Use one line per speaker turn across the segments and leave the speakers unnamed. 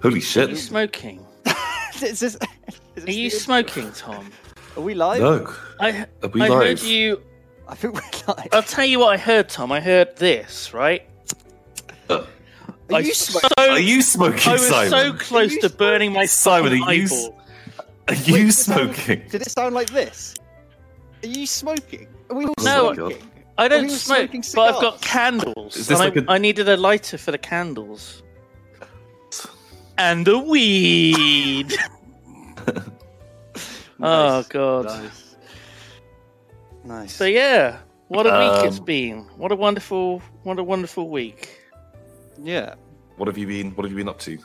Holy
Are you
shit!
smoking?
Is this- is
Are
this
you
the-
smoking, Tom?
Are we live?
No,
I
are we
I heard
live?
you.
I think we're live.
I'll tell you what I heard, Tom. I heard this, right?
Are
I
you
so,
smoking?
Are you smoking,
I was
Simon?
so close
you
to burning my
Simon,
fucking
are you s-
eyeball.
Are you
Wait,
smoking?
Did it sound like this? Are you smoking? Are we all
No,
smoking?
I
Are
don't
you
smoke,
smoking
but I've got
cigars?
Is
candles,
this
and I
like a-
I needed a lighter for the candles and a weed. Oh
Nice,
god.
Nice. Nice.
So yeah, what a week it's
Um,
been. What a wonderful, what a wonderful week.
yeah.
What have you been? What have you been up to?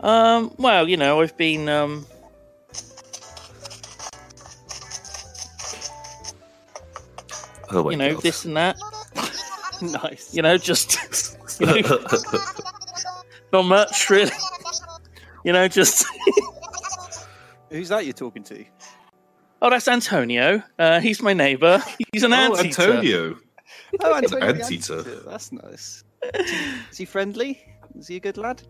Um, well, you know, I've been um,
Oh my
you know,
God.
this and that.
Nice.
You know, just you know,
Oh,
not much really. You know, just
Who's that you're talking to?
oh, that's Antonio. Uh, he's my neighbour. He's an
oh,
anteater.
Antonio.
Oh,
It's
Antonio the
Anteater.
Anteater. That's nice. Is he friendly? Is he a good lad?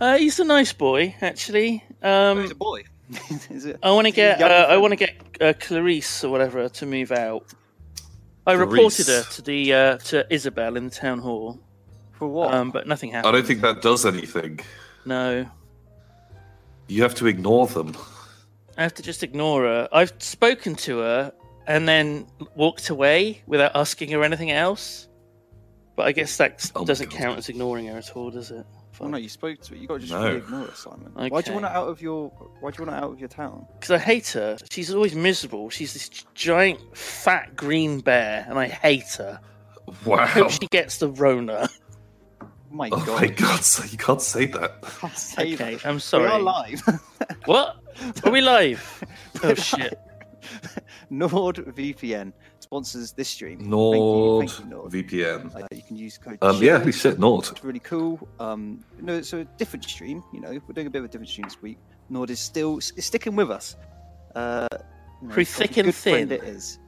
Uh, he's a nice boy, actually. Um,
boy. Is it?
I want to get
young
uh, I
friend.
want to get uh, Clarice or whatever to move out. I reported
Clarice.
her to the uh, to Isabel in the town hall,
For what?
um, but nothing happened.
I don't think that does anything.
No,
You have to ignore them.
I have to just ignore her. I've spoken to her and then walked away without asking her anything else. But I guess that
Oh my
doesn't
God.
count as ignoring her at all, does it?
oh no, you spoke to it. You got to just
No.
really ignore it, Simon. Why do
Okay.
you want it out of your? Why do you want it out of your town?
Because I hate her. She's always miserable. She's this giant, fat green bear, and I hate her. I
Wow.
hope she gets the Rona.
Oh my
Oh
god.
my God! So you can't say that.
Can't say
Okay,
that.
I'm
We are
sorry.
live.
What? Are we live? Oh shit!
NordVPN sponsors this stream.
Nord
Thank you, thank you, Nord.
VPN.
Uh, you can use code.
Um,
Jay.
yeah, holy shit, Nord.
It's really cool. Um, no, it's a different stream. You know, we're doing a bit of a different stream this week. Nord is still is sticking with us. Uh, you know,
Through
it's like a
thick and
good friend
thin.
It is.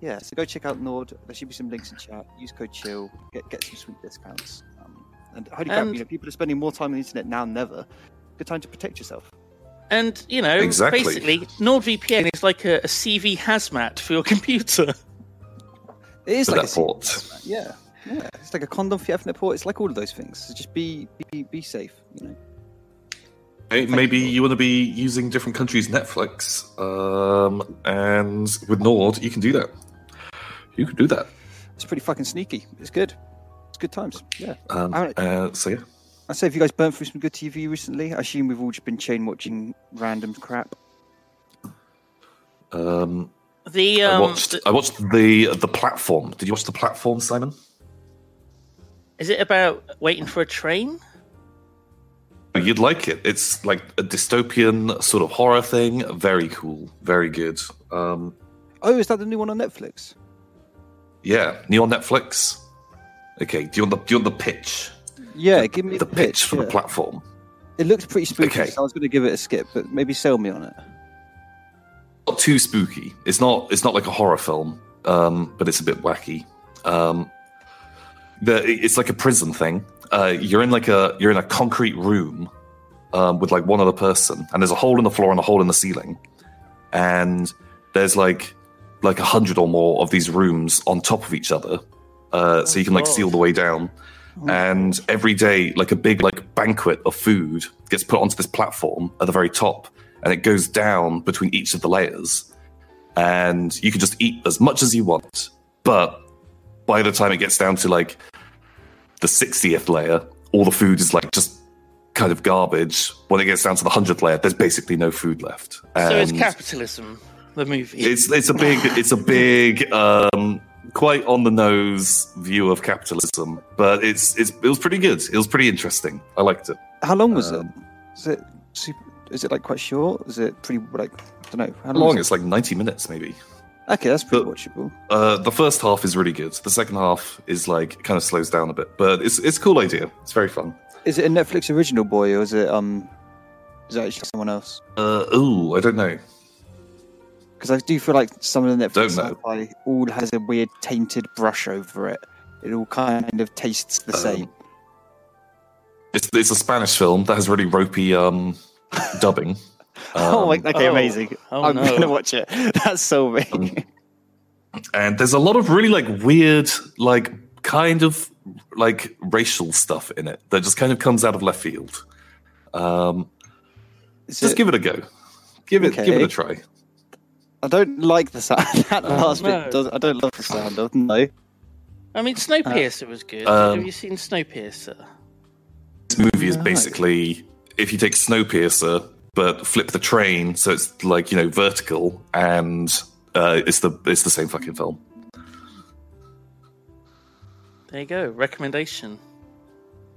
Yeah. So go check out Nord. There should be some links in chat. Use code Chill. Get get some sweet discounts. Um, and holy crap,
And-
you know, people are spending more time on the internet now than ever. Good time to protect yourself.
And you know,
Exactly.
basically, NordVPN is like a, a CV hazmat for your computer.
It is
For
like
that
a
port.
secret, Yeah. Yeah, it's like a condom for your FNet port. It's like all of those things. So just be be, be safe. You know.
Hey, Maybe you want to be using different countries' Netflix, um, and with Nord, you can do that. You can do that.
It's pretty fucking sneaky. It's good. It's good times. Yeah.
Um,
Alright.
uh, so yeah,
I say, have you guys burnt through some good TV recently? I assume we've all just been chain watching random crap.
um,
The
I
um,
watched.
th-
I watched the the platform. Did you watch the platform, Simon?
is it about waiting for a train?
You'd like it. It's like a dystopian sort of horror thing. Very cool. Very good. Um,
Oh, is that the new one on Netflix?
yeah, new on Netflix. Okay. Do you want the do you want the pitch?
Yeah, give me
The
the,
pitch for the
yeah.
platform.
It looked pretty spooky,
Okay.
so I was going to give it a skip, but maybe sell me on it.
not too spooky. It's not it's not like a horror film, um, but it's a bit wacky. Um, the it's like a prison thing. Uh, you're in like a you're in a concrete room um, with like one other person, and there's a hole in the floor and a hole in the ceiling, and there's like like a hundred or more of these rooms on top of each other, uh, so you can like
God.
seal the way down. And every day, like a big like banquet of food gets put onto this platform at the very top, and it goes down between each of the layers. And you can just eat as much as you want, but by the time it gets down to like the 60th layer, all the food is like just kind of garbage. When it gets down to the 100th layer, there's basically no food left.
So it's
And-
capitalism. The movie.
Um, it's it's a big it's a big um quite on the nose view of capitalism but it's it's it was pretty good it was pretty interesting i liked it
How long was
Um,
it? Is it super, is it like quite short? Is it pretty like I don't know how
how long it's
is
like 90 minutes maybe
it? Okay, that's pretty
But-
watchable.
uh the first half is really good the second half is like kind of slows down a bit but it's it's a cool idea it's very fun
Is it a Netflix original, boy, or is it um? Is that actually someone else?
uh oh i don't know
Because I do feel like some of the
Don't
Netflix
know.
sci-fi all has a weird tainted brush over it. It all kind of tastes the
Um,
same.
It's, it's a Spanish film that has really ropey um, dubbing.
oh,
Um,
wait, okay,
oh,
amazing.
oh
I'm
no.
gonna watch it. That's so me.
Um, and there's a lot of really like weird like kind of like racial stuff in it that just kind of comes out of left field um just give it a go give it give it
Okay.
a try
I don't like the sound. That last
Oh, no.
bit does. I don't love the sound of no.
I mean, Snowpiercer was good.
um,
Have you seen Snowpiercer?
this movie is
Right.
basically if you take snowpiercer but flip the train so it's like you know vertical and uh it's the it's the same fucking film
There you go. Recommendation.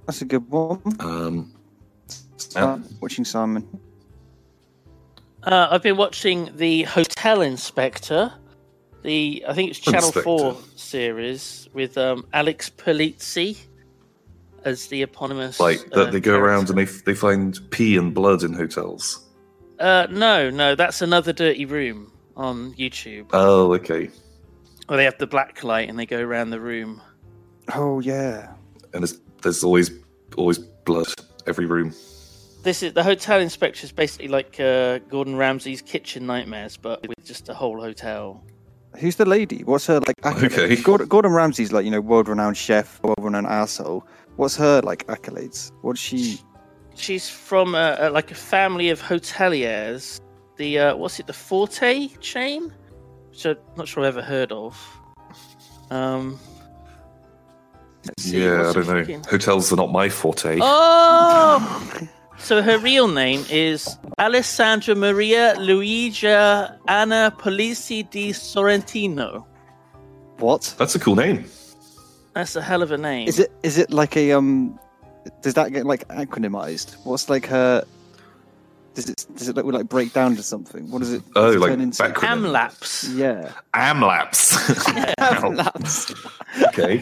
That's a good one.
um
Start watching Simon.
Uh, I've been watching the Hotel Inspector, the I think it's Channel
Inspector.
Four series with um, Alex Polizzi as the eponymous.
like
uh,
that they go around
character.
and they they find pee and blood in hotels
Uh, no, no, that's another dirty room on YouTube
oh okay
where they have the black light and they go around the room.
Oh yeah.
and there's, there's always always blood every room
This is the Hotel Inspector is basically like uh, Gordon Ramsay's Kitchen Nightmares, but with just a whole hotel.
Who's the lady? What's her like? Accolade?
Okay.
Gordon, Gordon Ramsay's like you know world-renowned chef, world-renowned asshole. What's her like accolades? What's she?
She's from uh uh like a family of hoteliers. The uh, what's it? The Forte chain, which I'm not sure I've ever heard of. Um, let's see,
yeah, I
what's
don't
her
know.
fucking-
Hotels are not my forte.
Oh, so her real name is Alessandra Maria Luigia Anna Polizzi di Sorrentino.
What?
That's a cool name.
That's a hell of a name.
Is it? Is it like a um? Does that get like acronymized? What's like her? Does it? Does it like, like break down to something? What does it?
Oh,
does it
like
turn into?
backwards.
Amlaps.
Yeah.
Amlaps. Ow.
Amlaps.
okay.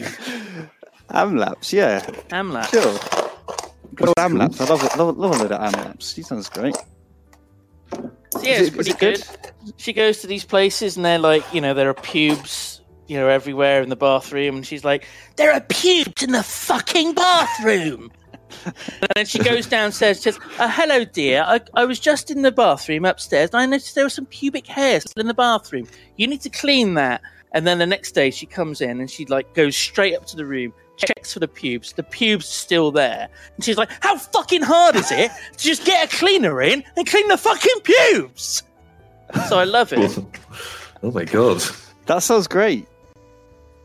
Amlaps. Yeah.
Amlaps.
Sure. Good old Amlaps. I love it. Love, love a little Amlaps. She sounds great.
So, yeah,
Is
it's
it-
pretty
is it good?
good. She goes to these places and they're like, you know, there are pubes, you know, everywhere in the bathroom, and she's like, there are pubes in the fucking bathroom. and then she goes downstairs and says, uh, hello, dear. I, I was just in the bathroom upstairs and I noticed there was some pubic hair still in the bathroom. You need to clean that. And then the next day she comes in and she like goes straight up to the room, checks for the pubes. The pubes still there. And she's like, how fucking hard is it to just get a cleaner in and clean the fucking pubes? So I love it.
Oh my god.
That sounds great.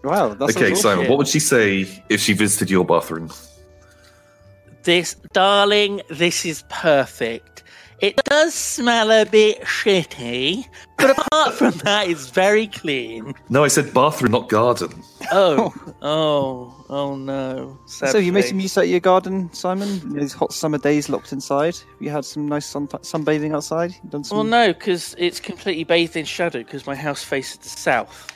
Wow. That sounds
okay,
awesome.
Simon,
awful.
what would she say if she visited your bathroom?
This, darling, this is perfect. It does smell a bit shitty, but apart from that, it's very clean.
No, I said bathroom, not garden.
Oh, oh, oh no. Sad
So you made some
face.
use out of your garden, Simon? These hot summer days locked inside. Have you had some nice sun sunbathing outside? You done some?
Well, no, because it's completely bathed in shadow because my house faces the south.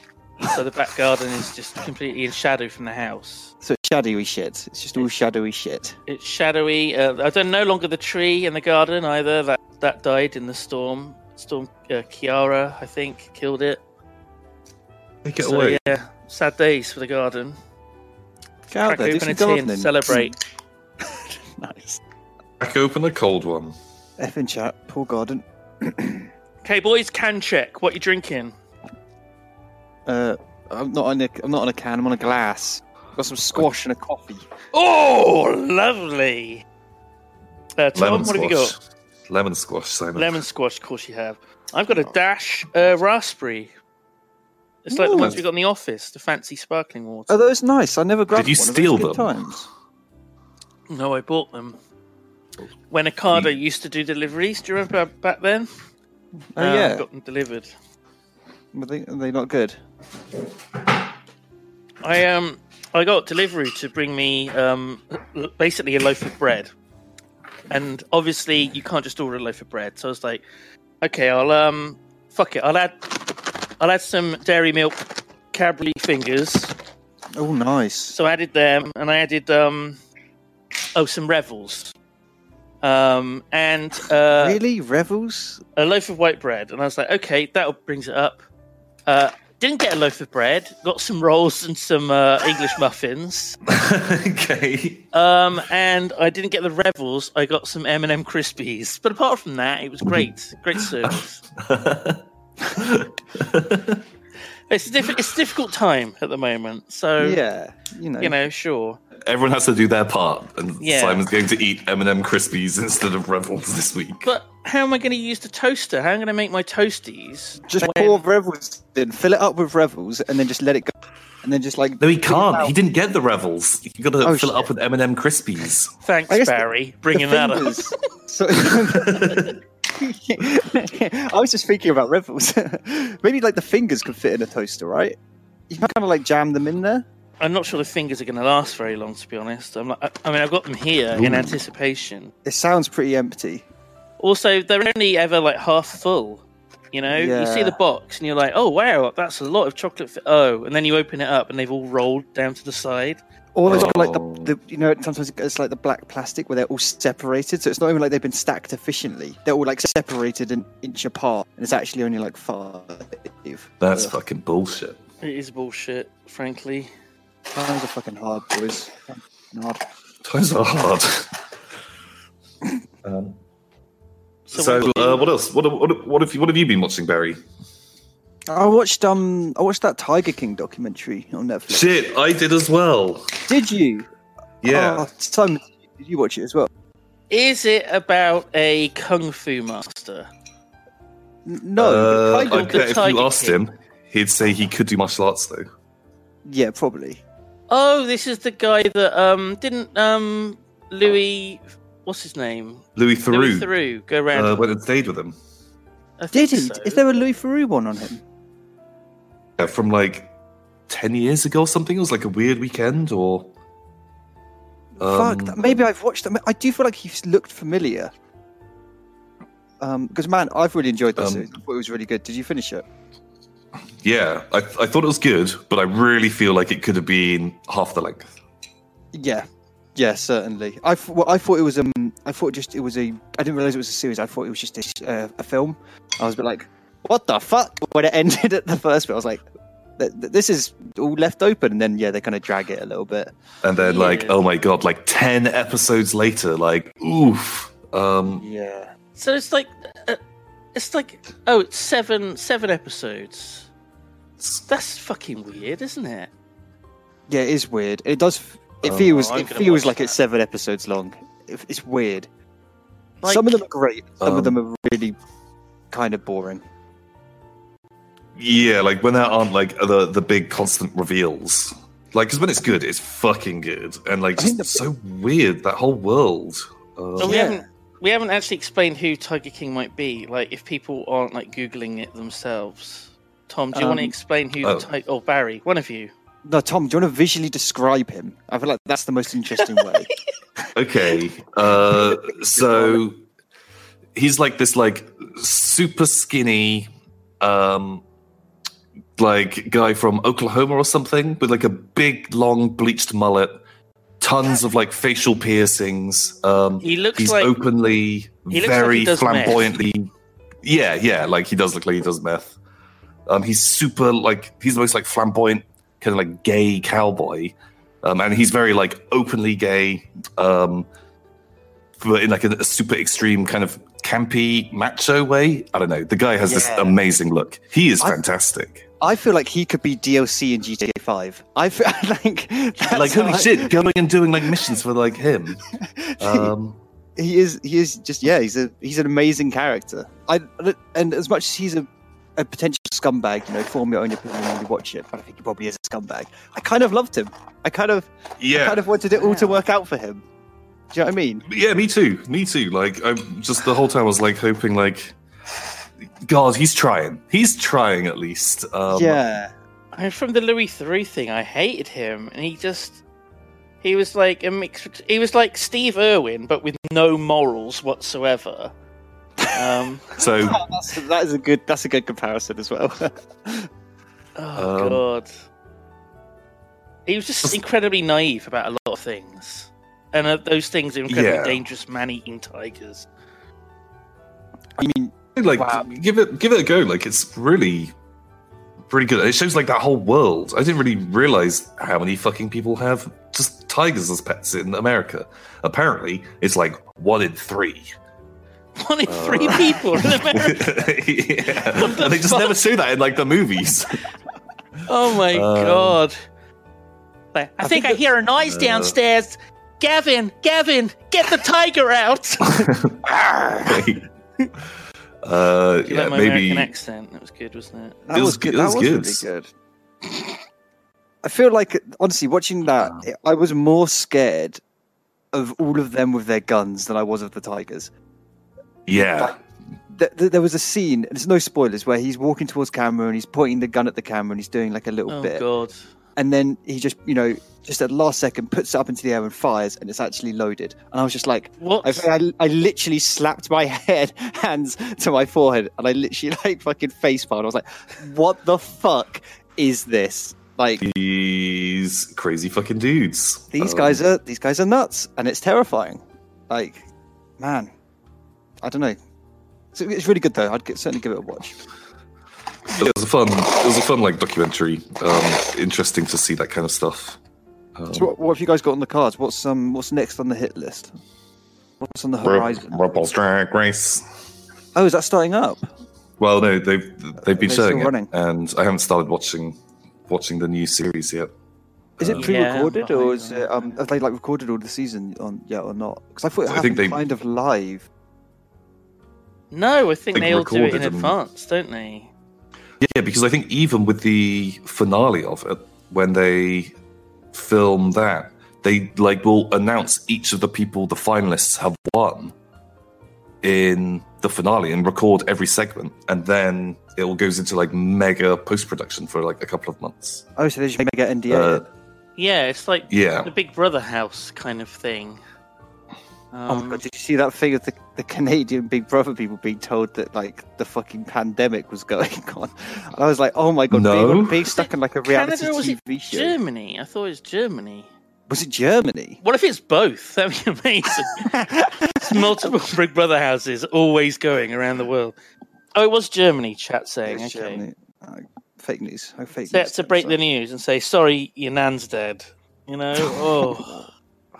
So the back garden is just completely in shadow from the house.
So it's shadowy shit. It's just all shadowy shit.
It's shadowy. Uh, I don't no longer the tree in the garden either. That that died in the storm. Storm uh, Kiara, I think, killed it.
Take it
so
away.
yeah, sad days for the garden.
Go out
Crack
there, do
open
some
a tea and
gardening.
celebrate.
nice.
Crack open a cold one.
Effing chat. Poor garden.
Okay, boys, can check. What you drinking?
Uh, I'm not on a. I'm not on a can. I'm on a glass. Got some squash and a coffee.
Oh, lovely. Uh, Tom,
Lemon
what have you got?
squash. Lemon squash, Simon.
Lemon squash, of course you have. I've got a dash uh, raspberry. It's like the
Ooh.
ones we got in the office, the fancy sparkling water.
Oh, those nice. I never grabbed.
you
one. Are those
steal
good
them?
Times.
No, I bought them. When Ocado used to do deliveries, do you remember back then?
Oh
Uh,
yeah.
got them delivered.
Were they, are they not good?
I um I got delivery to bring me um basically a loaf of bread, and obviously you can't just order a loaf of bread. So I was like, okay, I'll um fuck it, I'll add I'll add some dairy milk Cadbury fingers.
Oh, nice.
So I added them, and I added um oh some revels, um and uh,
really, revels?
a loaf of white bread, and I was like, okay, that brings it up. Uh, didn't get a loaf of bread. Got some rolls and some uh, English muffins.
okay.
Um, and I didn't get the revels. I got some M and M crispies. But apart from that, it was great. Great service. it's a diff- it's a difficult time at the moment. So
Yeah, you know.
you know, sure.
Everyone has to do their part, and
Yeah.
Simon's going to eat M&M Krispies instead of Rebels this week.
But how am I going to use the toaster? How am I going to make my toasties?
Just
when-
pour Revels in, fill it up with Revels, and then just let it go. And then just like
No, he can't. He didn't get the Revels. You got to
Oh,
fill it up
shit.
with M&M Krispies.
Thanks,
I guess the-
Barry, bringing that up.
so, I was just thinking about Revels. Maybe like the fingers could fit in a toaster, right? You can kind of like jam them in there.
I'm not sure the fingers are going to last very long, to be honest. I'm like, I- I mean, I've got them here in anticipation.
It sounds pretty empty.
Also, they're only ever like half full. You know, you see
Yeah.
the box and you're like, "Oh wow, that's a lot of chocolate." Fi- oh, and then you open it up and they've all rolled down to the side.
Or they've got like
Oh.
the, the you know sometimes it's like the black plastic where they're all separated, so it's not even like they've been stacked efficiently. They're all like separated an inch apart, and it's actually only like five.
That's
Ugh,
fucking bullshit.
It is bullshit, frankly.
times are fucking hard, boys. Fucking hard.
Times are hard. um, so, uh, what else? What, what, what, have you, what have you been watching, Barry?
I watched um I watched that Tiger King documentary on Netflix.
Shit, I did as well.
Did you?
Yeah.
Oh, Simon, did you watch it as well?
Is it about a kung fu master?
N- No.
Uh,
Tiger-
I
of the
bet if
Tiger
you asked
King.
him, he'd say he could do martial arts though.
Yeah, probably.
Oh, this is the guy that um didn't um Louis, what's his name?
Louis
Louis
Theroux
Theroux go round.
uh, went and stayed with him
I think
Did he?
so.
Is there a Louis Theroux one on him?
yeah, from like ten years ago or something. It was like a weird weekend or.
Fuck.
Um,
That, maybe I've watched that. I do feel like he's looked familiar. Um, because man, I've really enjoyed this.
Um,
series. I thought it was really good. Did you finish it?
Yeah, I, I thought it was good, but I really feel like it could have been half the length.
Yeah. Yeah, certainly. I th- well, I thought it was um, I thought just it was a. I didn't realize it was a series. I thought it was just a, uh, a film. I was a bit like, what the fuck? When it ended at the first bit, I was like, th- th- this is all left open. And then yeah, they kind of drag it a little bit.
And then, like,
Yeah.
oh my god, like ten episodes later, like, oof. Um,
Yeah.
So it's like, uh, it's like oh, it's seven seven episodes. That's fucking weird, isn't it?
Yeah, it is weird. It does. f- It
Oh,
feels.
I'm
it
gonna
feels
watch
like
that.
it's seven episodes long. It, it's weird.
Like,
some of them are great. Some
um,
of them are really kind of boring.
yeah, like when there aren't like the the big constant reveals, like, because when it's good, it's fucking good, and like
I think
just
the-
so weird that whole world.
So
Um,
we
Yeah.
haven't we haven't actually explained who Tiger King might be. Like, if people aren't like googling it themselves. Tom, do you want to
Um,
explain who
oh.
the Tiger? Or Barry, one of you.
No, Tom, do you want to visually describe him? I feel like that's the most interesting way.
Okay. Uh, so he's like this, like super skinny, um, like guy from Oklahoma or something, with like a big, long, bleached mullet, tons of like facial piercings. Um,
He looks
he's
like
openly,
he looks like
very
he does meth.
flamboyantly. Yeah, yeah. Like he does look like he does meth. Um, he's super like he's the most like flamboyant kind of like gay cowboy, um, and he's very like openly gay, um, but in like a, a super extreme kind of campy macho way. I don't know. The guy has this
Yeah.
amazing look. He is
I-
fantastic.
I feel like he could be DLC in GTA Five. I feel like that's
like holy
how I-
shit, going and doing like missions for like him. Um,
he is he is just yeah he's a he's an amazing character. I and as much as he's a, a potential scumbag, you know, form your own opinion when you watch it. But I think he probably is a scumbag. I kind of loved him. I kind of I
yeah,
kind of wanted it all to
Yeah.
work out for him. Do you know what I mean?
Yeah, me too. Me too. Like, I just the whole time I was like hoping, like, God, he's trying. He's trying at least. Um,
yeah.
I mean, from the Louis Theroux thing, I hated him, and he just he was like a mix. bet- He was like Steve Irwin, but with no morals whatsoever. Um,
So
Oh, that's, that is a good that's a good comparison as well.
oh
Um,
god, he was just incredibly naive about a lot of things, and uh, those things are incredibly
Yeah.
dangerous. Man-eating tigers.
I mean,
like,
Wow.
give it give it a go. Like, it's really Pretty good. It shows like that whole world. I didn't really realize how many fucking people have just tigers as pets in America. Apparently, it's like one in three.
One in three people in America.
yeah. And they just never show that in like the movies.
Oh my god. Like, I, think, Uh. I hear a noise downstairs. Gavin, Gavin, get the tiger out.
uh,
You
yeah,
like my
maybe.
American accent. That was good, wasn't it?
It was good- it was good.
really good. I feel like honestly watching that, I was more scared of all of them with their guns than I was of the tigers.
Yeah.
Th- th- There was a scene, and it's no spoilers, where he's walking towards camera and he's pointing the gun at the camera and he's doing like a little
Oh
bit,
god.
and then he just, you know, just at the last second puts it up into the air and fires, and it's actually loaded. And I was just like,
What?
I, I, I literally slapped my head hands to my forehead and I literally like fucking face palmed. I was like, what the fuck is this? Like
These crazy fucking dudes.
these
Um,
guys are these guys are nuts and it's terrifying. Like, man, I don't know. It's, it's really good though. I'd get, certainly give it a watch.
It was a fun. It was a fun like documentary. Um, interesting to see that kind of stuff. Um,
So what, what have you guys got on the cards? What's um what's next on the hit list? What's on the horizon?
Ru- RuPaul's Drag Race.
Oh, is that starting up?
Well, no, they've they've been
They're still
showing it,
running.
and I haven't started watching watching the new series yet.
Is it
Um,
pre-recorded
Yeah, I
or is
know.
it, um have they like recorded all the season on yeah or not? Because I thought it
I
happened
think they-
kind of live.
No, I think
Think
they all do it in
recorded them.
advance, don't they?
Yeah, because I think even with the finale of it, when they film that, they like will announce each of the people the finalists have won in the finale and record every segment, and then it all goes into like mega post production for like a couple of months.
Oh, so they just make it NDA.
Uh,
Yeah, it's like
Yeah.
the Big Brother house kind of thing. Um,
oh my god! Did you see that thing of the, the Canadian Big Brother people being told that like the fucking pandemic was going on? And I was like, oh my god!
No.
Being, being stuck in like a reality
Canada or was
TV
it
show.
Germany? I thought it was Germany.
Was it Germany?
What if it's both? That'd be amazing. It's multiple Big Brother houses always going around the world. Oh, it was Germany, chat saying.
It was
okay.
Germany. Uh, fake news. Oh, fake
So they
news.
had to break
Sorry.
the news and say, sorry, your nan's dead. You know? Oh,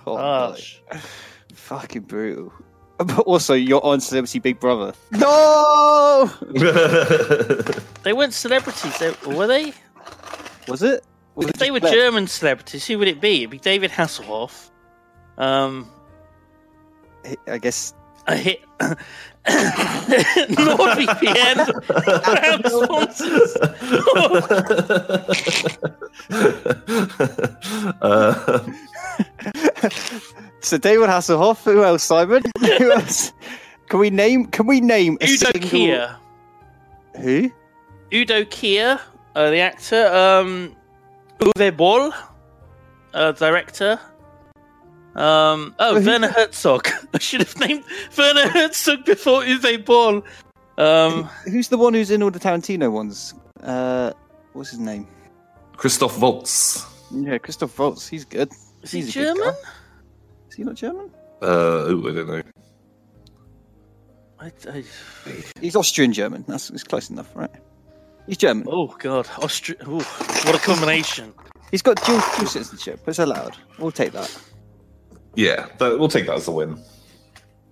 Oh,
gosh.
no. Fucking brutal. But also, you're on Celebrity Big Brother. No.
They weren't celebrities, they, were they?
Was it? Was
If
it
they
just
were
Blair?
German celebrities, who would it be? It'd be David Hasselhoff. Um,
I guess.
a hit. NordVPN. Ground sponsors.
uh,
So David Hasselhoff. Who else, Simon? who else? Can we name? Can we name a
Udo
single?
Kier.
Who?
Udo Kier, uh, the actor. Um, Uwe Boll, uh, director. Um, oh,
Oh, he-
Werner Herzog. I should have named Werner Herzog before Uwe Boll. Um,
Who's the one who's in all the Tarantino ones? Uh, what's his name?
Christoph Waltz.
Yeah, Christoph Waltz. He's good.
is he
He's a good
German?
guy. Is he not German?
Uh, oh, I don't know.
I, I,
He's Austrian German. That's it's close enough, right? He's German.
oh God, Austria! Ooh, what a combination!
He's got dual, dual citizenship. It's allowed. We'll take that.
Yeah, that, we'll take that as a win.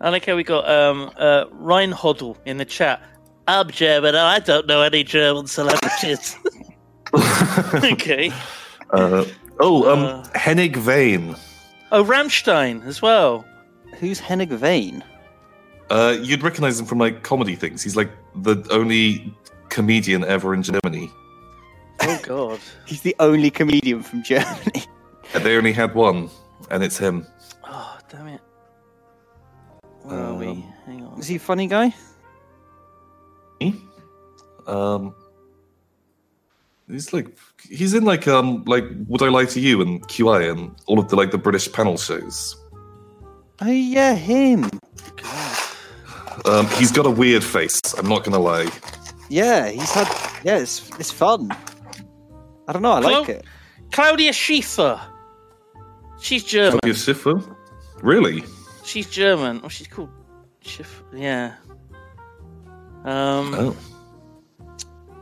I like how we got um, uh, Ryan Hoddle in the chat. I'm German. and I don't know any German celebrities. okay.
Uh, oh, um,
Uh.
Hennig Vane.
Oh, Ramstein as well.
Who's Hennig Vane?
Uh, you'd recognize him from like comedy things. He's like the only comedian ever in Germany.
Oh God.
He's the only comedian from Germany.
And they only had one, and it's him.
Oh damn it. Where are we?
Um,
Hang on.
Is he a funny guy?
Um, he's like he's in like um like Would I Lie to You and QI and all of the like the British panel shows.
Oh yeah, him.
Um, he's got a weird face. I'm not gonna lie.
Yeah, he's had. Yeah, it's, it's fun. I don't know. I like
Hello?
it.
Claudia Schiffer. She's German.
Claudia Schiffer? Really?
She's German. Oh, she's called Schiffer. Yeah. Um.
Oh.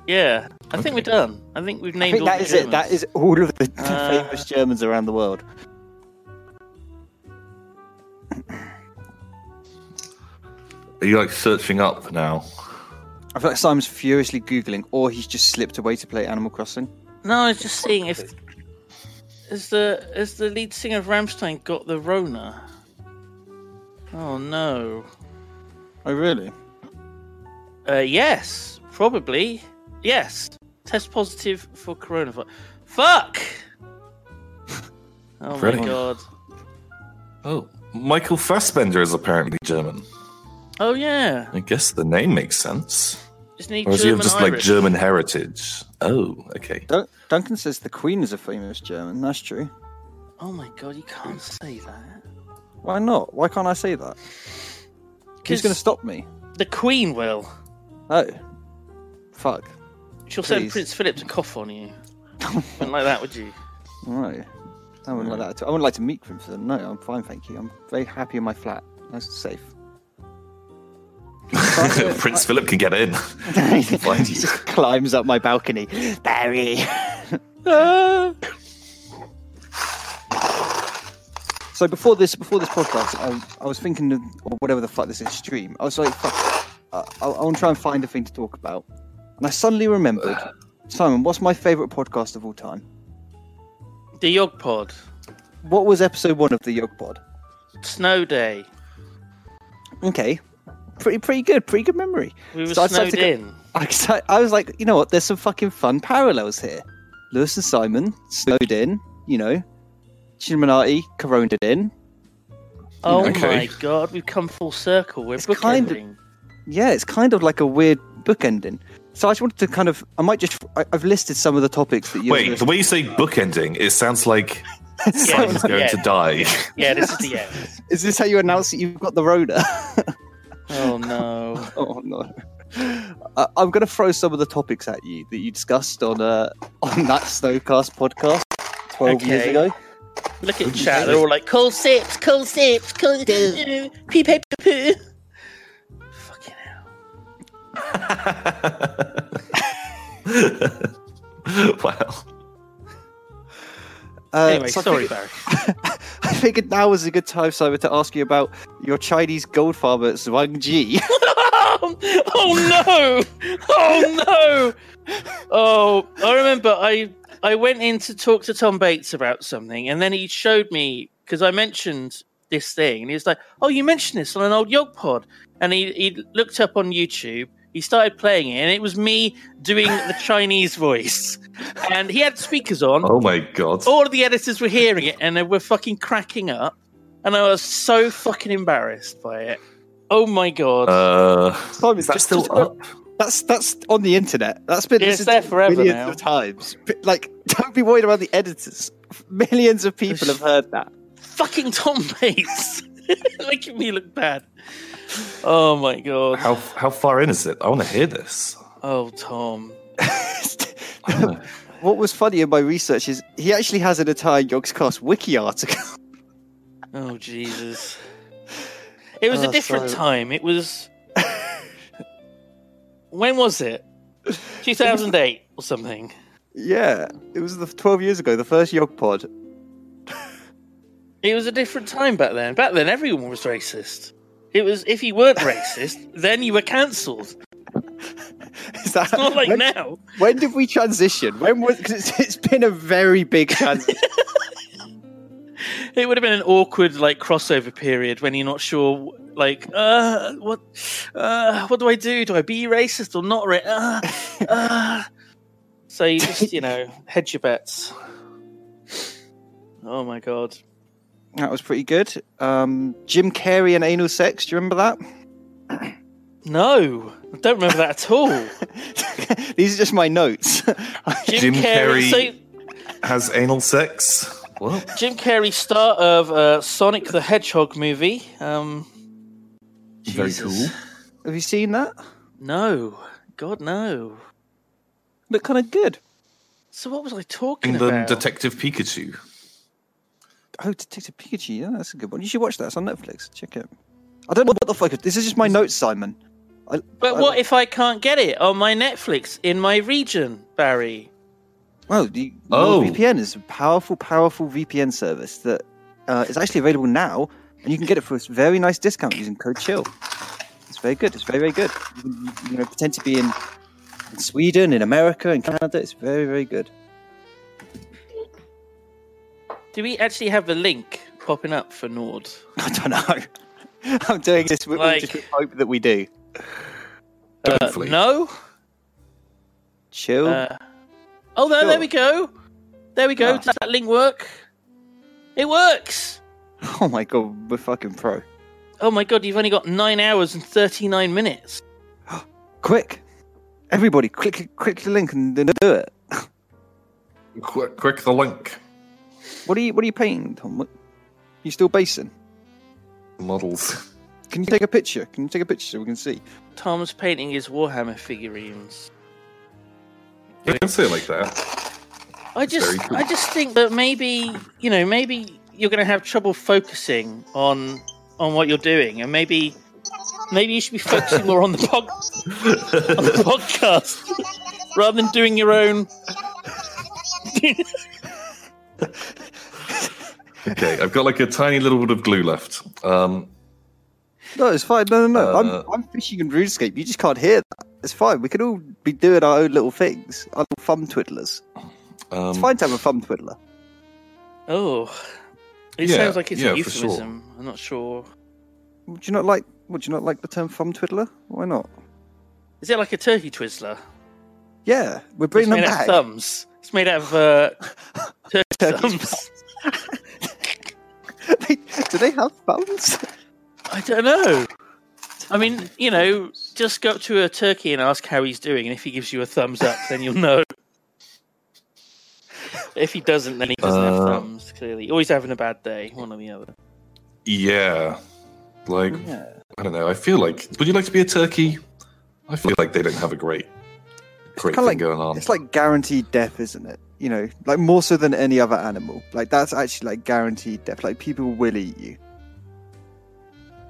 Yeah. I think we're done. I think we've
I
named
think
all
that
the
is it. That
Germans.
is all of the, the
Uh,
famous Germans around the world.
Are you like searching up now?
I feel like Simon's furiously googling, or he's just slipped away to play Animal Crossing.
No, I was just seeing if is the is the lead singer of Ramstein got the Rona. Oh no.
Oh, really?
Uh, yes, probably. Yes, test positive for coronavirus. Fuck. Oh
Brilliant.
my god.
Oh, Michael Fassbender is apparently German.
Oh yeah.
I guess the name makes sense.
Isn't he
Or is he
German
of just like
Irish?
German heritage? Oh, okay.
Dun- Duncan says the Queen is a famous German. That's true.
Oh my god, you can't say that.
Why not? Why can't I say that? Who's going to stop me?
The Queen will.
Oh, fuck.
She'll send
Please.
Prince Philip to cough on you. Wouldn't like that, would you?
No, I wouldn't like that. At all. I wouldn't like to meet Crimson. No, I'm fine, thank you. I'm very happy in my flat. That's safe.
Prince Philip can get in. Find
he
you.
just climbs up my balcony. Barry. so before this, before this podcast, I, I was thinking of or whatever the fuck this is stream. I was like, fuck, I, I, I want to try and find a thing to talk about, and I suddenly remembered. Simon, what's my favourite podcast of all time?
The Yog Pod.
What was episode one of the Yog Pod?
Snow Day.
Okay, pretty pretty good, pretty good memory.
We were
So I decided
snowed
to go-
in.
I, I- I was like, you know what? There's some fucking fun parallels here. Lewis and Simon snowed in, you know. Shinmanati coroned in.
Oh
Okay.
my god, we've come full circle. We're
It's kind of-
bookending.
Yeah, it's kind of like a weird book ending. So I just wanted to kind of, I might just, I, I've listed some of the topics that you.
Wait, the way you say bookending, it sounds like Simon's going
yeah.
to die.
Yeah, this is the end.
is this how you announce that you've got the Rona?
Oh no.
oh no. I, I'm going to throw some of the topics at you that you discussed on uh, on that Snowcast podcast twelve years
Okay.
ago.
Look at chat, they're all like, cool sips, cool sips, cool pee pee poo poo. Fucking hell.
wow.
Uh,
Anyway,
so I
sorry,
figured-
Barry.
I figured now was a good time, Simon, to ask you about your Chinese gold farmer, Zhuang Ji.
Um, oh no! Oh no! Oh, I remember I I went in to talk to Tom Bates about something, and then he showed me because I mentioned this thing, and he was like, "Oh, you mentioned this on an old Yog Pod," and he he looked up on YouTube. He started playing it, and it was me doing the Chinese voice, and he had speakers on.
Oh my god.
All of the editors were hearing it, and they were fucking cracking up, and I was so fucking embarrassed by it. Oh my god!
Uh,
Simon,
is that
just-
still
just-
up?
That's that's on the internet. That's been
It's
this is
there forever
millions
now.
of times. But, Like, don't be worried about the editors. Millions of people have heard that.
fucking Tom Bates making me look bad. Oh my god.
How how far in is it? I want to hear this.
Oh Tom.
what was funny in my research is he actually has an entire Yogscast wiki article.
Oh Jesus. It was
Oh,
a different
sorry.
time. It was When was it? 2008 or something.
yeah, it was the 12 years ago, the first Yog pod.
It was a different time back then. Back then everyone was racist. It was if you weren't racist, then you were cancelled.
Is that
Not like
when,
now.
when did we transition? When was because it's, it's been a very big transition.
It would have been an awkward like crossover period when you're not sure like uh what uh what do I do? Do I be racist or not ra- uh, uh. So you just, you know, hedge your bets. Oh my god.
That was pretty good. Um, Jim Carrey and anal sex. Do you remember
No. I don't remember that at all.
that? These are just my notes.
Jim,
Jim
Carrey,
Carrey. Has anal sex? What?
so Jim Carrey star of uh, Sonic the Hedgehog movie. Um
Very
Jesus.
cool.
Have you seen that?
No. God no.
Look kind of good.
So what was I talking
England
about?
Detective Pikachu.
Oh, Detective Pikachu. Yeah, that's a good one. You should watch that. It's on Netflix. Check it. I don't know what the fuck. This is just my notes, Simon. I,
But
I-
what if I can't get it on my Netflix in my region? Barry?
Well, the
Oh.
NordVPN is a powerful, powerful VPN service that uh, is actually available now, and you can get it for a very nice discount using code Chill. It's very good. It's very, very good. You, can, you know, pretend to be in, in Sweden, in America, in Canada. It's very, very good.
Do we actually have a link popping up for Nord?
I don't know. I'm doing this with
Like-
we just hope that we do.
Uh,
Hopefully.
no.
Chill.
Uh, oh, there, there we go. There we go.
Ah.
Does that link work? It works.
oh my god, we're fucking pro.
Oh my god, you've only got nine hours and thirty-nine minutes.
Quick, everybody, click, click the link and then do it.
Quick, click the link.
What are you? What are you painting, Tom? What, you still basing?
Models.
Can you take a picture? Can you take a picture so we can see?
Tom's painting his Warhammer figurines.
You can say it like that.
I just,
very cool.
I just think that maybe you know, maybe you're going to have trouble focusing on on what you're doing, and maybe maybe you should be focusing more on the, pod, on the podcast rather than doing your own.
Okay, I've got like a tiny little bit of glue left. Um,
No, it's fine. No, no, no.
Uh,
I'm, I'm fishing in RuneScape. You just can't hear that. It's fine. We can all be doing our own little things. Our little thumb twiddlers.
um,
It's fine to have a thumb twiddler.
Oh, it
Yeah,
sounds like it's
yeah,
a
for sure.
euphemism. I'm not sure.
Would you not like? Would you not like the term thumb twiddler? Why not?
Is it like a turkey twizzler?
Yeah, we're bringing
it's
them
made out of
back.
thumbs. It's made out of uh, turkey
Turkey's
thumbs.
They- Do they have thumbs?
I don't know. I mean, you know, just go up to a turkey and ask how he's doing, and if he gives you a thumbs up, then you'll know. If he doesn't, then he doesn't have
Uh.
thumbs. Clearly, or he's having a bad day, one or the other.
Yeah. Like,
Yeah.
I don't know. I feel like. Would you like to be a turkey? I feel like they don't have a great, great thing
kinda like-
going on.
It's like guaranteed death, isn't it? You know, like more so than any other animal. Like that's actually like guaranteed death. Like people will eat you.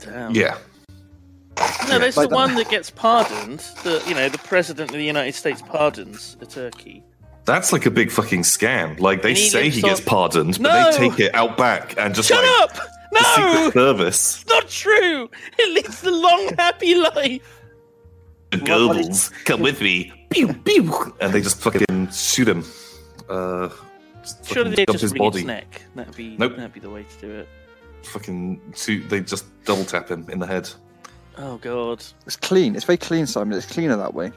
Damn.
um,
yeah.
No, there's
Like
the
that.
one that gets pardoned. The you know, the president of the United States pardons a turkey.
That's like a big fucking scam. Like, they
We need
say he
him
gets
so-
pardoned,
No!
but they take it out back and just
Shut
like.
up!
The
No,
Secret Service.
it's not true. It leads the long, happy life.
The Goebbels. Come with me. Pew, pew. And they just fucking shoot him. Uh, just
Surely
fucking
they
dump
just read his neck. That'd be
Nope.
that'd be the way to do it.
Fucking shoot. They just double tap him in the head.
Oh god.
It's clean. It's very clean, Simon. It's cleaner that way.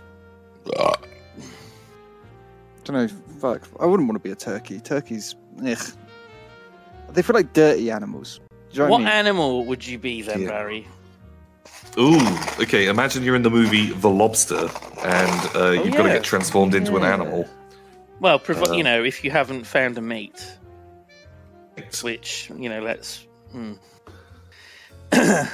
don't know. Fuck. I wouldn't want to be a turkey. Turkeys, ugh. They feel like dirty animals. Do you
What
know what, I mean?
animal would you be then,
Yeah.
Barry?
Ooh, okay. Imagine you're in the movie The Lobster, and uh, you've got to
yeah.
get transformed into an
Yeah.
animal.
Well, provi-
Uh,
you know, if you haven't found a mate, which you know, let's. Hmm.
Man,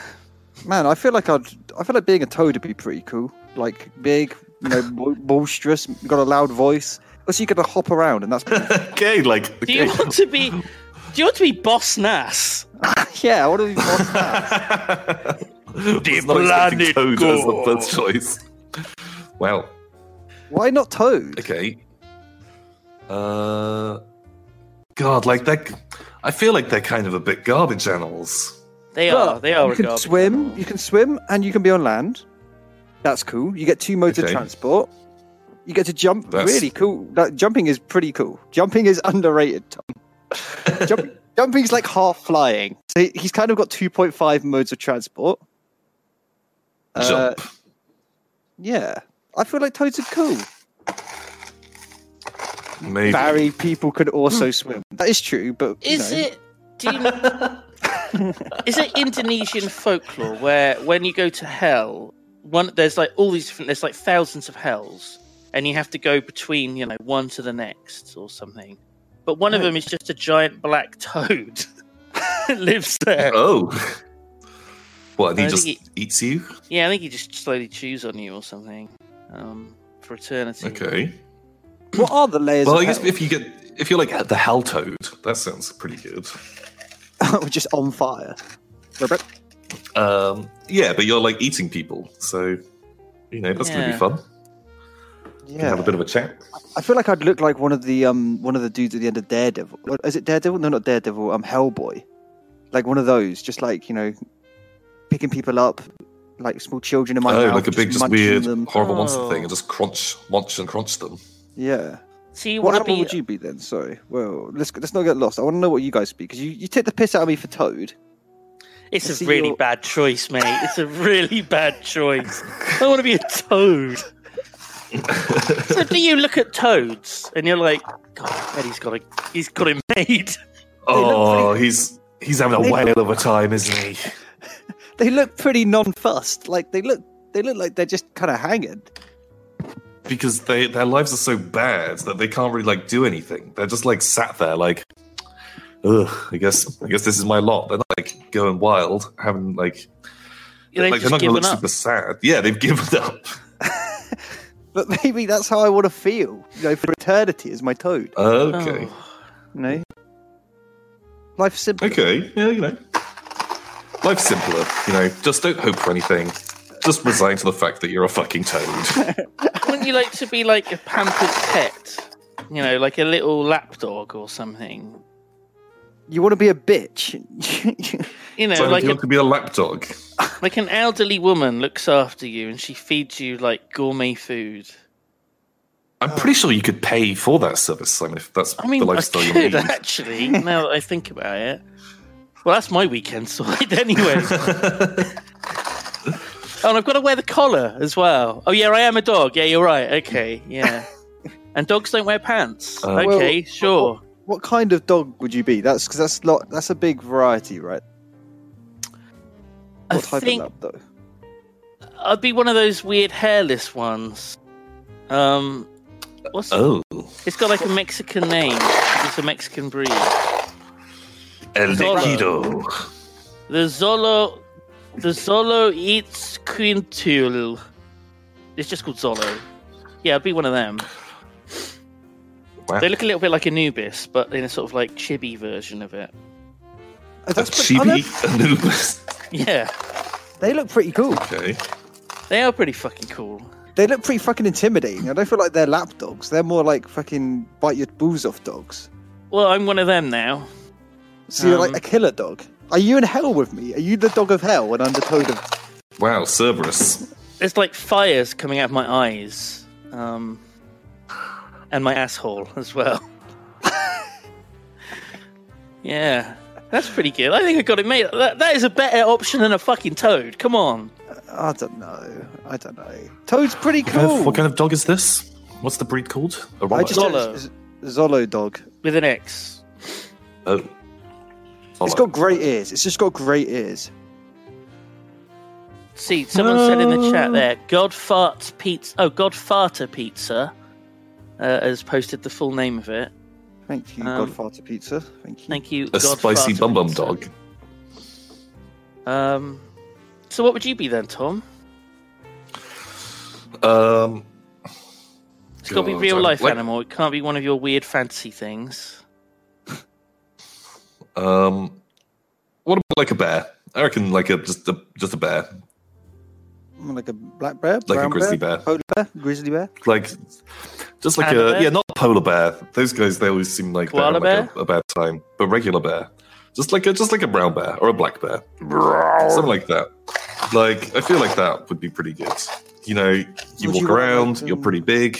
I feel like I'd. I feel like being a toad would be pretty cool. Like big, you know, bol- boisterous. Got a loud voice. Also, you get to hop around, and that's
okay, like
Do you
okay.
want to be? Do you want to be Boss Nass?
yeah. I want to be more than that.
Was not
planet
expecting Toad as the
go.
first choice. Well,
Why not toad?
okay. Uh, God, like that. I feel like they're kind of a bit garbage animals.
They
Well,
are. They are.
You
a
can
garbage
swim.
animal.
You can swim, and you can be on land. That's cool. You get two modes of
Okay.
transport. You get to jump.
That's-
Really cool. That jumping is pretty cool. Jumping is underrated. Tom. Jump, jumping's like half flying. So he- he's kind of got two point five modes of transport. Uh,
Jump.
Yeah, I feel like toads are cool.
Maybe.
Barry, people can also swim. That is true, but you
Is
know,
it? Do you know, is it Indonesian folklore where when you go to hell, one there's like all these different, there's like thousands of hells, and you have to go between you know one to the next or something. But one of them is just a giant black toad that lives there.
Oh. What? And he
I
just
think
eats you.
Yeah, I think he just slowly chews on you or something um, for eternity.
Okay.
What are the layers?
Well,
of
I guess
hell?
if you get if you're like the Hell Toad, that sounds pretty good.
we're just on fire. Robert?
Um, yeah, but you're like eating people, so you know that's gonna
Yeah.
be fun. You can
Yeah.
have a bit of a chat.
I feel like I'd look like one of the um one of the dudes at the end of Daredevil. Or Is it Daredevil? No, not Daredevil. Um, Hellboy. Like one of those, just like you know, picking people up, like small children in my
oh,
mouth,
like a big, just
munching
weird,
them.
horrible monster
Oh.
thing, and just crunch, munch, and crunch them.
Yeah.
So you
What
want to
animal
be?
would you be then? Sorry. Well, let's let's not get lost. I want to know what you guys be because you you take the piss out of me for Toad.
It's a
see
really
your-
bad choice, mate. It's a really bad choice. I want to be a toad. so do you look at toads and you're like, God, Eddie's got a, he's got it made.
Oh, he's he's having a whale of a time, isn't he?
They look pretty non-fussed. Like they look they look like they're just kind of hanging.
Because they their lives are so bad that they can't really like do anything. They're just like sat there, like, ugh. I guess I guess this is my lot. They're not like going wild, having like
They've
like they're
just
not gonna
given
look
up.
super sad. Yeah, they've given up.
But maybe that's how I want to feel, you know, for eternity as my Toad.
Okay,
Oh.
You know. Life's simple.
okay, yeah, you know, life's simpler. You know, just don't hope for anything. Just resign to the fact that you're a fucking toad.
Wouldn't you like to be like a pampered pet? You know, like a little lapdog or something.
You want to be a bitch.
You know,
so
like
you
a,
want to be a lapdog.
like an elderly woman looks after you and she feeds you like gourmet food.
I'm pretty sure you could pay for that service, Simon, if that's
I mean,
the
I
lifestyle you need.
could actually. Now that I think about it, well, that's my weekend side anyway. oh, and I've got to wear the collar as well. Oh yeah, I am a dog. Yeah, you're right. Okay, yeah. and dogs don't wear pants.
Uh,
okay,
Well,
sure.
what kind of dog would you be? That's because that's lot. That's a big variety, right?
I
What type
think-
of lab, though?
I'd be one of those weird hairless ones. Um, what's
Uh.
Oh,
it's got like a Mexican name. It's a Mexican breed.
El
Zorro.
Nido.
The Zolo, the Zolo eats Quintul. It's just called Zolo. Yeah, I'd be one of them.
Wow.
They look a little bit like Anubis, but in a sort of like chibi version of it.
Oh,
A
that's pretty- oh,
chibi Anubis.
Yeah,
they they look pretty cool.
Okay.
they are pretty fucking cool.
They look pretty fucking intimidating. I don't feel like they're lap dogs. They're more like fucking bite your balls off dogs.
Well, I'm one of them now.
So you're
Um,
like a killer dog. Are you in hell with me? Are you the dog of hell and I'm the toad of?
Wow, Cerberus.
There's like fires coming out of my eyes, um, and my asshole as well. yeah, that's pretty good. I think I got it made. That, that is a better option than a fucking toad. Come on.
I don't know. I don't know. Toad's pretty
What kind,
cool.
of, what kind of dog is this? What's the breed called? A
Oh. I
robot.
just
Zolo.
Z- Zolo dog.
with an X.
oh.
It's got great ears. It's just got great ears.
See, someone said in the chat there, God farts pizza. Oh, God farter pizza uh, has posted the full name of it.
Thank you,
Um,
Godfather Pizza. Thank you.
Thank you.
a spicy
Godfarter
bum bum
Pizza.
dog.
Um, so what would you be then, Tom?
Um,
It's got to be
God,
real
I-
life
like-
animal. It can't be one of your weird fantasy things.
um, what about like a bear? I reckon like a just a just a bear,
I'm like a black bear,
like
brown
a grizzly
bear,
bear.
polar bear, grizzly bear.
like just like
Panda
a
bear?
yeah, not polar bear. Those guys they always seem like
Koala
they're having, like a, a bad time, but regular bear, just like a just like a brown bear or a black bear, something like that. Like I feel like that would be pretty good. You know, you
Would
walk
you want,
around,
like,
you're
um,
pretty big.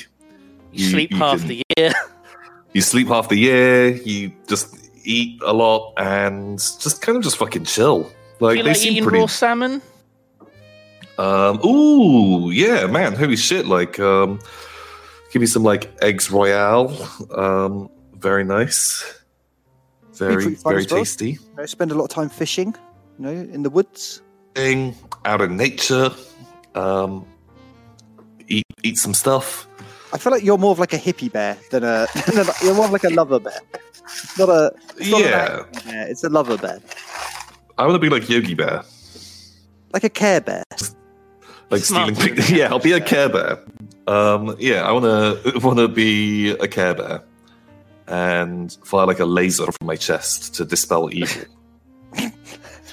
You,
You-
sleep
you
half
can-
the year.
You sleep half the year. You just eat a lot and just kind of just fucking chill. Like
you
they
like
seem
eating
pretty
raw salmon?
Um, ooh, yeah, man, holy shit! Like, um, give me some like eggs royale. Um, very nice, very
pretty fun
very
as well.
tasty.
You know, spend a lot of time fishing. You know, in the woods.
Thing out in nature. Um, eat eat some stuff.
I feel like you're more of like a hippie bear than a. than a- you're more of like a lover bear. Not a. It's not
yeah,
An angry bear, it's a lover bear.
I want to be like Yogi Bear,
Like a care bear.
like
Smart.
stealing. Pic- yeah, I'll be a Care Bear. Um, yeah, I wanna wanna be a Care Bear and fire like a laser from my chest to dispel evil.
So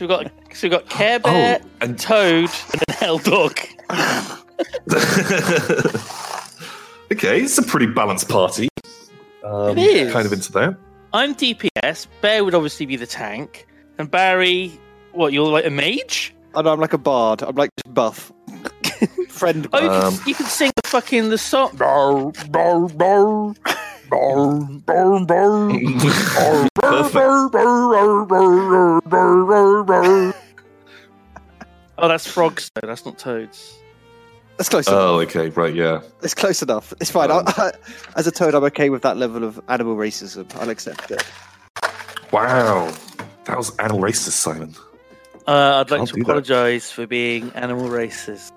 we've got so we've got Care Bear,
Oh, and
Toad, and an Hell Dog.
okay, day. It's a pretty balanced party. Um,
It is.
Kind of into that.
I'm DPS. Bear would obviously be the tank, and Barry, what you're like a mage?
I know I'm like a bard. I'm like just buff. Friend.
Oh,
buff.
you,
Um,
can, you can sing the fucking the song. Brr, brr, brr. Brr, brr, brr.
Perfect.
Oh, that's frogs. Though. That's not toads.
That's close. enough.
Oh, okay, right, yeah.
It's close enough. It's fine.
Um,
I, I, as a toad, I'm okay with that level of animal racism. I'll accept it.
Wow, that was animal racist, Simon.
Uh, I'd like
Can't
to
do that.
apologise for being animal racist.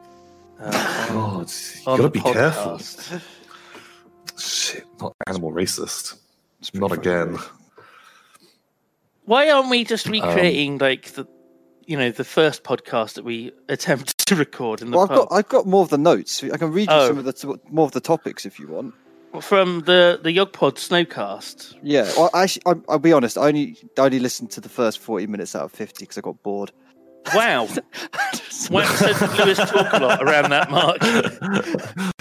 Uh,
God, you
on
gotta
the
be careful.
podcast.
Shit, not animal racist.
It's
Not
pretty funny.
again.
Why aren't we
Um,
just recreating like the, you know, the first podcast that we attempted to record in the
Well, I've
pub
got I've got more of the notes. I can read you
Oh.
some of the t- more of the topics if you want.
from the the Yogpod Snowcast?
Yeah. Well, actually, I'm, I'll be honest. I only I only listened to the first 40 minutes out of 50 because I got bored.
Wow, wow! So did Lewis talk a lot around that mark.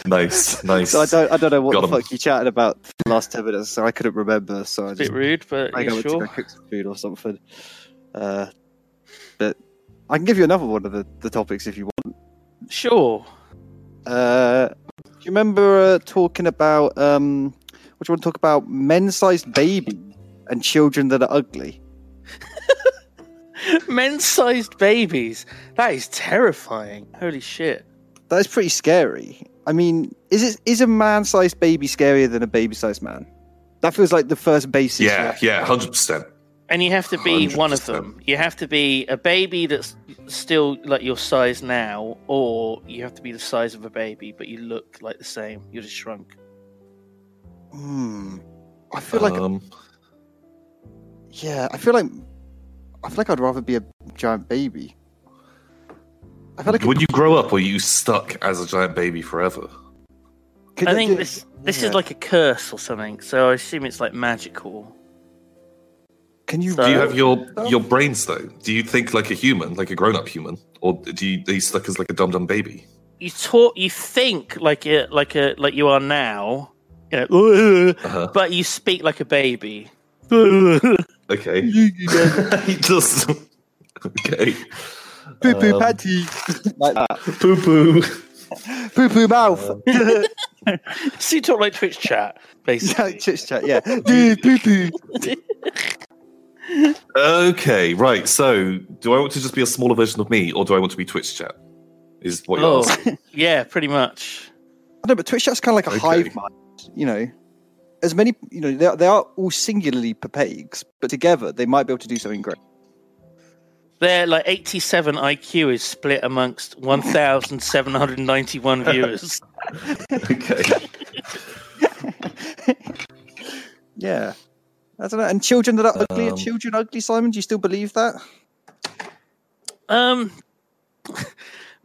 nice, nice.
So I don't I don't know what
Got
the
'em.
fuck you chatted about for the last 10 minutes. So I couldn't remember. So I
A bit
just
rude, but
I
yeah,
went to go
sure.
cook some food or something. Uh, but I can give you another one of the, the topics if you want.
Sure.
Uh, do you remember uh, talking about um, what do you want to talk about? Men-sized baby and children that are ugly.
Men-sized babies. That is terrifying. Holy shit.
That is pretty scary. I mean, is it is a man-sized baby scarier than a baby-sized man? That feels like the first basis.
yeah, yeah, 100%.
And you have to be one of them. You have to be a baby that's still like your size now, or you have to be the size of a baby, but you look like the same. You're just shrunk.
Hmm. I feel like
um,
yeah. I feel like I feel like I'd rather be a giant baby. I feel like
Would you grow up or are you stuck as a giant baby forever?
could
I
that
think
do-
this this
yeah.
is like a curse or something. So I assume it's like magical.
Can you?
So-
Do you have your your brains though? Do you think like a human, like a grown up human, or do you are you stuck as like a dumb dumb baby?
You talk. You think like a like a like you are now. You know,
Uh-huh.
but you speak like a baby.
Okay, he does. okay,
poo poo
Um, uh,
patty like that.
poo poo.
Poo poo mouth.
um,
so you talk like Twitch chat, basically.
chit chat, yeah. Dude, poo poo.
Okay, right. So, do I want to just be a smaller version of me, or do I want to be Twitch chat? Is what you're
Oh,
asking.
yeah, pretty much.
No, but Twitch chat's kind of like a
Okay.
hive mind, you know. As many, you know, they are, they are all singularly papaics, but together they might be able to do something great.
Their like 87 IQ is split amongst 1,791 viewers.
Okay.
Yeah. I don't know. And children that are ugly are
Um,
children ugly, Simon? Do you still believe that?
Um,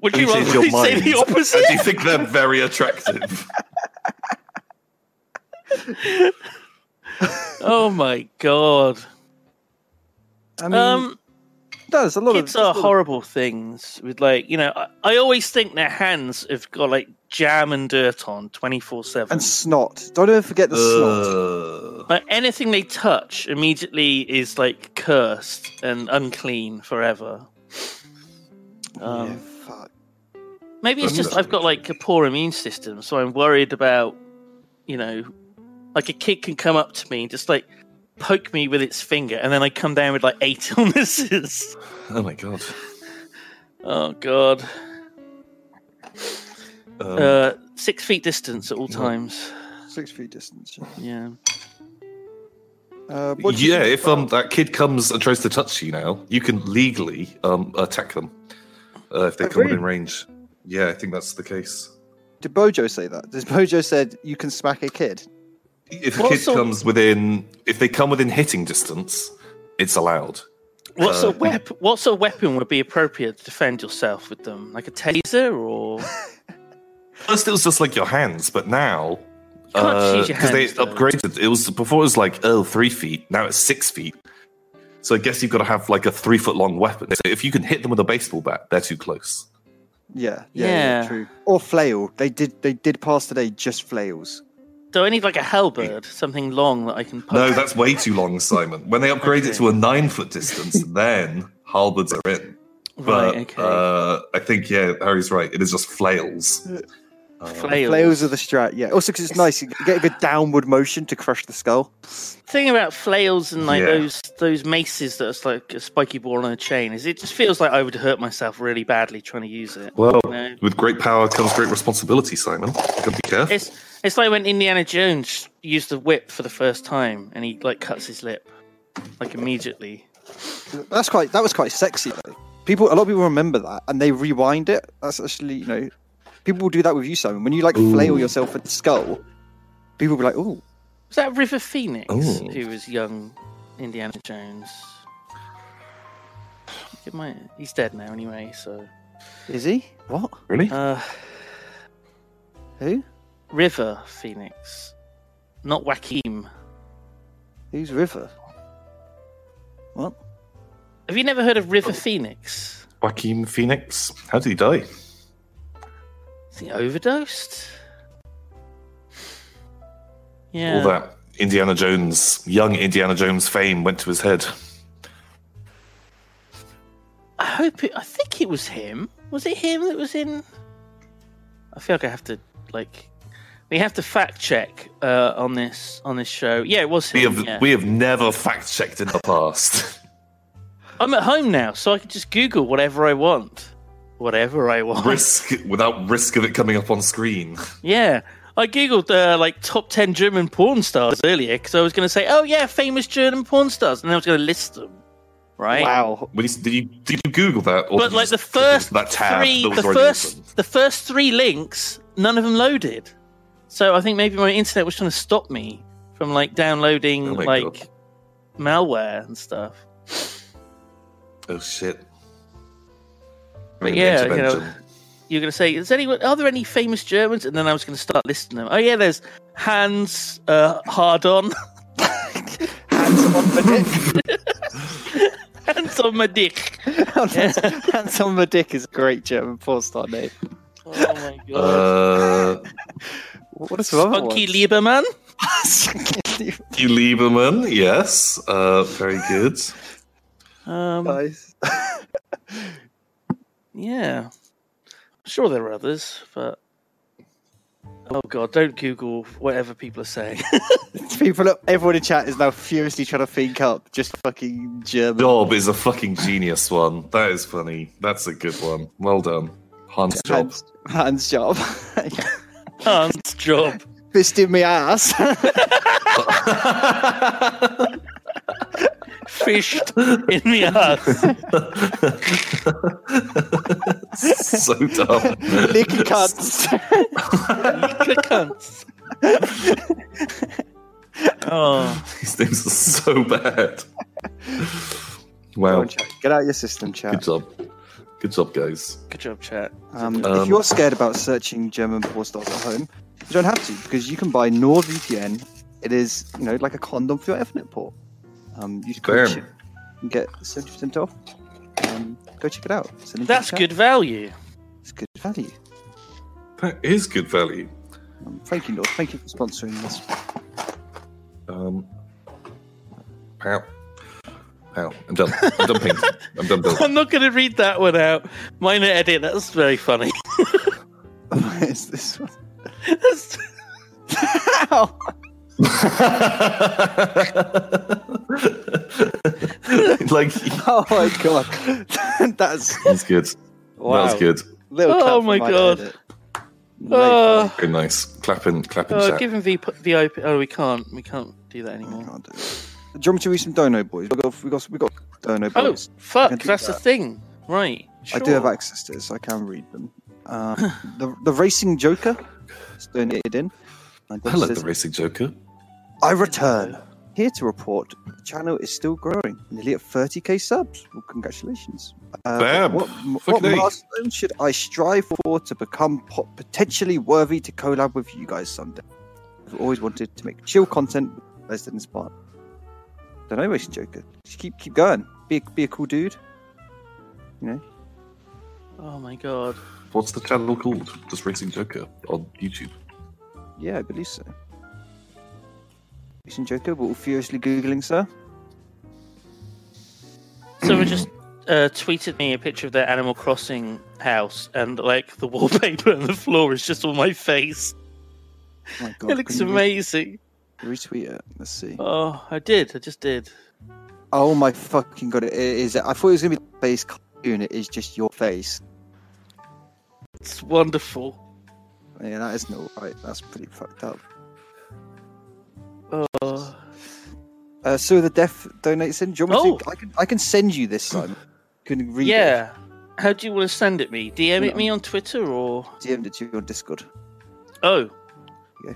would
Have
you
you
rather
changed your
say
mind?
the
And
opposite?
do you think they're very attractive?
oh my god.
I
Hmm.
mean,
Um,
no, there's a lot
kids
of.
are
there's a lot of-
horrible things with like, you know, I, I always think their hands have got like jam and dirt on 24 7.
And snot. Don't ever forget the
Uh,
snot.
Ugh.
Like anything they touch immediately is like cursed and unclean forever. Um,
Oh, yeah, fuck.
Maybe it's
Doesn't
just
it?
I've got like a poor immune system, so I'm worried about, you know, like a kid can come up to me and just like poke me with its finger, and then I come down with like eight illnesses.
Oh my god.
Oh god!
Um,
Uh, six feet distance at all times.
Six feet distance.
Yeah.
Uh, what do you
yeah,
think
if um that kid comes and tries to touch you now, you can legally um attack them uh, if they
Oh,
come
really?
within range. Yeah, I think that's the case.
Did Bojo say that? Does Bojo said you can smack a kid?
If a
What
kid
sort-
comes within, if they come within hitting distance, it's allowed.
What's
Uh,
a weapon? What's a weapon would be appropriate to defend yourself with them, like a taser or?
First, it was just like your hands, but now
can't use your
because they
hands, though.
upgraded, it was before it was like oh three feet, now it's six feet. So I guess you've got to have like a three foot long weapon. So if you can hit them with a baseball bat, they're too close.
Yeah, yeah, yeah,
Yeah.
true. Or flail. They did. They did pass today just flails.
So I need like a halberd, something long that I can poke.
No, that's way too long, Simon. When they upgrade it to a nine foot distance, then halberds are in. But
right, okay.
uh, I think yeah, Harry's right. It is just flails. Uh,
Flail.
Flails of the strat, yeah. Also, because it's nice, you get a good downward motion to crush the skull.
thing about flails and like
Yeah.
those those maces that's like a spiky ball on a chain is it just feels like I would hurt myself really badly trying to use it.
Well,
No.
with great power comes great responsibility, Simon. You gotta be careful.
It's it's like when Indiana Jones used the whip for the first time and he like cuts his lip like immediately.
That's quite. That was quite sexy. Though. People, a lot of people remember that, and they rewind it. That's actually, you know, people will do that with you, Simon. When you like flail yourself at the skull, people will be like, "Oh,
Was that River Phoenix
Ooh.
who was young Indiana Jones? It might, he's dead now anyway, so
is he? What?
Really?
uh,
Who?
River Phoenix, not Joaquin.
Who's River? What?
Have you never heard of
Oh.
River Phoenix?
Joaquin Phoenix. How did he die?
Is he overdosed? Yeah.
All that Indiana Jones, young Indiana Jones fame went to his head.
I hope it. I think it was him. Was it him that was in? I feel like I have to like. We have to fact check uh, on this on this show. Yeah, it was
We
him.
have
yeah.
we have never fact checked in the past.
I'm at home now, so I can just Google whatever I want. Whatever I want.
risk without risk of it coming up on screen.
Yeah. I googled uh, like top 10 German porn stars earlier because I was going to say, oh, yeah, famous German porn stars. And then I was going to list them. Right?
Wow.
Well, you- Did you did you Google that? Or did
But
you
like
just
the
click into
first
that tab
three,
that was
the
already
first,
open?
the first three links, none of them loaded. So I think maybe my internet was trying to stop me from like downloading
Oh my
like
God.
malware and stuff.
Oh shit!
But
An
yeah, you know-
intervention.
You're going to say, is anyone? Are there any famous Germans? And then I was going to start listing them. Oh yeah, there's Hans uh, Hardon.
Hands on my dick.
Hans on my dick.
Hands on my dick is a great German porn star name.
Oh my
Uh,
god.
What is the other
Funky Lieberman.
one?
you Lieberman, yes, uh, very good.
Um,
Nice.
yeah. Sure, there are others, but. Oh god, don't Google whatever people are saying.
People, everyone in chat is now furiously trying to think up just fucking German.
Job is a fucking genius one. That is funny. That's a good one. Well done, Hans Job.
Hands, hands job.
Hans Job.
Fist in my ass.
Fished in the ass.
so dumb.
Lick cunts.
Lick a cunt. oh,
These things are so bad.
Go
Wow,
on, chat. Get out your system,
good
chat.
job, good job, guys.
good job, chat.
Um,
Um,
if you're scared about searching German porn stars at home, you don't have to because you can buy NordVPN. It is, you know, like a condom for your Ethernet port. Um, use
Boom.
code shit and get 70% off. Um, go check it out. It's a link in
That's
chat.
good value.
It's good value.
That is good value.
Um, thank you, Nord. Thank you for sponsoring this.
Um, pow, pow. I'm done. I'm done painting. I'm done building.
I'm not going to read that one out. Minor edit. That's very funny.
Where's this one?
That's-
Ow!
like
Oh my god. That's
that's good.
wow.
That's good.
Little
Oh
clap for
my God.
edit. Uh,
oh,
Very nice. Clapping, clapping.
oh,
chat.
give him V- VIP. Oh, we can't. We can't do that anymore.
Can't do it. Do you want me to read some dono boys? We got we got we got dono
Oh,
boys. can
fuck,
do
that's the
that.
thing. Right.
I do have
sure.
access to it, so I can read them. Um, the the racing Joker is donated in. And
Hello,
says,
the racing Joker.
I return here to report the channel is still growing, nearly at 30k subs. Well, congratulations. Uh,
Bam.
What, what
Fucking A.
milestone should I strive for to become po- potentially worthy to collab with you guys someday? I've always wanted to make chill content with guys that inspire. Don't know, Racing Joker. Just keep keep going. Be a, be a cool dude. You know,
Oh my god.
What's the channel called? Just Racing Joker on YouTube.
yeah, I believe so. Jason Joker, but furiously googling, sir. Oh
Someone just uh, tweeted me a picture of their Animal Crossing house, and like the wallpaper and the floor is just on my face.
Oh my God,
It looks
can you re-
amazing.
Retweet it. Let's see.
Oh, I did. I just did.
Oh my fucking god! It is. I thought it was gonna be the face cartoon. It is just your face.
It's wonderful.
Yeah, that is not right. That's pretty fucked up.
Oh.
Uh, so the deaf donates in. Do you want me to,
Oh.
I can I can send you this time. Can read it.
Yeah. How do you want to send it me? DM it me on Twitter or
DM'd it to you on Discord.
oh.
Yeah.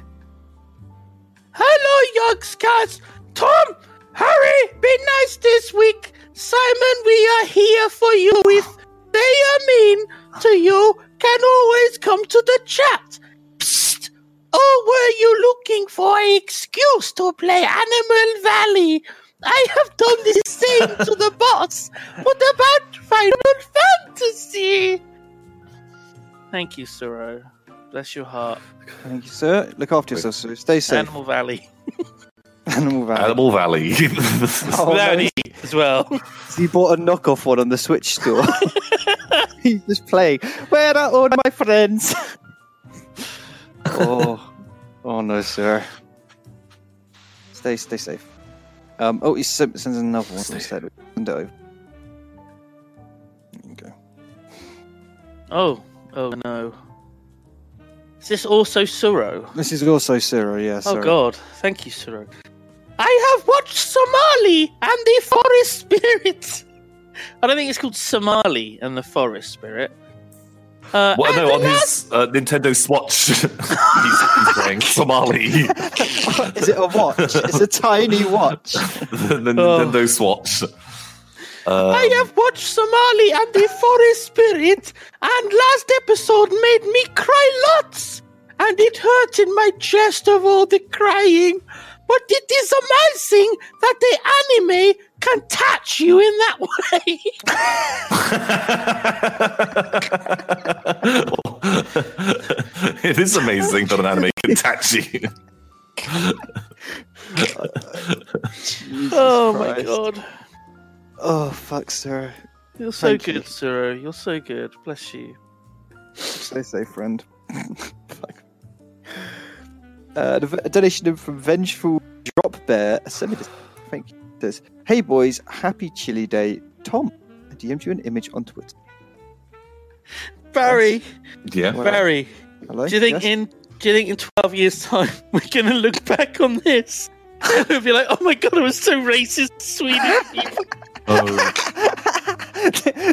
Hello, youngsters. Tom, Harry, be nice this week. Simon, we are here for you. If they are mean to you, can always come to the chat. Psst. Or were you looking for an excuse to play Animal Valley? I have done the same to the boss. What about Final Fantasy? Thank you, Sorrow. Bless your heart.
Thank you, sir. Look after yourself, sir. Stay safe. Animal,
Animal Valley.
Valley.
Animal Valley.
Oh,
Without
no.
an E as well.
He bought a knockoff one on the Switch store. He's just playing. Where are all my friends? oh, oh no, sir. Stay, stay safe. Um, oh, he sen- sends another one
Stay-
instead. Send it over. There you go.
Oh, oh no. Is this also Suro?
This is also Sarah. Yeah.
Oh
Sorry.
god, thank you, Suro. I have watched Somali and the Forest Spirit. I don't think it's called Somali and the Forest Spirit. Uh,
Well,
and
no,
the
on
last-
his uh, Nintendo Swatch, he's, he's playing Somali.
Is it a watch? it's a tiny watch.
the the
Oh.
Nintendo Swatch. Uh,
I have watched Somali and the Forest Spirit, and last episode made me cry lots, and it hurt in my chest of all the crying. But it is amazing that the anime can touch you in that way.
it is amazing that an anime can touch you.
Jesus
oh my
Christ.
god.
Oh fuck, sir.
You're so
Thank you.
good, Suro. You're so good. Bless you.
Stay safe, friend. Fuck. Uh, the v- a donation in from Vengeful Drop Bear. Send me this. Thank you. Says, hey boys, happy chilly day. Tom, I DM'd you an image on Twitter.
Barry,
Yeah.
Well,
Barry,
Hello?
do you think
Yes?
in do you think in twelve years' time we're gonna look back on this? We'll be like, oh my god, I was so racist, Sweden.
Oh,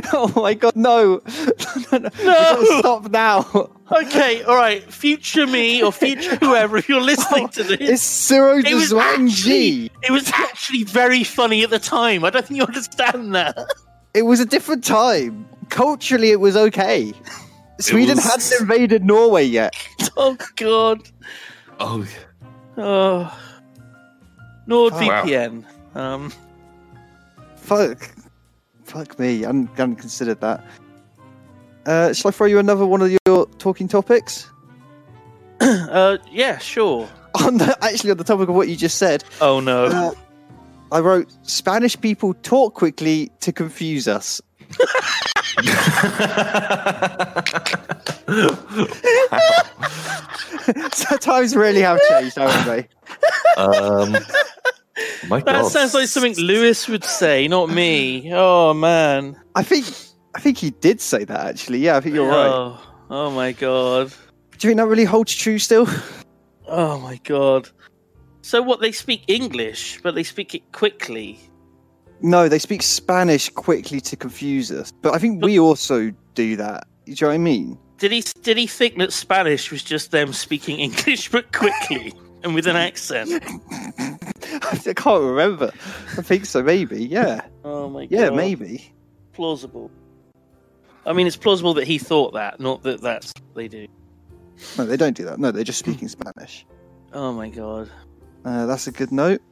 oh my god, no! no! no, we gotta Stop now!
Okay, all right. Future me or future whoever, if you're listening to this,
It's Ciro
it was
Zwang
actually
G!
it was actually very funny at the time. I don't think you understand that.
It was a different time. Culturally, it was okay. Sweden
was-
hadn't invaded Norway yet.
Oh God.
oh,
Oh. NordVPN. Um.
Fuck. Fuck me. I hadn't, hadn't considered that. Uh, shall I throw you another one of your talking topics?
Uh. Yeah. Sure.
On the, actually, on the topic of what you just said,
Oh no.
Uh, I wrote Spanish people talk quickly to confuse us. so times really have changed, haven't they?
um, my
That
God.
sounds like something Lewis would say, not me. Oh man.
I think I think he did say that actually. Yeah, I think you're right.
Oh. Oh my God.
Do you think that really holds true still?
Oh my God. So what? They speak English, but they speak it quickly.
No, they speak Spanish quickly to confuse us. But I think we also do that. Do you know what I mean?
Did he did he think that Spanish was just them speaking English but quickly and with an accent?
I can't remember. I think so. Maybe. Yeah.
Oh my god.
Yeah. Maybe.
Plausible. I mean, it's plausible that he thought that, not that that's what they do.
No, they don't do that. No, they're just speaking Spanish.
Oh my god.
Uh, that's a good note.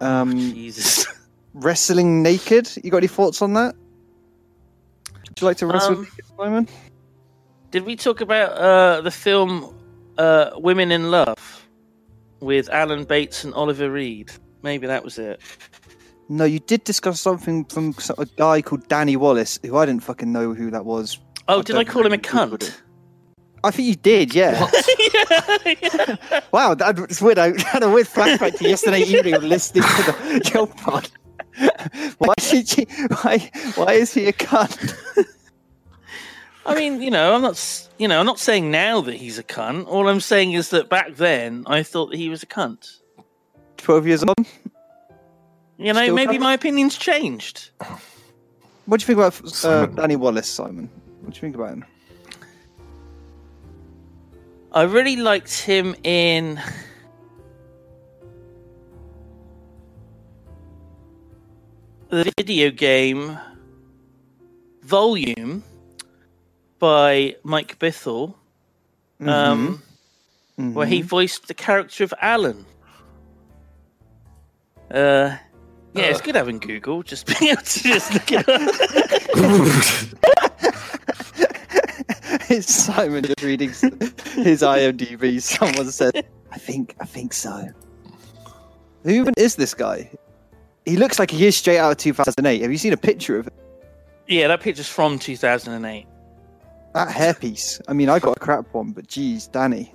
Um,
Jesus.
wrestling naked. You got any thoughts on that? Would you like to wrestle,
Um,
naked, Simon?
Did we talk about uh, the film uh, Women in Love? with Alan Bates and Oliver Reed. Maybe that was it.
No, you did discuss something from so- a guy called Danny Wallace, who I didn't fucking know who that was.
Oh,
I
did I
don't
call him a
really think we
cunt?
I think you did, yeah.
yeah, yeah.
Wow, that, it's weird. I had a weird flashback to yesterday evening of listening to the Yelp pod. why, did she, why, why is he a cunt?
I mean, you know, I'm not, s- you know, I'm not saying now that he's a cunt. All I'm saying is that back then I thought that he was a cunt.
12 years on?
You know,
Still
maybe
cunt?
my opinion's changed.
What do you think about uh,
Simon.
Danny Wallace, Simon? What do you think about him?
I really liked him in. The video game Volume by Mike Bithell, um, where he voiced the character of Alan. Uh, yeah, it's good having Google, just being able to just look it up.
It's Simon just reading s- his IMDb. Someone said, "I think, I think so." Who even is this guy? He looks like he is straight out of 2008. Have you seen a picture of
yeah, that picture's from 2008.
that hairpiece? I mean, I got a crap one, but geez, Danny.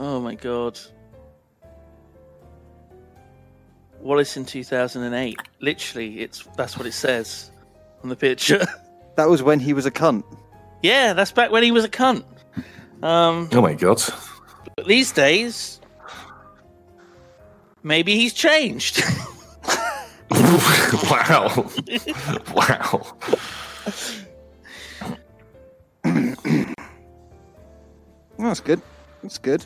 Oh my god. Wallace in 2008. Literally, it's that's what it says on the picture.
That was when he was a cunt.
yeah, that's back when he was a cunt. Um,
Oh my god.
but these days, maybe he's changed.
wow. wow.
Well, that's good. That's good.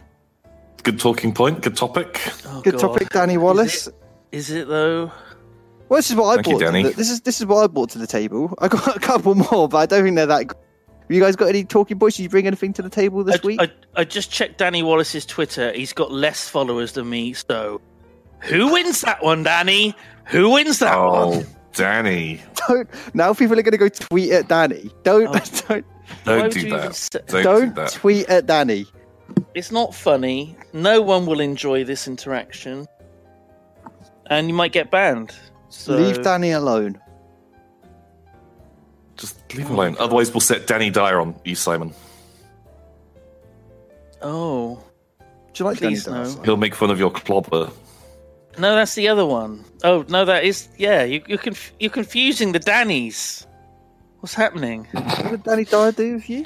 Good talking point. Good topic.
Oh,
Good
God.
topic, Danny Wallace.
Is it though?
Well, this is what I
Thank you,
brought. to
Danny.
the- this is this is what I brought to the table. I got a couple more, but I don't think they're that. good. Have you guys got any talking points? Did you bring anything to the table this
I,
week?
I, I just checked Danny Wallace's Twitter. He's got less followers than me. So, who wins that one, Danny? Who wins that one?
Oh, Danny.
don't now people are going to go tweet at Danny. Don't
Oh.
don't
Why
Don't
would
do
you even
that.
say-
Don't,
don't
do that.
tweet at Danny.
It's not funny. No one will enjoy this interaction, and you might get banned. So
Leave Danny alone.
Just leave him alone. Otherwise, we'll set Danny Dyer on you, Simon.
Oh
Do you like
Please
Danny?
no.
Dyer?
He'll make fun of your clobber.
no, that's the other one. Oh no, that is yeah. You, you're conf- you're confusing the Dannies. What's happening?
What would Danny Dyer do with you?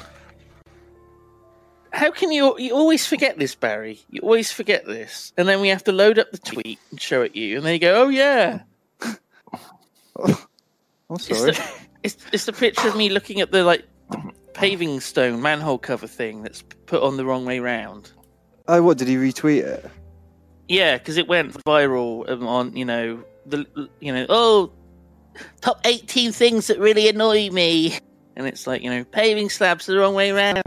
How can you? You always forget this, Barry. You always forget this, and then we have to load up the tweet and show it you, and then you go, "Oh yeah,
I'm
it's
sorry.
the, it's, it's the picture of me looking at the like the paving stone manhole cover thing that's put on the wrong way round."
Oh, what did he retweet it?
Yeah, because it went viral um, on you know the you know oh top eighteen things that really annoy me, and it's like you know paving slabs the wrong way around,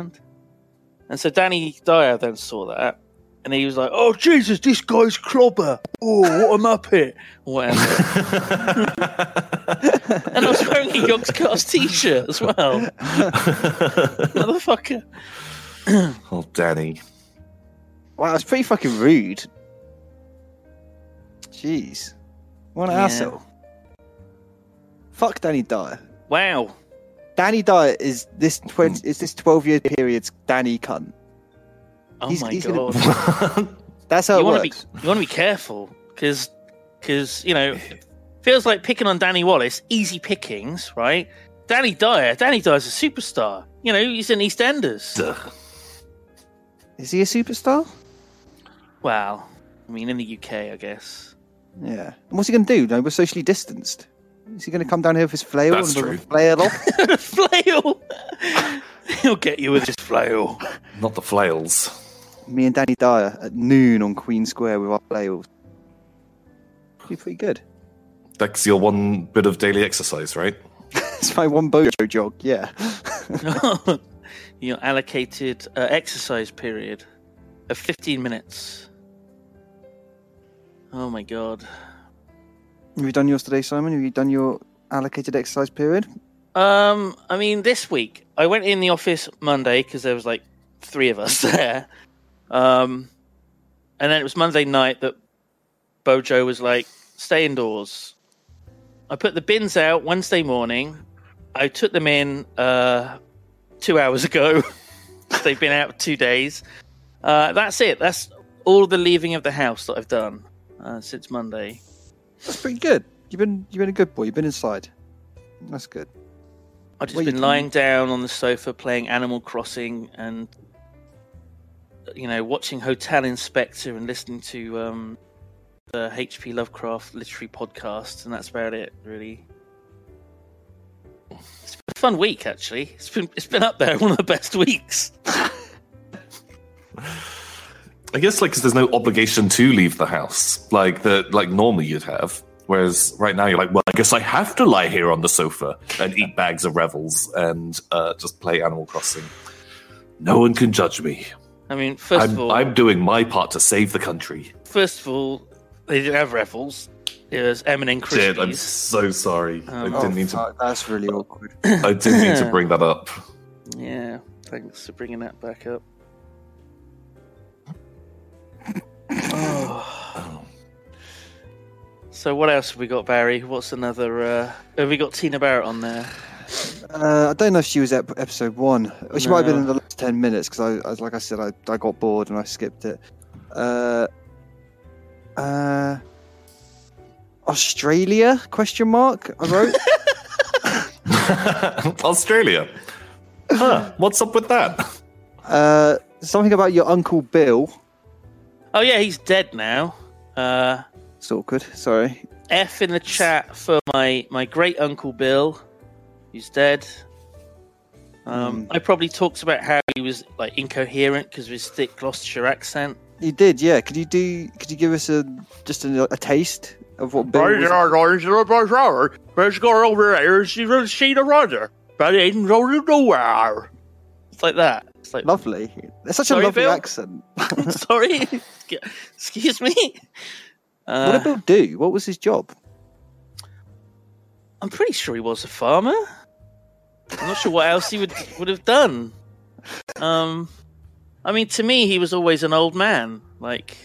and so Danny Dyer then saw that, and he was like, oh Jesus, this guy's clobber, oh what a muppet, or whatever, and I was wearing a Yogscast t-shirt as well, motherfucker.
oh, Danny.
Wow, that's pretty fucking rude. Jeez, what an
Yeah.
asshole. Fuck Danny Dyer.
Wow,
Danny Dyer is this
Hmm.
twenty is this twelve year period's Danny cunt.
oh
He's-
my
he's
god.
gonna- That's how
you
it
want to
works.
be you want to be careful because because you know feels like picking on Danny Wallace easy pickings right Danny Dyer Danny Dyer's a superstar you know he's in EastEnders
Is he a superstar?
well I mean in the UK I guess
Yeah. And what's he going to do? No, we're socially distanced. Is he going to come down here with his flail
That's
and with a
true.
flail off?
flail he'll get you with his flail
Not the flails.
Me and Danny Dyer at noon on Queen Square with our flails. Be pretty good.
That's your one bit of daily exercise, right?
It's my one bojo jog. Yeah.
your allocated uh, exercise period of 15 minutes oh my god
Have you done yours today, Simon? Have you done your allocated exercise period?
Um, I mean, this week I went in the office Monday because there was like three of us there, um, And then it was Monday night that Bojo was like, stay indoors. I put the bins out Wednesday morning. I took them in uh, two hours ago. They've been out two days. Uh, that's it. That's all the leaving of the house that I've done uh, since Monday.
That's pretty good. You've been you've been a good boy. You've been inside. That's good.
I've just
What are you
been lying down on the sofa playing Animal Crossing and you know watching Hotel Inspector and listening to um, the HP Lovecraft literary podcast, and that's about it really. It's been a fun week actually. It's been it's been up there one of the best weeks.
I guess like 'cause there's no obligation to leave the house like the like normally you'd have. Whereas right now you're like, well, I guess I have to lie here on the sofa and eat bags of revels and uh, just play Animal Crossing. No one can judge me.
I mean, 1st of
I'm,
all,
I'm doing my part to save the country.
first of all, they didn't have raffles. It was M and
Shit, I'm
Crispies.
so sorry.
Um,
I didn't mean to.
Oh, fuck, that's really awkward.
I didn't mean to bring that up.
Yeah, thanks for bringing that back up. so what else have we got, Barry? What's another? Uh, have we got Tina Barrett on there?
Uh, I don't know if she was at episode one. She might have been
No.
in the last ten minutes because I, I, like I said, I, I got bored and I skipped it. Uh, uh, Australia? Question mark. I wrote.
Australia. Huh, what's up with that?
uh, something about your uncle Bill.
Oh yeah, he's dead now. Uh,
It's awkward. Sorry.
F in the chat for my my great uncle Bill. He's dead. Um,
Hmm.
I probably talked about how he was like incoherent because of his thick Gloucestershire accent.
You did, yeah. Could you do? Could you give us a just a, a taste of what Bill? was-
It's like that. It's like
Lovely. It's such
Sorry,
a lovely
Bill?
accent.
Sorry. Excuse me.
what
Uh,
did Bill do? What was his job?
I'm pretty sure he was a farmer. I'm not sure what else he would would have done. Um, I mean, to me, he was always an old man, like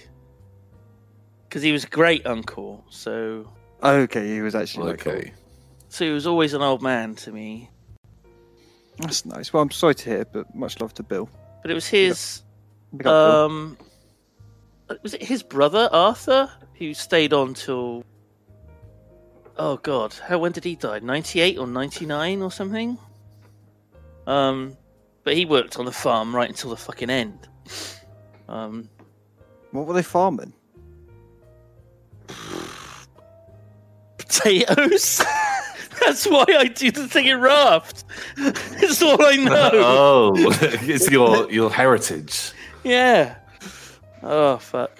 because he was a great uncle. So,
Okay, he was actually like,
Okay.
so he was always an old man to me.
That's nice. Well, I'm sorry to hear, but much love to Bill.
But it was his.
Big up, Bill.
Um, was it his brother Arthur who stayed on till? Oh God, how when did he die? Ninety eight or ninety nine or something. Um, but he worked on the farm right until the fucking end. Um,
What were they farming?
potatoes. That's why I do the thing in Raft. it's all I know.
Oh, it's your your heritage.
yeah. Oh fuck.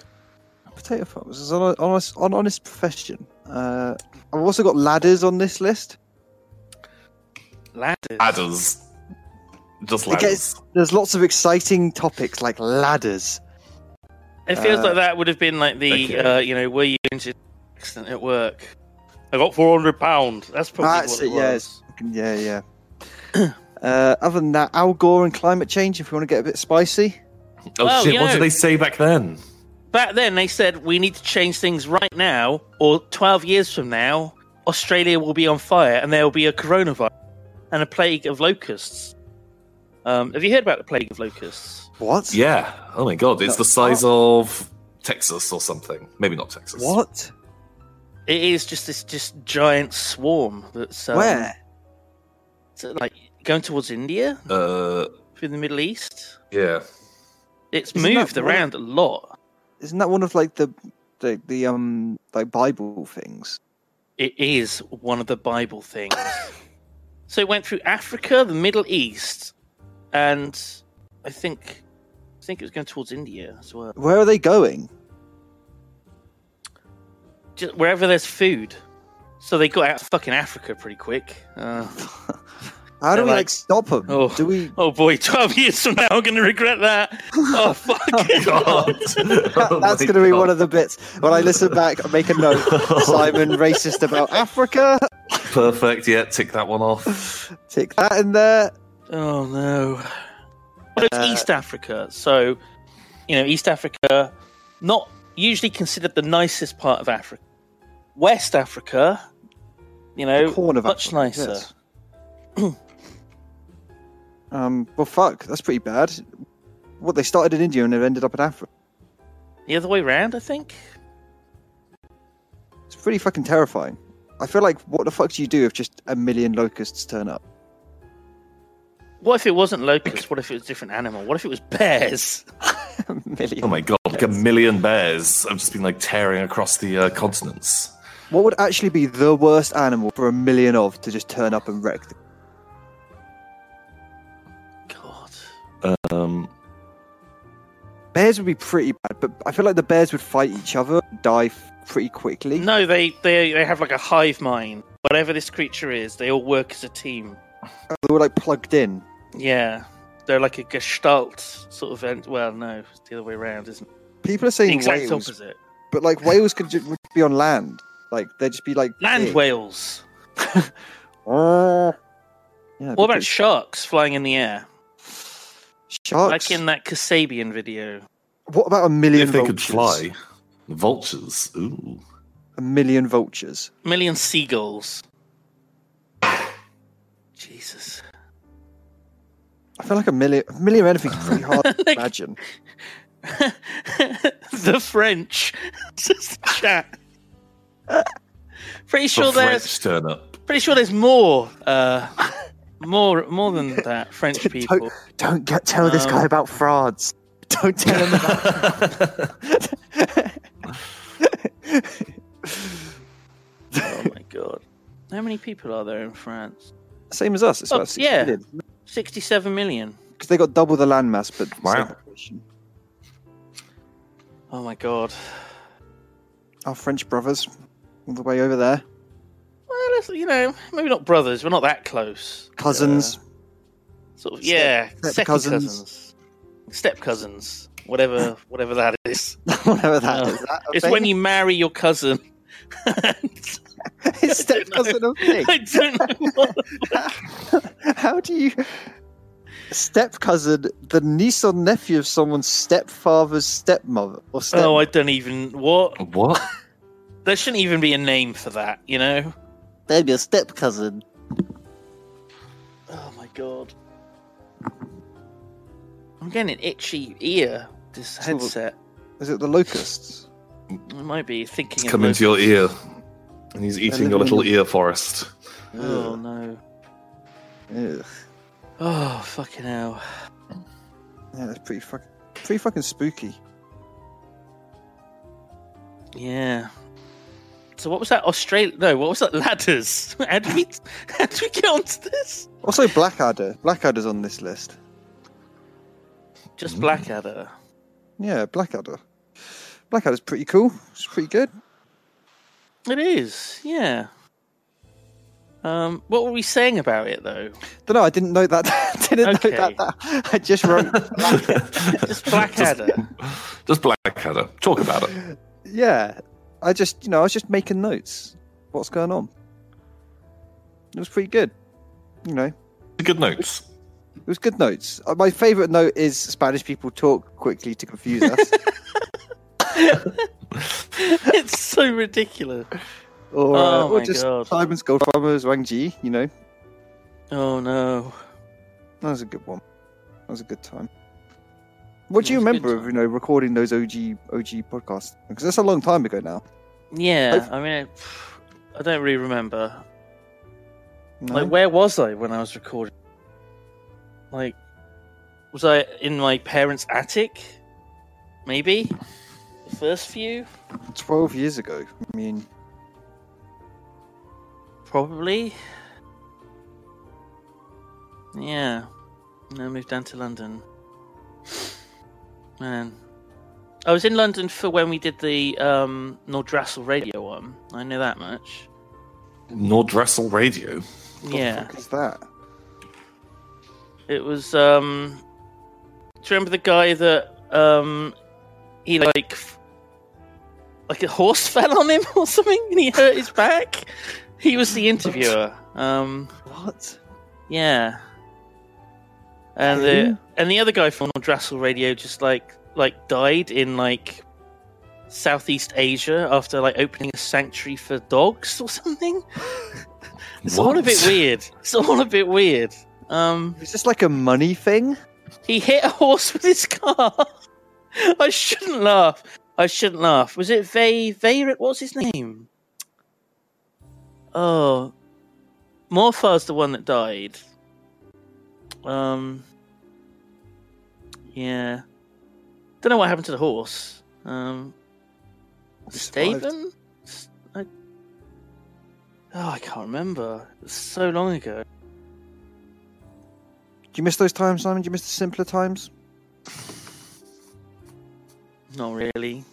Potato farmers. It's an honest, an honest profession. Uh, I've also got ladders on this list.
Ladders.
Adders. Just
It
ladders.
gets- there's lots of exciting topics like ladders.
It feels
Uh,
like that would have been like the
okay.
uh, you know were you injured in an accident at work? I got four hundred pound. That's probably
That's
what it,
it, yeah,
was.
Yeah, yeah. uh, other than that, Al Gore and climate change. If we want to get a bit spicy.
Oh
Well,
shit!
you
What
know-
did they say back then?
Back then they said we need to change things right now, or twelve years from now, Australia will be on fire and there will be a coronavirus and a plague of locusts. Um, have you heard about the plague of locusts?
What?
Yeah. Oh my god!
Uh,
It's the size of Texas or something. Maybe not Texas.
oh. What?
It is just this just giant swarm that's um,
Where?
it's, uh, like going towards India
Uh,
through the Middle East.
yeah.
It's
Isn't that
moved
what-
around a lot.
Isn't that one of like the the, the um like Bible things?
It is one of the Bible things. so it went through Africa, the Middle East, and I think I think it was going towards India as well.
Where are they going?
Just wherever there's food. So they got out of fucking Africa pretty quick. Uh,
How do
They're
we like,
like-
stop them?
Oh.
Do we?
oh boy, twelve years from now I'm going to regret that. Oh fuck!
God. Oh
oh
That- that's going to be one of the bits when I listen back. I make a note. Simon racist about Africa.
perfect. Yeah, tick that one off.
Tick that in there.
Oh
Uh,
no. Well, it's East Africa, so you know East Africa, not usually considered the nicest part of Africa. West Africa, you know,
The corn of
much
Africa,
nicer.
yes. Um, well, fuck, that's pretty bad. What they started in India and they've ended up in Africa.
The other way round, I think.
It's pretty fucking terrifying. I feel like what the fuck do you do if just a million locusts turn up?
What if it wasn't locusts? What if it was a different animal? What if it was bears?
a million.
Oh my god, like a million bears have just been like tearing across the uh, continents.
What would actually be the worst animal for a million of to just turn up and wreck? The...
God.
Um,
Bears would be pretty bad, but I feel like the bears would fight each other, die f- pretty quickly.
No, they, they they have like a hive mind. Whatever this creature is, they all work as a team.
They were like plugged in.
Yeah. They're like a gestalt sort of ent- well, no, it's the other way around, isn't it?
People are
The
saying
exact
whales,
opposite.
but like whales could ju- would be on land. Like they'd just be like
Land
big.
whales.
Ah. Yeah,
What about
because
sharks flying in the air?
sharks?
Like in that Kasabian video.
What about a million?
if they could
vultures?
fly, vultures. Ooh,
a million vultures.
Million seagulls. Jesus.
I feel like a million, a million of anything is pretty hard to
Like-
imagine.
the French. Just chat. pretty sure
but
there's
French turn up.
pretty sure there's more uh more more than that French people.
Don't, don't get, tell this guy
Um,
about frauds. Don't tell him about.
Oh my god. How many people are there in France?
Same as us. It's
Oh,
about six
yeah.
million.
Sixty seven million.
because they got double the landmass, but same
Wow.
population.
Oh my god.
our French brothers all the way over there,
Well, that's- you know, maybe not brothers. We're not that close. Uh,
cousins.
Sort of,
Step-
yeah,
step
second
cousins.
cousins. step cousins, whatever, whatever that is.
Whatever that
Uh,
is. That a
It's
thing?
when you marry your cousin.
Is step cousin a thing.
I don't know. what-
How do you step cousin the niece or nephew of someone's stepfather's stepmother or step?
oh, I don't even. What?
What?
There shouldn't even be a name for that. You know?
they'd be a step cousin.
Oh my god. I'm getting an itchy ear. This
It's not-
headset.
Is it the locusts?
It might be thinking.
It's
of
come into your ear, and he's eating your
living in
little
the-
ear forest.
local- Oh no.
Ugh.
Oh fucking hell.
Yeah, that's pretty fucking, pretty fucking spooky.
Yeah. So what was that Australia? No, what was that ladders? How did we how did we get onto this?
Also, Blackadder. Blackadder's on this list.
Just Blackadder.
Yeah, Blackadder. Blackadder's pretty cool. It's pretty good.
It is, yeah. Um, what were we saying about it though?
Don't know. I didn't know that. didn't
Okay.
know that, that. I just wrote.
Just Blackadder.
Just Blackadder. Talk about it.
yeah, I just you know I was just making notes. What's going on? It was pretty good. You know, it
Good notes.
was good notes. Uh, My favourite note is Spanish people talk quickly to confuse us,
it's so ridiculous.
or, uh,
Oh
or
my
just
God.
Simon's Goldfarber's Wang Ji. You know,
Oh no.
that was a good one. That was a good time. What do
It
you
was a good
remember of you know recording those OG OG podcasts? Because that's a long time ago now.
Yeah, I mean it, I don't really remember.
No?
Like where was I when I was recording? Like was I in my parents' attic? Maybe? The first few?
Twelve years ago. I mean,
Probably. Yeah. And I moved down to London. Man. I was in London for when we did the um, Nordrassel radio one. I know that much.
Nordrassel Radio.
yeah.
what the fuck is that?
It was um Do you remember the guy that um he like f- like a horse fell on him or something and he hurt his back? He was the interviewer. Um
What?
yeah. And the and the other guy from Drassel Radio just like like died in like Southeast Asia after like opening a sanctuary for dogs or something. It's all a bit
What?
weird. It's all a bit weird. Um,
Is this like a money thing?
he hit a horse with his car. I shouldn't laugh. I shouldn't laugh. Was it Vay Vayrit? What's his name? Oh, Morfar's the one that died. Um, yeah. Don't know what happened to the horse. Um,
survived.
Staben? S- I... Oh, I can't remember. It was so long ago.
Do you miss those times, Simon? Do you miss the simpler times?
Not really.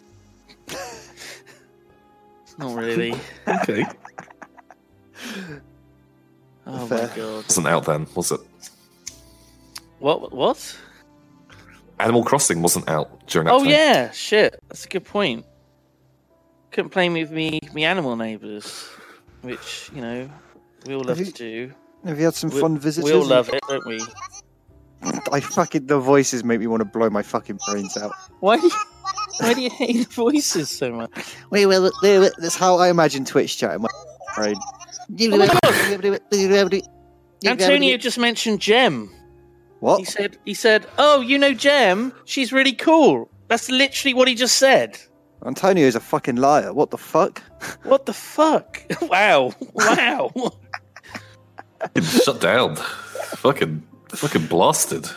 Not really.
Okay.
Oh
Fair.
my god.
Wasn't out then, was it?
What? What?
Animal Crossing wasn't out during that
Oh
time.
yeah, shit. That's a good point. Couldn't play me with me, me animal neighbours, which you know we all love
Have
to do.
Have you had some
We-
fun visitors?
We all love it, don't we?
I fucking the voices make me want to blow my fucking brains out.
Why? Do you, why do you hate the voices so much?
Wait, well, that's how I imagine Twitch chat in my brain.
Antonio just mentioned Jem. He
What?
said, he said, oh, you know Jem? She's really cool. That's literally what he just said.
Antonio is a fucking liar. What the fuck?
What the fuck? Wow. Wow.
Fucking Shut down. fucking, fucking blasted.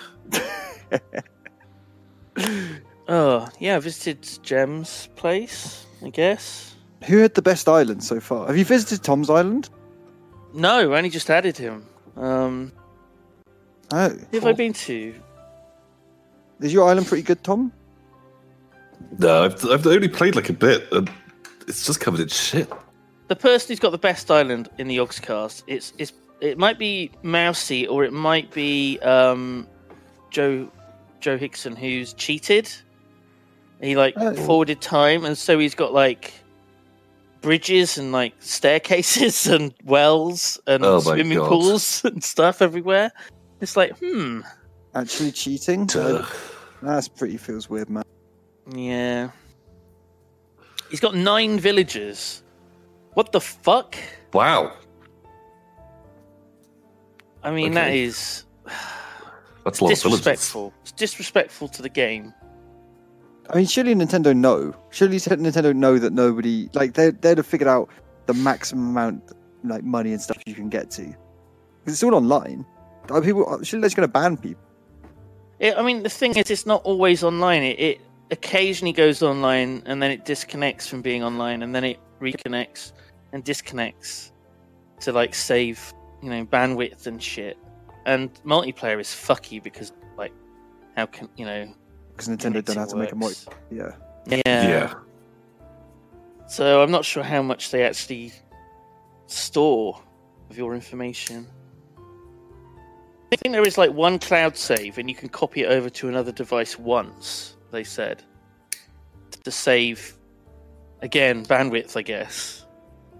oh, yeah, I visited Jem's place, I guess.
Who had the best island so far? Have you visited Tom's Island?
No, I only just added him. Um,
Oh.
who have I been to?
Is your island pretty good, Tom?
No, I've, I've only played like a bit, and it's just covered in shit.
The person who's got the best island in the Oxcast, it's, it's, it might be Mousy or it might be um, Joe, Joe Hickson, who's cheated. He like
Oh.
forwarded time, and so he's got like bridges and like staircases and wells and
Oh my
swimming
God.
pools and stuff everywhere. It's like, hmm,
Actually cheating? That's pretty feels weird, man.
yeah. He's got nine villages. What the fuck?
Wow,
I mean, that
Okay.
is
that's a lot of villages.
disrespectful. It's disrespectful to the game.
I mean, surely Nintendo know. Surely Nintendo know that nobody like they they'd have figured out the maximum amount like money and stuff you can get to. 'Cause it's all online. Are people surely they're just gonna ban people.
It, I mean, the thing is, it's not always online. It, it occasionally goes online and then it disconnects from being online and then it reconnects and disconnects to like save, you know, bandwidth and shit. And multiplayer is fucky because, like, how can you know?
Because Nintendo don't know how to make a
works.
multi. Yeah.
Yeah.
Yeah.
So I'm not sure how much they actually store of your information. I think there is like one cloud save, and you can copy it over to another device once. They said to save again bandwidth, I guess.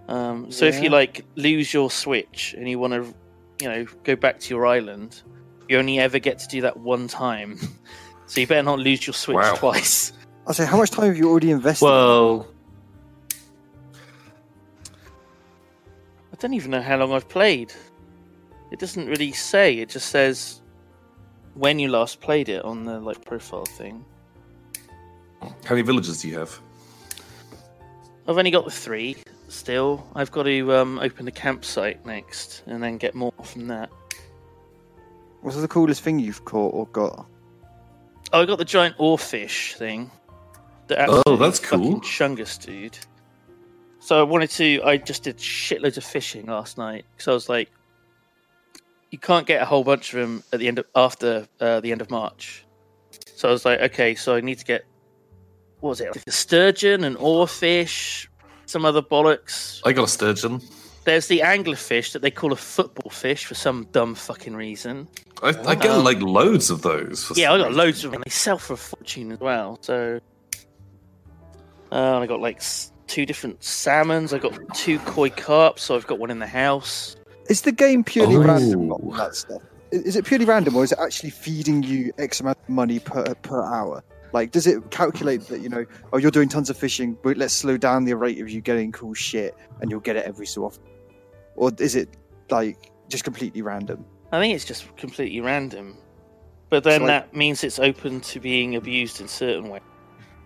Um, so if you
Yeah.
like lose your switch and you want to, you know, go back to your island, you only ever get to do that one time. so you better not lose your switch
Wow.
twice.
I say, how much time have you already invested?
Well,
I don't even know how long I've played. It doesn't really say. It just says when you last played it on the like profile thing.
how many villages do you have?
I've only got the three still. I've got to um, open the campsite next and then get more from that.
What's the coolest thing you've caught or got?
Oh, I got the giant oarfish thing. The
Oh,
absolute
that's
fucking
cool.
Chungus, dude. So I wanted to. I just did shitloads of fishing last night because I was like, you can't get a whole bunch of them at the end of after uh, the end of March. So I was like, okay, so I need to get what was it? Like a sturgeon, an oarfish, some other bollocks.
I got a sturgeon.
There's the anglerfish that they call a football fish for some dumb fucking reason.
I, I get
Um,
like loads of those. for
Yeah, I
some
got
reason.
loads of them. They sell for a fortune as well. So, uh, I got like s- two different salmons. I got two koi carps. So I've got one in the house.
Is the game purely
Oh.
random on that stuff? I- Is it purely random, or is it actually feeding you X amount of money per per hour? Like, does it calculate that you know? Oh, you're doing tons of fishing. But let's slow down the rate of you getting cool shit, and you'll get it every so often. Or is it like just completely random?
I think it's just completely random. But then
So, like-
that means it's open to being abused in certain ways.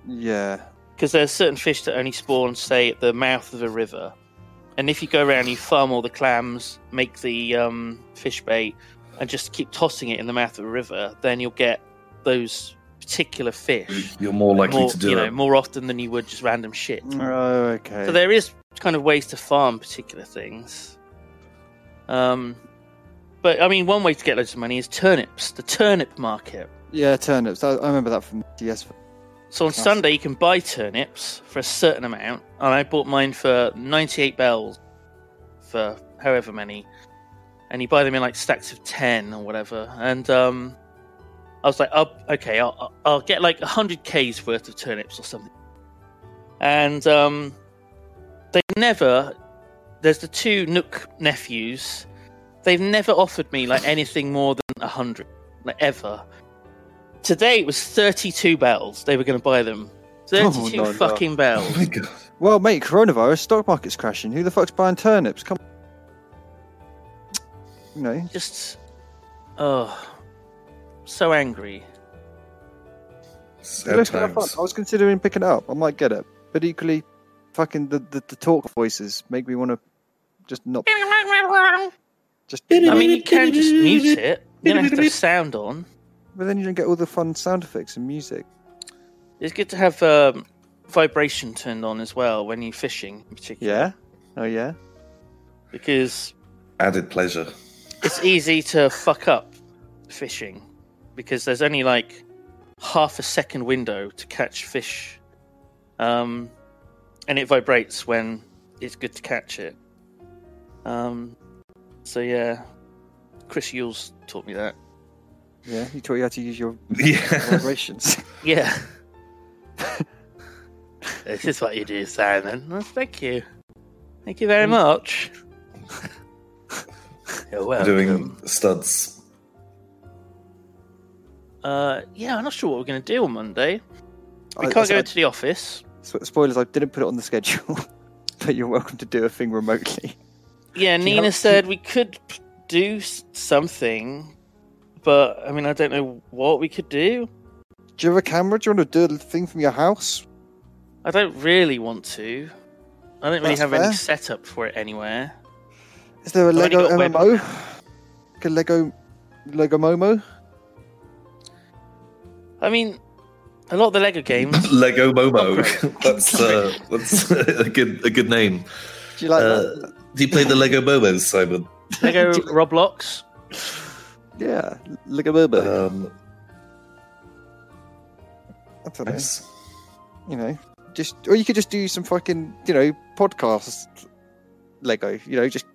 Yeah.
Because there's certain fish that only spawn, say, at the mouth of a river. And if you go around, you farm all the clams, make the um, fish bait, and just keep tossing it in the mouth of a river, then you'll get those particular fish
You're more likely
more,
to do
you know,
it.
more often than you would just random shit.
Oh, okay.
So there is kind of ways to farm particular things. Um, but I mean, one way to get loads of money is turnips, the turnip market.
yeah, turnips. I, I remember that from DS.
So on
Nice.
Sunday, you can buy turnips for a certain amount, and I bought mine for 98 bells for however many. And you buy them in like stacks of 10 or whatever. And um, I was like, oh, okay, I'll, I'll- I'll get like 100k's worth of turnips or something. And um, they never, there's the two Nook nephews, they've never offered me like anything more than 100, like ever today it was 32 bells they were going to buy them 32
Oh, no, no.
fucking bells
Oh my god.
Well, mate, coronavirus, stock market's crashing. Who the fuck's buying turnips? Come. You know,
just oh so angry
Sad
Look, I
times.
thought- I was considering picking it up. I might get it, but equally, fucking the, the, the talk voices make me want to just not. Just
i mean you can just mute it you don't have to have sound on
but then you don't get all the fun sound effects and music.
it's good to have um, vibration turned on as well when you're fishing in particular
Yeah. Oh yeah.
because
Added pleasure.
it's easy to fuck up fishing because there's only like half a second window to catch fish um, and it vibrates when it's good to catch it um, so yeah chris yules taught me that
Yeah. You taught you how to use your
Yeah.
vibrations.
yeah this is what you do simon Well, thank you thank you very much you're welcome
Doing studs.
uh, yeah i'm not sure what we're going to do on monday We
I-
can't
I-
go to the office.
sp- spoilers. I didn't put it on the schedule, but you're welcome to do a thing remotely.
Yeah,
you
Nina
have-
said we could do s- something, but I mean, I don't know what we could do.
Do you have a camera? Do you want to do a thing from your house?
I don't really want to. I don't really
That's
have any
fair.
setup for it anywhere.
Is there a
I've only
Lego
got a web-
MMO? Like a Lego, Lego Momo?
I mean, a lot of the Lego games.
Lego Momo.
Upgrade.
that's uh, that's a good a good name.
Do you like
Uh,
that?
do you play the Lego Momos, Simon?
Lego Roblox.
Yeah, Uh, Lego Momo.
Um,
I don't know.
nice.
You know, just or you could just do some fucking you know podcast Lego. You know, just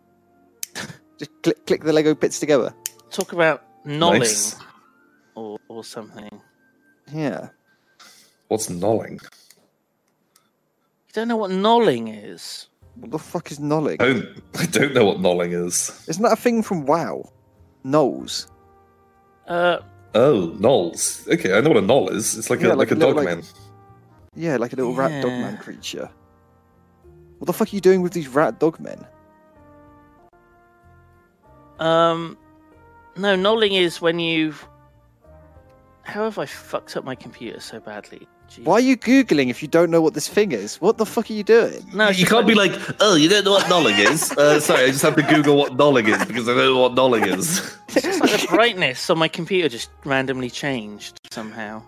just click click the Lego bits together.
Talk about knolling
Nice.
or, or something. You
Yeah,
What's knolling?
don't know what knolling is.
what the fuck is knolling?
I don't, I don't know what knolling is.
Isn't that a thing from WoW? Knolls.
Uh,
Oh, knolls. Okay, I know what a knoll is. It's like
Yeah,
a like,
like
a
a little,
dog
like-
man.
Yeah, like a little rat dog man
Yeah.
creature. What the fuck are you doing with these rat dog men?
Um, no, knolling is when you. How have I fucked up my computer so badly? Jeez.
Why are you googling if you don't know what this thing is? What the fuck are you doing?
No,
you can't be like, oh, you don't know what knolling is. Uh, sorry, I just have to Google what knolling is because I don't know what knolling is.
It's like the brightness on my computer just randomly changed somehow.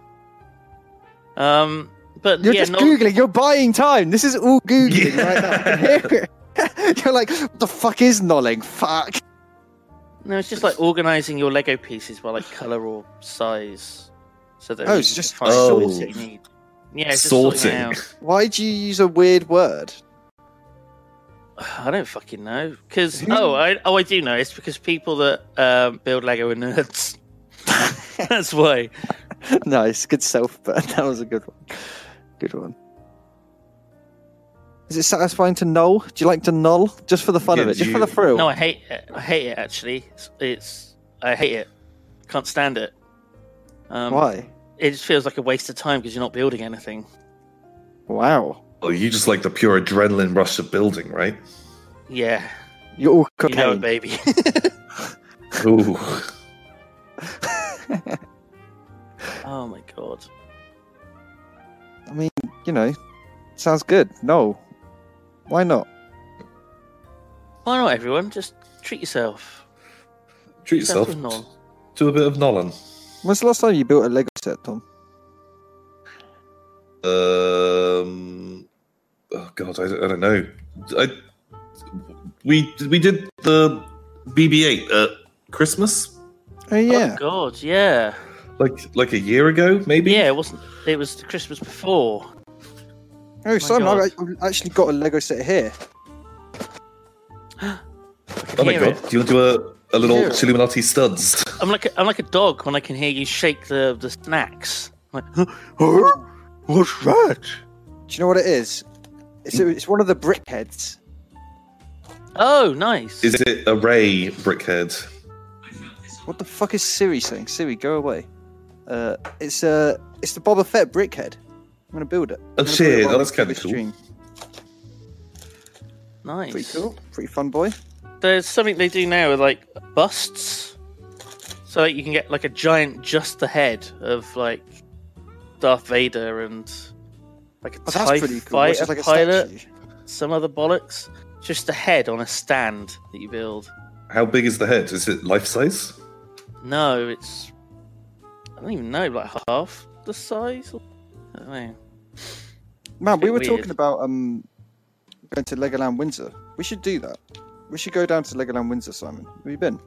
Um, but
You're
yeah,
just
knoll-
googling. You're buying time. This is all googling
Yeah.
right now. I can hear it. you're like, what the fuck is knolling? Fuck.
no, it's just like organizing your Lego pieces by like color or size, so that
Oh,
you
it's
can
just
find
Oh.
what you need. Yeah, it's just sorting.
Sorting.
out.
Why do you use a weird word?
I don't fucking know. Because oh, I oh I do know. It's because people that um, build Lego are nerds. That's why.
nice, good self burn. That was a good one. Good one. Is it satisfying to null? Do you like to null just for the fun of
Yeah,
it,
do
just for
you-
the thrill?
No, I hate it. I hate it actually. It's, it's I hate it. Can't stand it. Um,
Why?
it just feels like a waste of time because you're not building anything.
Wow.
Well, Oh, you just like the pure adrenaline rush of building, right?
Yeah,
You're all
you know it,
cocaine.
baby.
Ooh.
oh my god.
you know, sounds good. No. Why not?
Why not, everyone? Just treat yourself.
Treat yourself
Yourself with Nolan.
to a bit of Nolan.
When's the last time you built a Lego set, Tom?
Oh,
Um, oh God, I, don't- I don't know. I, we we did the BB-8 at Christmas,
Oh yeah.
Oh god, yeah.
like like a year ago, maybe.
Yeah, it wasn't. It was the Christmas before.
Oh, Simon,
God.
I've I've actually got a Lego set here.
I can
Oh my
hear
God!
it.
Do you want to do a, a little
Hear it.
Chilluminati studs?
I'm like a, I'm like a dog when I can hear you shake the the snacks. I'm like,
What's that?
Do you know what it is? It's,
Mm.
it's one of the brickheads.
oh, nice.
Is it a Ray brickhead?
What the fuck is Siri saying? Siri, go away. Uh, it's uh, it's the Boba Fett brickhead. I'm gonna build it. I'm gonna build it
shit.
while
Oh, that's
we do
kinda
this
cool.
stream.
nice.
Pretty cool. Pretty fun, boy.
There's something they do now with like busts, so like you can get like a giant just the head of like Darth Vader and like a
Oh,
TIE
that's pretty cool.
fighter
It's just like a
pilot,
statue.
some other bollocks. Just a head on a stand that you build.
How big is the head? Is it life size?
No, it's I don't even know, like half the size. Or, I don't know.
Man, we
Bit
were
weird.
talking about um, going to Legoland Windsor. We should do that. We should go down to Legoland Windsor, Simon. Where you been?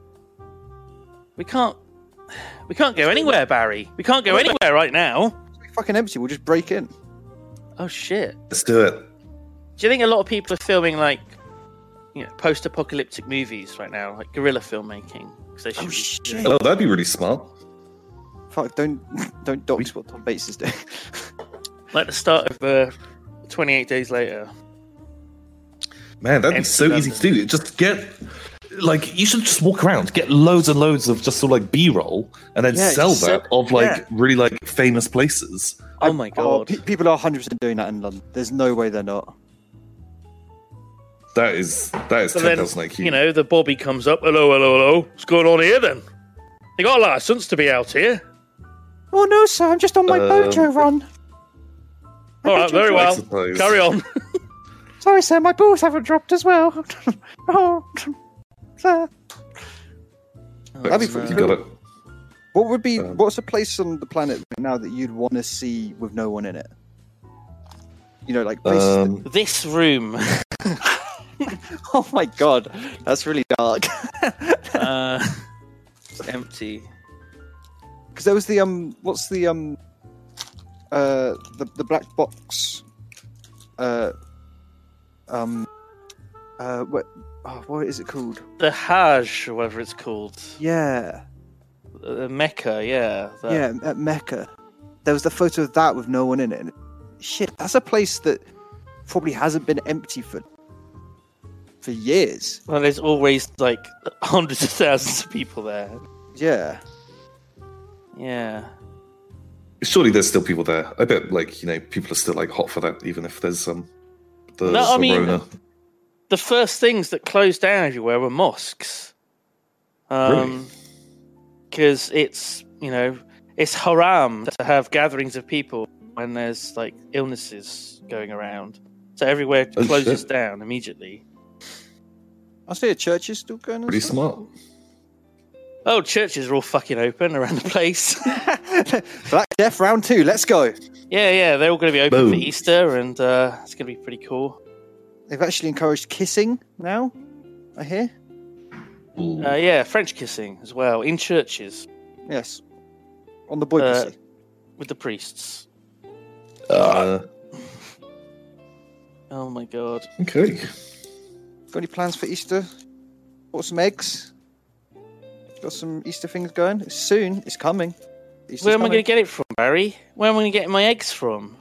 We can't. We can't go anywhere, Barry. We can't go anywhere right now.
It's fucking empty. We'll just break in.
Oh shit!
Let's do it.
Do you think a lot of people are filming like, you know, post-apocalyptic movies right now, like guerrilla filmmaking? 'Cause they should
Oh
be-
shit!
Oh, that'd be really smart.
Fuck! Don't don't dox what Tom Bates is doing.
Like the start of uh, 28 Days Later.
Man, that'd be
Empty
so easy to
London.
do. Just get like you should just walk around, get loads and loads of just sort of like B roll, and then
Yeah,
sell that
just sell-
of like
yeah.
really like famous places.
Oh my
Oh,
god!
pe- people are 100% doing that in London. There's no way they're not.
That is that is
So
ten
then,
thousand IQ.
you know, the Bobby comes up. Hello, hello, hello. What's going on here then? You got a license to be out here.
Oh no, sir! I'm just on my
Um,
bojo run. My
All right,
bojo
very
run.
well.
suppose.
Carry on.
Sorry, sir. My balls haven't dropped as well. oh, sir. That'd be
Excellent,
pretty
you got
cool.
it.
What would be?
Um,
what's a place on the planet right now that you'd want to see with no one in it? You know, like places. that-
Um,
This room.
oh my god, that's really dark.
Uh, it's empty.
Because there was the um, what's the um, uh, the the black box, uh, um, uh, what, oh, what is it called?
The Hajj, or whatever it's called.
Yeah,
Uh, Mecca, yeah. that-
yeah, at Mecca. There was the photo of that with no one in it. Shit, that's a place that probably hasn't been empty for for years.
Well, there's always like hundreds of thousands of people there.
Yeah,
Yeah.
surely there's still people there. I bet like you know people are still like hot for that, even if there's um the
No, I
the
mean-
Rona.
The first things that closed down everywhere were mosques. Um, because it's, you know, it's haram to have gatherings of people when there's like illnesses going around. So everywhere
Oh,
closes
shit.
down immediately.
I see a church is still going. and
Pretty
stuff.
smart.
Oh, churches are all fucking open around the place.
Black Death round two. Let's go.
yeah, yeah, they're all going to be open for
Boom.
Easter and uh, it's going to be pretty cool.
They've actually encouraged kissing now. I hear.
Ooh.
Uh, yeah, French kissing as well in churches
Yes. On the boy
Uh,
pussy.
with the priests.
Uh,
Oh my god.
okay.
uh,
Got any plans for Easter? Bought some eggs. Got some Easter things going. It's soon. It's coming. Easter's
Where am I going
coming.
to get it from, Barry? Where am I going to get my eggs from?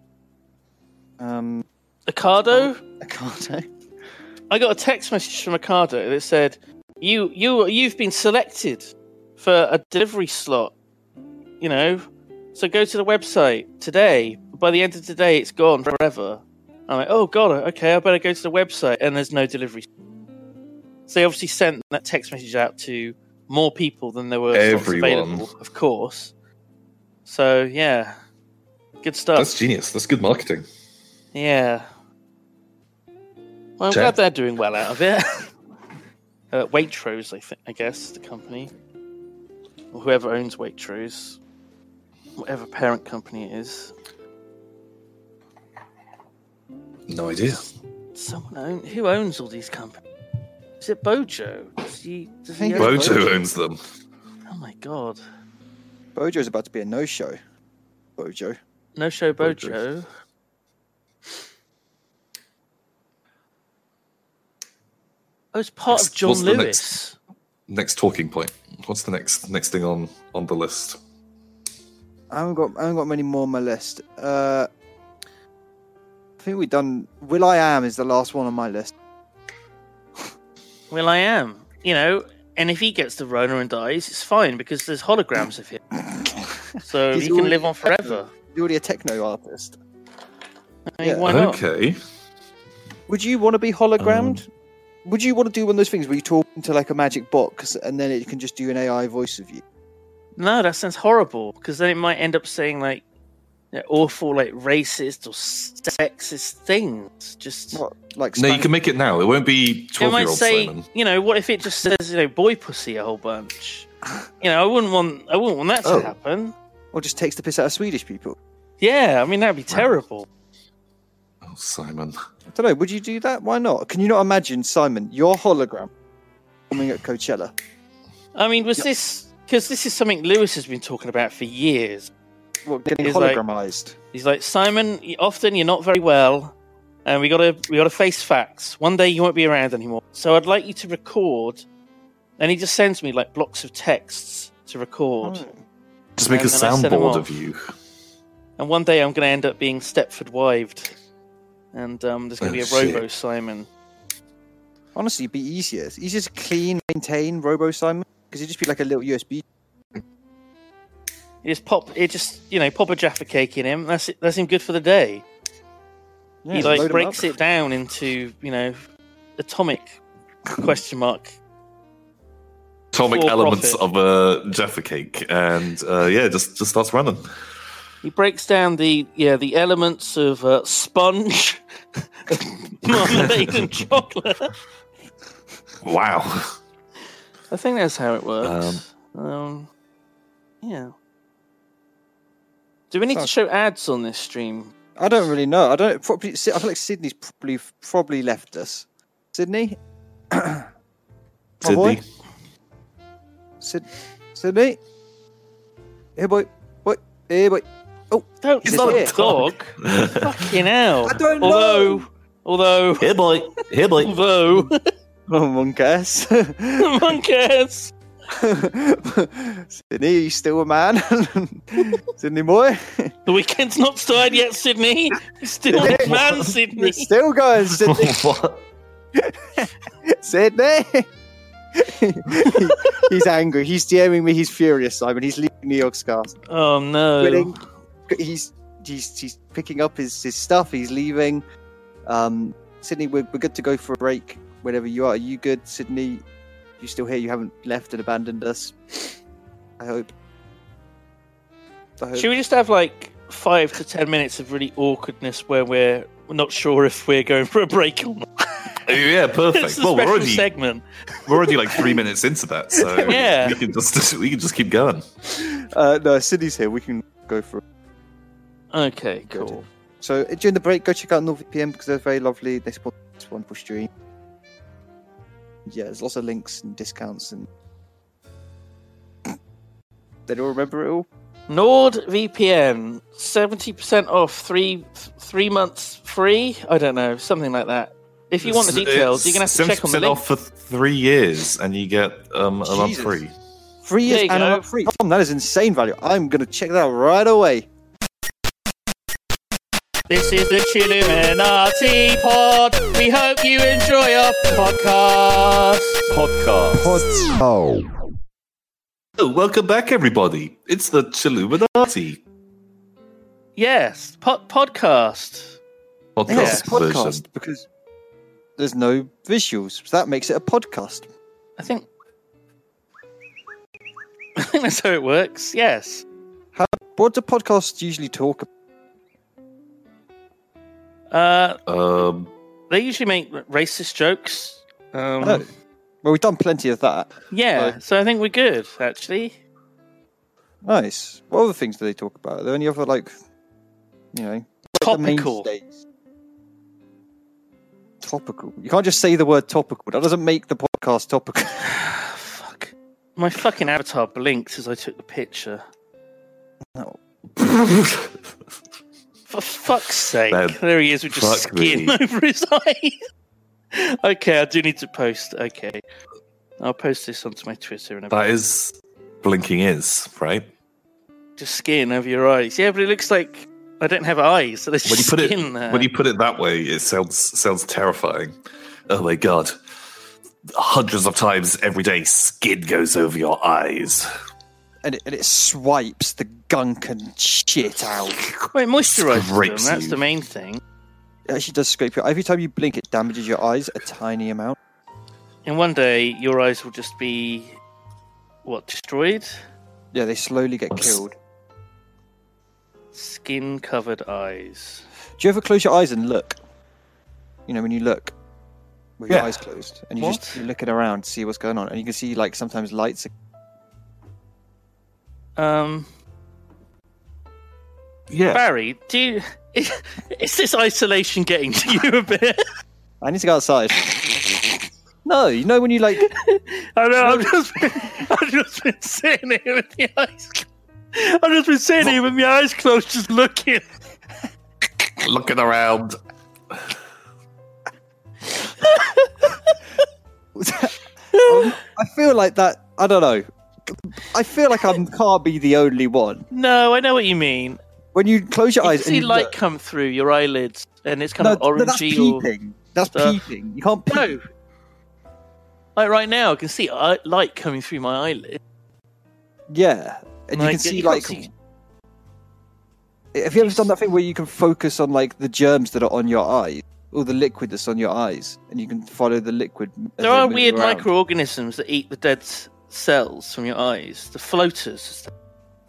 Um,
Ocado?
I can't. eh?
I got a text message from Ocado that said, "You, you, you've been selected for a delivery slot. You know, So go to the website today. By the end of today, it's gone forever. I'm like, oh god, okay, I better go to the website, and there's no delivery. So they obviously sent that text message out to more people than there were slots
Everyone.
available, of course. So yeah, good stuff.
That's genius. That's good marketing.
Yeah. Well, I'm
Jack?
glad they're doing well out of it. uh, Waitrose, I think, I guess, the company, or whoever owns Waitrose, whatever parent company it is.
No idea.
Someone own who owns all these companies? Is it Bojo? Does he, does he
think
own
it's
Bojo owns them.
Oh my god!
Bojo's about to be a no-show. Bojo.
No show Bojo.
Bojo.
Oh, it's part
What's-
of John
what's the
Lewis.
next- Next talking point. What's the next next thing on on the list?
I haven't got I haven't got many more on my list. Uh, I think we've done. Will I am is the last one on my list.
Well, I am. You know, and if he gets the Rona and dies, it's fine because there's holograms of him. So
He's
he can
already-
live on forever.
You're already a techno artist.
I mean,
Yeah.
why not?
Okay.
Would you want to be
Um,
hologrammed? Would you want to do one of those things where you talk into like a magic box and then it can just do an AI voice of you?
No, that sounds horrible because then it might end up saying like you know, awful, like racist or s- sexist things. Just
What like
No, you
Spanish-
can make it now. It won't be
it
twelve year
might
old
say,
Simon.
you know, what if it just says, you know, boy pussy a whole bunch? You know, I wouldn't want, I wouldn't want that to
Oh.
happen.
or just takes the piss out of Swedish people?
Yeah, I mean that'd be terrible.
Oh, Simon.
I don't know. Would you do that? Why not? Can you not imagine Simon, your hologram, coming at Coachella?
I mean, was this because this is something Lewis has been talking about for years?
What getting
It's like-
hologramized?
He's like, Simon, y- often you're not very well, and we gotta we gotta face facts. One day you won't be around anymore. So I'd like you to record. And he just sends me like blocks of texts to record.
Hmm.
Just make a
And then I set him
soundboard
off.
of you.
And one day I'm gonna end up being Stepford wived. And um, there's gonna
Oh,
be a
shit.
robo Simon.
Honestly, it'd be easier. It's easier to clean, maintain Robo Simon because it'd just be like a little USB.
You just pop it just you know, pop a Jaffa cake in him, that's it that's him good for the day.
Yeah,
he
just load
like
'em
breaks
up.
it down into, you know, atomic question mark
Atomic
For
elements
profit.
of a Jaffa cake, and uh, yeah, just just starts running.
He breaks down the yeah the elements of uh, sponge, marmalade, and chocolate.
Wow.
I think that's how it works. Um, yeah. Do we need to
Sounds-
show ads on this stream?
I don't really know. I don't. Probably. Sy- I feel like Sydney's probably probably left us. Sydney. My boy?
Sydney.
Syd- Sydney. Hey boy. What? Hey boy.
Don't
It's
it's not
not
a
a
dog. Fucking hell!
I don't
although,
know.
although,
Here, boy. Here, boy.
although,
Oh, monkeys.
monkeys.
Sydney, are you still a man? Sydney boy.
The weekend's not started yet, Sydney. Still
Yeah.
man, Sydney.
You're still going, Sydney.
What?
Sydney. He- he's angry. He's DMing me. He's furious, Simon. He's leaving New York Scars.
Oh no!
quitting. He's he's he's picking up his, his stuff. He's leaving. Um, Sydney, we're, we're good to go for a break. Whenever you are, are you good, Sydney? You still here? You haven't left and abandoned us. I hope. I hope.
Should we just have like five to ten minutes of really awkwardness where we're not sure if we're going for a break or not?
Yeah,
It's
perfect.
a
Well, we're
special
already
segment.
we're already like three minutes into that, so
Yeah.
we can just we can just keep going.
Uh, no, Sydney's here. We can go for. it.
Okay,
Good.
cool.
So uh, during the break, go check out NordVPN because they're very lovely. They support this wonderful stream. Yeah, there's lots of links and discounts and. They don't remember it all.
NordVPN, seventy percent off, three three months free. I don't know, something like that. If you want the details, you're gonna have to check on the link.
off for three years, and you get um, a month
Jesus.
free.
Free
There
is
you
and
go.
I'm free. Tom, that is insane value. I'm gonna check that out right away.
This is the Chilluminati Pod. We hope you enjoy our podcast.
Podcast.
Oh.
Oh, welcome back, everybody. It's the Chilluminati.
Yes, pod- podcast.
Podcast
Yes,
Yes.
version.
podcast because there's no visuals, so that makes it a podcast.
I think. I think that's how it works. Yes.
What do podcasts usually talk about?
Uh,
Um,
they usually make r- racist jokes. Um,
Oh. Well, we've done plenty of that.
Yeah,
Like-
so I think we're good actually.
Nice. What other things do they talk about? Are there any other like, you know, like the
Topical.
mainstays? Topical. You can't just say the word topical. That doesn't make the podcast topical.
Fuck. My fucking avatar blinked as I took the picture.
No.
For fuck's sake.
Man,
there he is with just
fuck me.
skin over his eye. okay, I do need to post. Okay. I'll post this onto my Twitter and
that is blinking is right.
just skin over your eyes. Yeah, but it looks like I don't have eyes, so there's
When you
just
put it
skin there.
when you put it that way, it sounds sounds terrifying. Oh my god! Hundreds of times every day, skin goes over your eyes.
and, it, and it swipes the gunk and shit out.
Wait, moisturise them.
Scrapes
That's
you.
the main thing.
It actually does scrape your. Every time you blink, it damages your eyes a tiny amount.
And one day your eyes will just be what destroyed?
Yeah, they slowly get
Oops.
killed.
Skin covered eyes.
Do you ever close your eyes and look? You know, when you look with your
Yeah.
eyes closed and you just
What?
you're looking around to see what's going on, and you can see like sometimes lights. Are...
Um,
Yeah,
Barry, do you, is, is this isolation getting to you a bit?
I need to go outside. no, you know when you like. um,
I know. I've just been, I've just been sitting here with my eyes. cl- I've just been sitting here with my eyes closed, just looking.
looking around.
I feel like that. I don't know. I feel like I can't be the only one.
No, I know what you mean.
When you close your
You
eyes
can
and
see
you
light
look,
come through your eyelids, and it's kind
no,
of
no, that's
orangey or
peeping. That's
stuff.
peeping. You can't peep.
no. Like right now, I can see uh, light coming through my eyelid.
Yeah, and you
Like,
can see
can't
like. Have you ever done that thing where you can focus on like the germs that are on your eyes or the liquid that's on your eyes, and you can follow the liquid? as
There
they
are
move
weird
around?
microorganisms that eat the dead s- cells from your eyes, the floaters.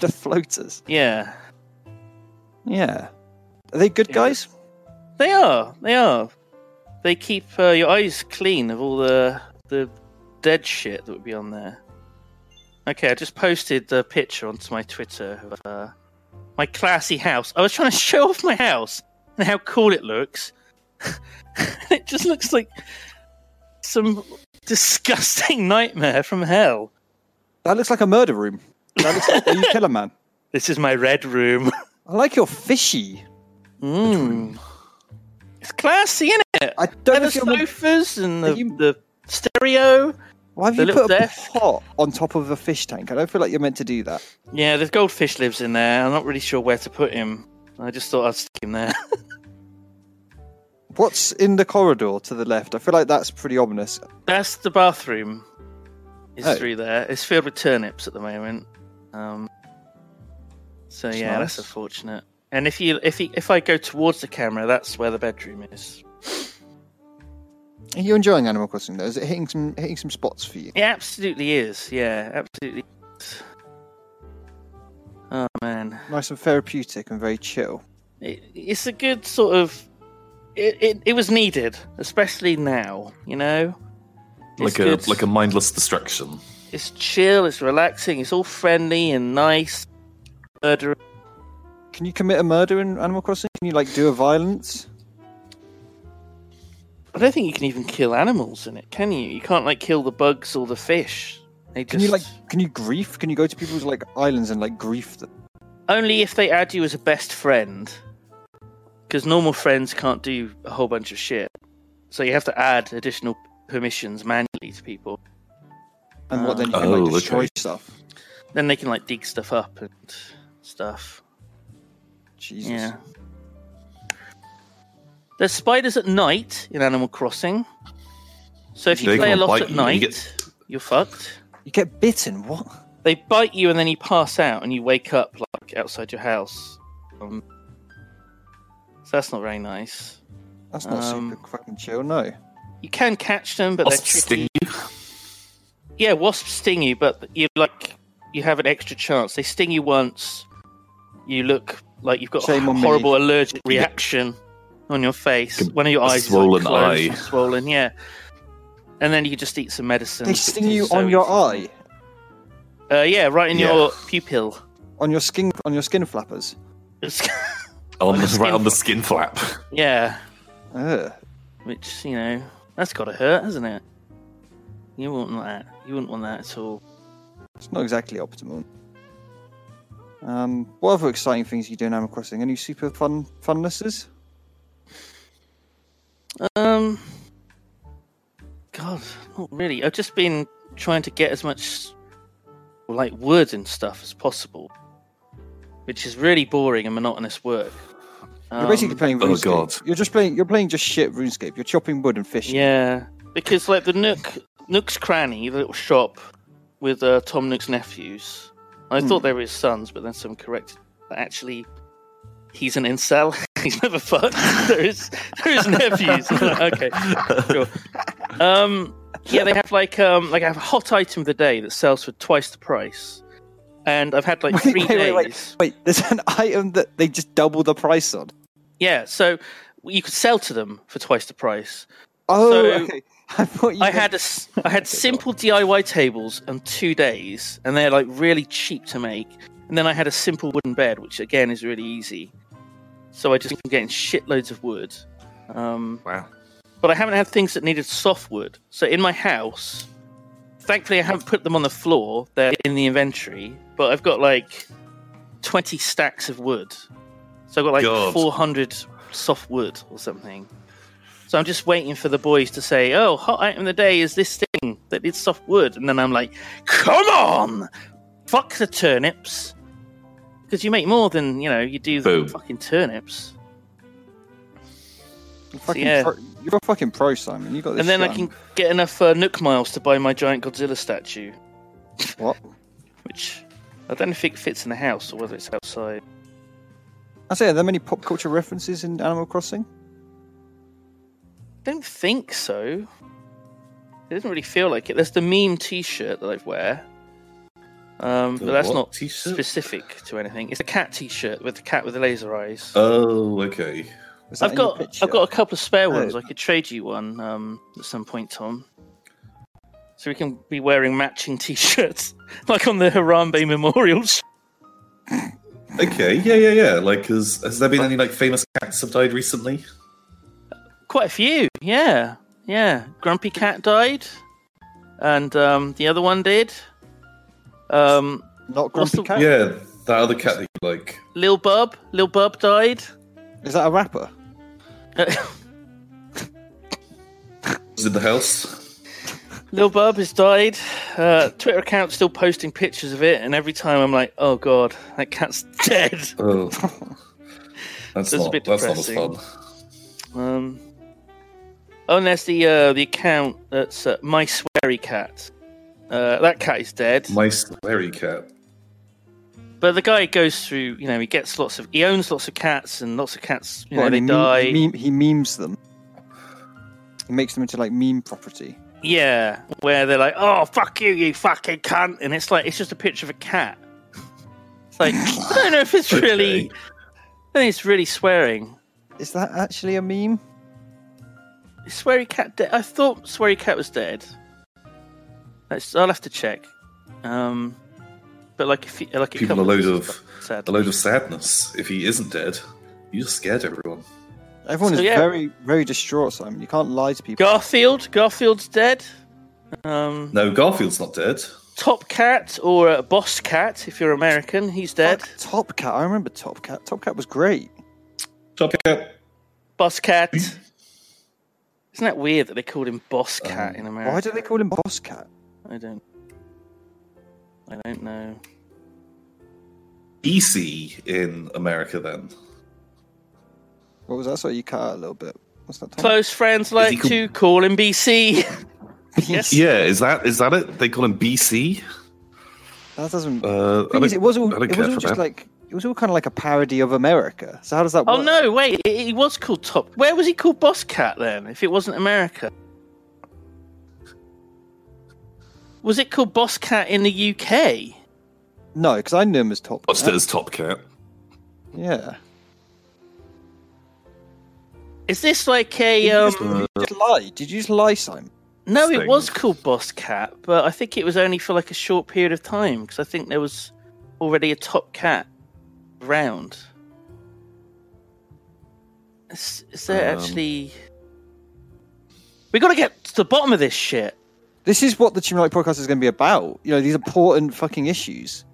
the floaters.
Yeah,
Yeah, are they good
Yeah.
guys?
They are. They are. They keep uh, your eyes clean of all the the dead shit that would be on there. Okay, I just posted the picture onto my Twitter of uh, my classy house. I was trying to show off my house and how cool it looks. it just looks like some disgusting nightmare from hell.
That looks like a murder room. That looks like where you kill a man.
This is my red room.
I like your fishy.
Mm. It's classy, is it?
I Hmm. don't know
the
if you're.
sofas and the,
you-
the stereo.
Why have
the
you
little
put a
desk.
pot on top of a fish tank? I don't feel like you're meant to do that.
Yeah, there's goldfish lives in there. I'm not really sure where to put him. I just thought I'd stick him there.
What's in the corridor to the left? I feel like that's pretty ominous.
That's the bathroom. Is
Oh.
through there. It's filled with turnips at the moment. Um, so
That's
yeah,
nice.
that's unfortunate. And if you if he, if I go towards the camera, that's where the bedroom is.
Are you enjoying Animal Crossing though? Is it hitting some hitting some spots for you?
It absolutely is. Yeah, absolutely. Is. Oh man,
Nice and therapeutic and very chill.
it, it's a good sort of. It, it it was needed, especially now. You know,
Like
It's
a
good.
like a mindless distraction.
It's chill, it's relaxing, it's all friendly and nice. Murder.
Can you commit a murder in Animal Crossing? Can you like do a violence?
I don't think you can even kill animals in it, can you? You can't like kill the bugs or the fish. They just
Can you like can you grief? Can you go to people's like islands and like grief them?
only if they add you as a best friend. Because normal friends can't do a whole bunch of shit, so you have to add additional permissions manually to people.
And what then you
Ah.
can like
Oh,
destroy
okay.
stuff.
Then they can like dig stuff up and stuff.
Jesus.
Yeah. There's spiders at night in Animal Crossing. So if you
They
play a
can't
lot
bite
at
you, you
night,
get-
you're fucked.
You get bitten, what?
They bite you and then you pass out and you wake up like outside your house. Um, so that's not very nice.
That's not
Um,
super fucking chill, no.
You can catch them, but
Wasps
they're
sting
tricky.
you.
Yeah, wasps sting you, but you like you have an extra chance. They sting you once, you look like you've got
Shame
a
on me.
horrible allergic reaction on your face. One of your
a
eyes
swollen
is like, closed
eye.
and swollen, yeah. And then you just eat some medicine.
They
which
sting
is
you
so
on your
easy.
eye,
Uh, yeah, right in
Yeah.
your pupil.
on your skin, on your skin flappers.
It's-
On,
On
the-
the
right
skin
on the skin flap.
yeah,
Ugh.
which you know that's got to hurt, hasn't it? You wouldn't want that. You wouldn't want that at all.
It's not exactly optimal. Um, what other exciting things you do in Animal Crossing? Any super fun funnesses?
Um, God, not really. I've just been trying to get as much like wood and stuff as possible, which is really boring and monotonous work.
You're basically
Um,
playing.
oh,
RuneScape.
God.
You're just playing. You're playing just shit RuneScape. You're chopping wood and fishing.
yeah, because like the Nook Nook's cranny, the little shop with uh, Tom Nook's nephews. I thought
Hmm.
they were his sons, but then someone corrected. But actually, he's an incel. he's never fucked. there is there is nephews. okay, sure. Um, yeah, they have like um like I have a hot item of the day that sells for twice the price, and I've had like
Wait,
three
wait, wait,
days.
wait. Wait, there's an item that they just double the price on.
Yeah, so you could sell to them for twice the price.
Oh,
So,
okay. I thought you.
I
meant-
had a s I had simple DIY tables on two days, and they're like really cheap to make. And then I had a simple wooden bed, which again is really easy. So I just been getting shitloads of wood. Um,
Wow.
but I haven't had things that needed soft wood. So in my house, thankfully I haven't put them on the floor. They're in the inventory, but I've got like 20 stacks of wood. So I've got like
God.
400 soft wood or something. So I'm just waiting for the boys to say, "Oh, hot item of the day is this thing that needs soft wood," and then I'm like, "Come on, fuck the turnips, because you make more than you know you do
Boom.
the fucking turnips."
You're fucking
yeah.
pro, you're a fucking pro, Simon. You got this.
and then I
shit
can get enough uh, Nook miles to buy my giant Godzilla statue,
on. What?
which I don't know if it fits in the house or whether it's outside.
I say, are there many pop culture references in Animal Crossing?
Don't think so. It doesn't really feel like it. There's the meme T-shirt that I wear, um,
The
but that's
what
not
t-shirt?
specific to anything. It's a cat T-shirt with the cat with the laser eyes.
Oh, okay.
Was that
I've
in your
got
picture?
I've got a couple of spare
No.
ones. I could trade you one um, at some point, Tom. So we can be wearing matching T-shirts, like on the Harambe Memorial.
Okay, yeah, yeah, yeah. Like, has, has there been any like famous cats have died recently?
Quite a few, yeah, yeah. Grumpy Cat died, and um, the other one did. Um,
Not
What's
Grumpy
the-
Cat.
Yeah, that other cat that you like.
Lil Bub, Lil Bub died.
Is that a rapper?
was in the house.
Lil Bub has died. Uh, Twitter account still posting pictures of it, and every time I'm like, oh god, that cat's dead.
Oh, that's,
That's a
not
bit
that's not as
depressing.
fun.
Um, oh, and there's the uh, the account that's uh, my sweary cat. Uh, that cat is dead.
My sweary cat.
But the guy goes through, you know, he gets lots of, he owns lots of cats, and lots of cats, you know,
What,
they
and
die.
he, meme- he memes them. He makes them into like meme property.
Yeah, where they're like, "Oh fuck you, you fucking cunt," and it's like it's just a picture of a cat. It's like I don't know if it's
Okay.
really, I think it's really swearing.
Is that actually a meme?
Is sweary cat dead? I thought sweary cat was dead. That's, I'll have to check. Um, but like if you, like a
People a
couple
load
of
of
sad.
a load of sadness. If he isn't dead, you just scared everyone.
Everyone
So,
is
yeah.
very, very distraught, Simon. You can't lie to people.
Garfield, Garfield's dead. Um,
No, Garfield's not dead.
Top cat or uh, boss cat if you're American, he's dead.
Fuck, Top Cat. I remember Top Cat. Top Cat was great.
Top cat.
Boss cat. Isn't that weird that they called him Boss Cat in America?
Um, Why do they call him Boss Cat?
I don't. I don't know.
EC in America then.
What was that? Sorry, you cut out a little bit. What's that? Tom?
Close friends like
called-
to call him BC. yes.
Yeah, is that is that it? They call him BC?
That doesn't.
Uh, I
Thing is,
don't-
it was all.
Uh, I don't
It
care
wasn't
for
just
that.
like. It it was all kind of like a parody of America. So how does that
Oh
work?
no, wait, it, it was called Top. Where was he called Boss Cat then? If it wasn't America, was it called Boss Cat in the UK?
No, because I knew him as Top.
What's it as Top Cat?
Yeah.
Is this like a? Um,
Did you just lie? Did you just lie, Simon?
no, it was
thing.
called Boss Cat, but I think it was only for like a short period of time because I think there was already a Top Cat round. Is, is there
Um.
actually? We got to get to the bottom of this shit.
This is what the Chimney podcast is going to be about. You know, these important fucking issues.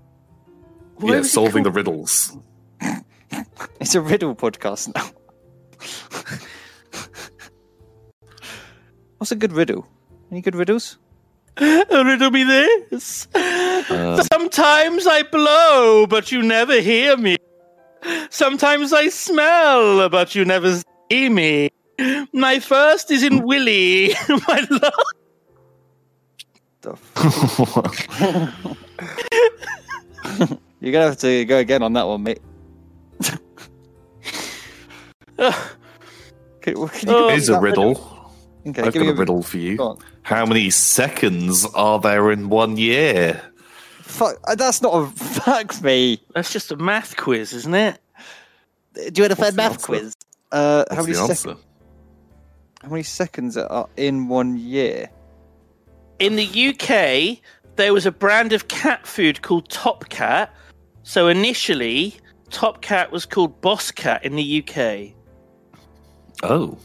Where
yeah,
was it
solving
called?
the riddles.
It's a riddle podcast now. What's a good riddle? Any good riddles?
A riddle me this.
Um,
Sometimes I blow, but you never hear me. Sometimes I smell, but you never see me. My first is in Willy. My last.
The f- You're going to have to go again on that one, mate. Could- well, could you give me
Here's Oh, a
that
riddle.
Okay,
I've got
give me
a riddle for
Go
you.
on.
How many seconds are there in one year?
Fuck, uh, that's not a fuck me.
That's just a math quiz, isn't it?
Do you want a fun
the math answer? quiz?
Uh, how
What's
many
the
seconds?
answer?
How many seconds are in one year?
In the UK, there was a brand of cat food called Top Cat. So initially, Top Cat was called Boss Cat in the UK.
Oh,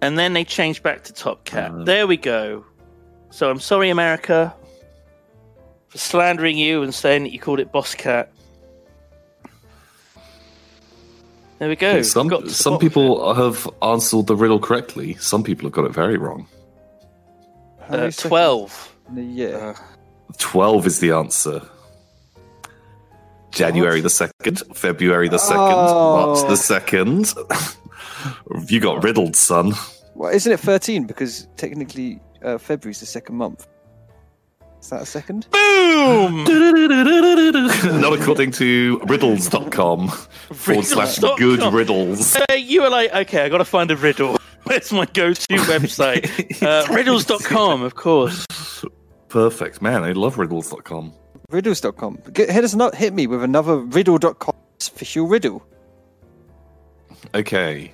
and then they changed back to Top Cat.
Uh-huh.
there we go. So I'm sorry, America, for slandering you and saying that you called it Boss Cat. There we go.
some
Got to the
some
bottom.
people have answered the riddle correctly. Some people have got it very wrong.
How
Uh,
many seconds
Twelve.
in a year.
Uh. Twelve is the answer. January the second, February the second, March
Oh.
the second. you got riddled, son.
well, isn't it thirteen? Because technically, uh, February's the second month. Is that a second?
Boom.
Not according to riddles.com forward slash
Riddles.com.
good riddles.
Uh, you were like, okay, I got to find a riddle. Where's my go-to website? Uh, riddles.com, of course.
Perfect. Man, I love riddles.com.
Riddles.com. Get, hit us not hit me with another riddle.com official riddle.
Okay.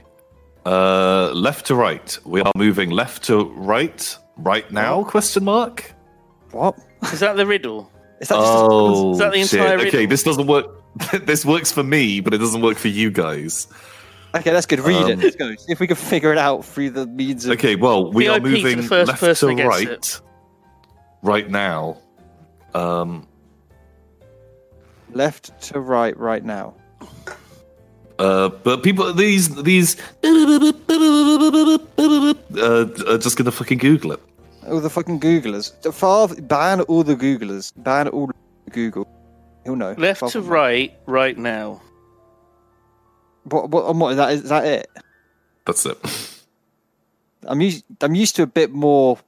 Uh, left to right. We are moving left to right right now?
Oh.
Question mark.
What?
Is that the riddle?
Is that just
Oh,
Is that the entire
shit. Okay,
riddle?
this doesn't work. this works for me, but it doesn't work for you guys.
a... okay? That's good. Read it.
Um,
Let's go. See if we can figure it out through the means of.
Okay, well, we are
VIP to the
moving
first
left
person
to
that gets
right
it.
right now. Um,
left to right right now.
Uh, but people, these these uh, are just gonna fucking Google it.
All the fucking Googlers. The far ban all the Googlers. Ban all Google. He'll know.
Left
Far
to
from-
right, right now.
What? What? on what is that? Is that it?
That's it.
I'm used. I'm used to a bit more.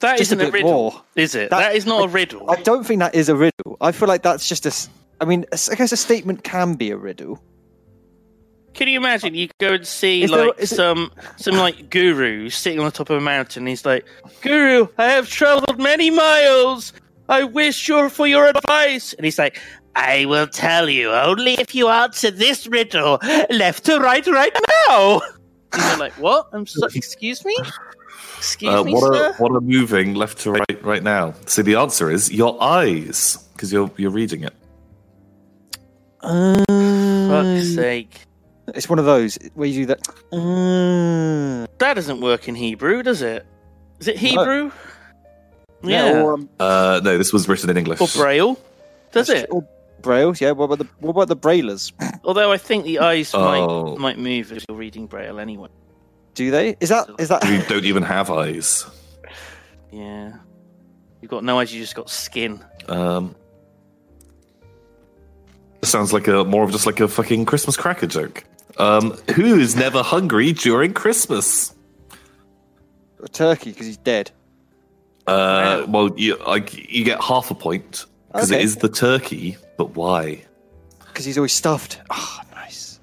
That
Just a
not a,
bit
riddle,
more.
is it?
That-
that is not a riddle.
I don't think that is a riddle. I feel like that's just a. s- I mean, a s- I guess a statement can be a riddle.
Can you imagine? You go and see
Is there-
like
is it-
some some like guru sitting on the top of a mountain. He's like, "Guru, I have traveled many miles. I wish your for your advice." And he's like, "I will tell you only if you answer this riddle, left to right, right now." And you're like, "What? I'm so, excuse me, excuse
Uh,
me,
what
sir."
are what are moving left to right right now? So the answer is your eyes, because you're you're reading it.
Hmm.
Fuck's sake,
It's one of those where you do that. Uh,
that doesn't work in Hebrew, does it? Is it Hebrew?
yeah. Or, um,
Uh, no, this was written in English.
or braille does it
or braille's. Yeah. What about the What about the braillers?
although i think the eyes
Oh.
might might move as you're reading braille anyway
Do they? Is that? Is that?
We don't even have eyes.
yeah you've got no eyes you just got skin
Um, sounds like a more of just like a fucking Christmas cracker joke. Um, who's never hungry during Christmas?
a turkey because he's dead.
Uh, well, you like you get half a point because
Okay.
it is the turkey, but why?
because he's always stuffed. Ah, nice.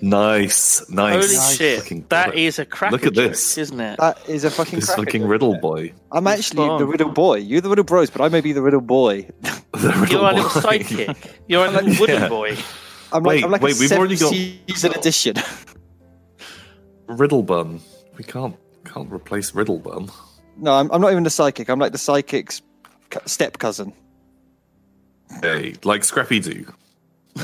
Nice, nice.
Holy
Fucking
shit!
got
That
it.
is a cracker
Look at
joke,
this.
isn't it?
That is a fucking.
This
cracker,
fucking
isn't
riddle
it?
boy.
I'm actually
on.
the riddle boy. You're the riddle bros, but I may be the riddle boy.
The riddle
You're our little
boy.
sidekick. You're a little wooden boy.
I'm
Wait,
like, I'm like
wait,
a
we've already got-
season edition.
riddle bun. We can't can't replace riddle bun.
no, I'm, I'm not even the psychic. I'm like the psychic's cu- step cousin.
Hey, like Scrappy Doo.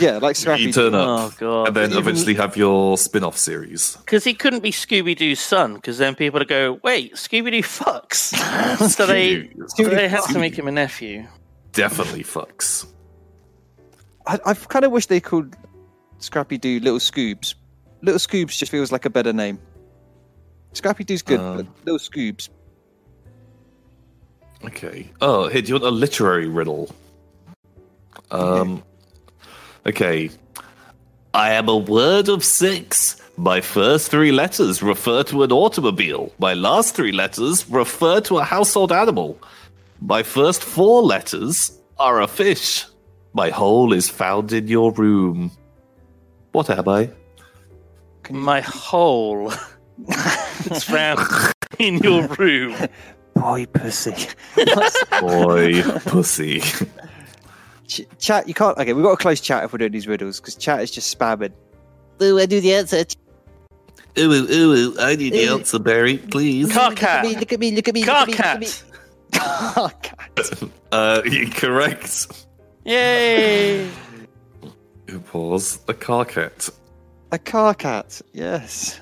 Yeah, like Scrappy.
You turn up
Oh, God.
and then
Even-
eventually have your spin-off series.
Because he couldn't be Scooby Doo's son, because then people would go, wait, Scooby Doo fucks. so they,
Scooby-Doo.
so they had
Scooby-Doo.
to make him a nephew.
Definitely fucks.
I, I kind of wish they called Scrappy Doo Little Scoobs. Little Scoobs just feels like a better name. Scrappy Doo's good,
Um,
but Little Scoobs.
Okay. Oh, here, do you want a literary riddle? Um. Okay. I am a word of six. My first three letters refer to an automobile. My last three letters refer to a household animal. My first four letters are a fish. My hole is found in your room. What am I?
My hole is found in your room.
Boy, pussy.
Boy, pussy.
Ch- chat, you can't. Okay, we've got to close chat if we're doing these riddles because chat is just spamming.
Ooh, I do the answer.
Ooh, ooh, ooh, I need the answer, Barry, please.
Car
Look at me,
cat.
look at me, look at me.
Car
look at me, Look at
cat.
me.
Oh,
Uh, you're correct.
Yay.
Who pause the car cat?
A car cat, yes.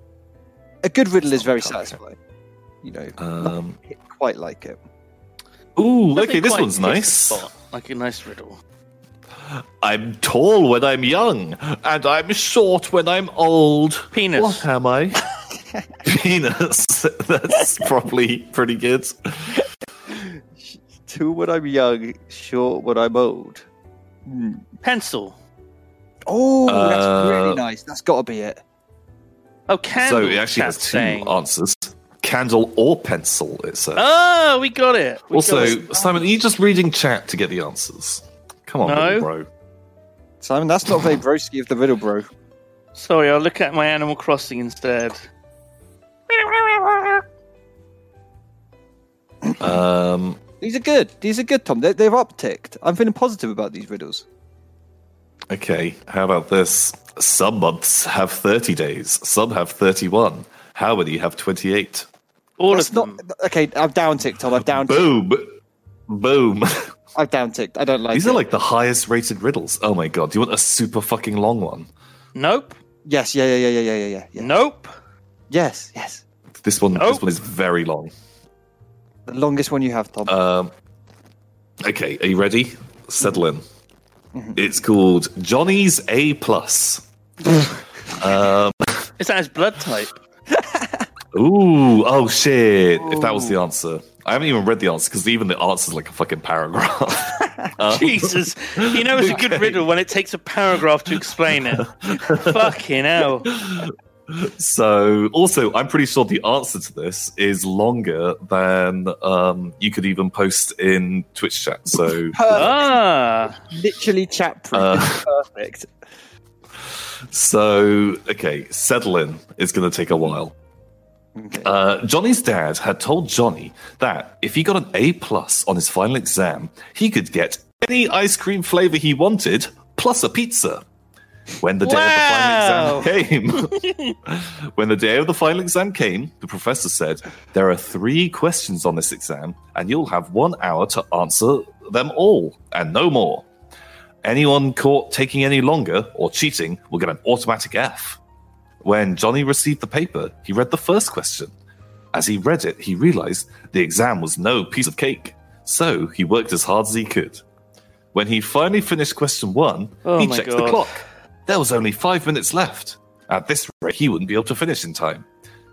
A good riddle is very
Car cat.
satisfying. You know,
Um,
quite like it.
ooh, okay,
Nothing
this
quite
one's
hits the
nice.
spot Like a nice riddle.
I'm tall when I'm young, and I'm short when I'm old.
Penis.
What am I? Penis. That's probably pretty good.
Two when I'm young, short when I'm old.
Pencil.
Oh, that's
Uh,
really nice. That's got to be it.
Oh, candle.
so it actually has
chat's
two
saying.
answers: candle or pencil. It says.
Oh, we got it. We
also,
got it.
Simon, are you just reading chat to get the answers? Come on,
No.
little bro.
Simon, that's not very broski of the riddle, bro.
Sorry, I'll look at my Animal Crossing instead.
Um,
These are good. These are good, Tom. They, they've upticked. I'm feeling positive about these riddles.
Okay, how about this? Some months have 30 days, some have 31. How many have 28?
All
That's
of them.
not okay. I've down ticked, Tom. I've down.
Boom! Boom!
I've down ticked. I don't like.
These are
it.
like the highest rated riddles. Oh my god, do you want a super fucking long one?
Nope.
Yes. Yeah. Yeah. Yeah. Yeah. Yeah. Yeah. yeah.
Nope.
Yes. Yes.
This one
Nope.
this one is very long.
The longest one you have, Tom.
Um, okay, are you ready? Settle in. It's called Johnny's A plus.
Is that his blood type?
Ooh, oh shit. If that was the answer. I haven't even read the answer because even the answer's like a fucking paragraph. Oh.
Jesus. You know it's a good
Okay.
riddle when it takes a paragraph to explain it. Fucking hell.
So, also, I'm pretty sure the answer to this is longer than um, you could even post in Twitch chat. So,
Ah.
Literally, chat proof.
Uh,
Perfect.
so okay, settling is going to take a while.
Okay.
Uh, Johnny's dad had told Johnny that if he got an A plus on his final exam, he could get any ice cream flavor he wanted plus a pizza. When the day
Wow.
of the final exam came, when the day of the final exam came, the professor said, "There are three questions on this exam, and you'll have one hour to answer them all, and no more. Anyone caught taking any longer or cheating will get an automatic F." When Johnny received the paper, he read the first question. As he read it, he realized the exam was no piece of cake, so he worked as hard as he could. When he finally finished question one,
Oh
he
my
checked the
God.
clock. There was only five minutes left. At this rate, he wouldn't be able to finish in time.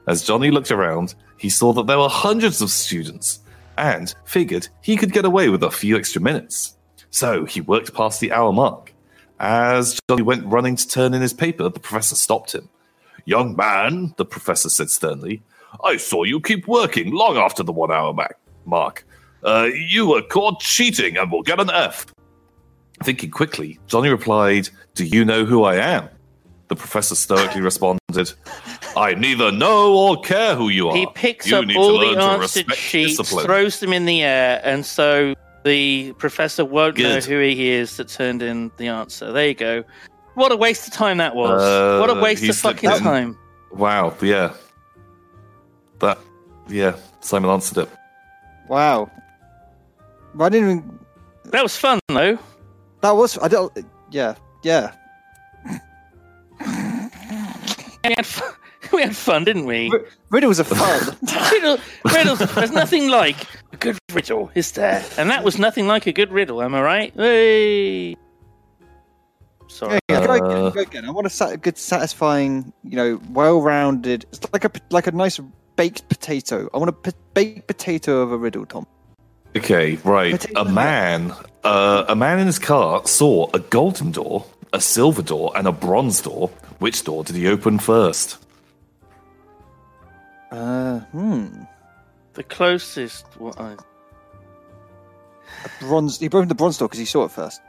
As Johnny looked around, he saw that there were hundreds of students and figured he could get away with a few extra minutes. So he worked past the hour mark. As Johnny went running to turn in his paper, the professor stopped him. Young man, the professor said sternly, I saw you keep working long after the one hour mark. mark. Uh, you were caught cheating and will get an F. Thinking quickly, Johnny replied, Do you know who I am? The professor stoically responded, I neither know or care who you are.
He picks
you
up
need to
all
learn
the
to
answered
respect
sheets,
discipline."
throws them in the air, and so the professor won't
Good.
know who he is that turned in the answer. There you go. What a waste of time that was.
Uh,
what a waste
he
of
slipped
fucking
in.
time.
Wow, yeah. That, yeah, Simon answered it.
Wow. Well, I didn't even.
That was fun, though.
That was. I don't. Yeah. Yeah.
We had fun, we had fun didn't we?
R- riddles are fun.
riddle, riddles. There's nothing like a good riddle, is there? And that was nothing like a good riddle, am I right? Hey. Sorry.
Yeah, yeah,
Uh,
go again, go again. I want a, sat- a good, satisfying, you know, well-rounded. It's like a p- like a nice baked potato. I want a p- baked potato of a riddle, Tom.
Okay, right.
Potato
A man, uh, a man in his car saw a golden door, a silver door, and a bronze door. Which door did he open first?
Uh, hmm.
The closest one. I-
Bronze. He broke the bronze door because he saw it first.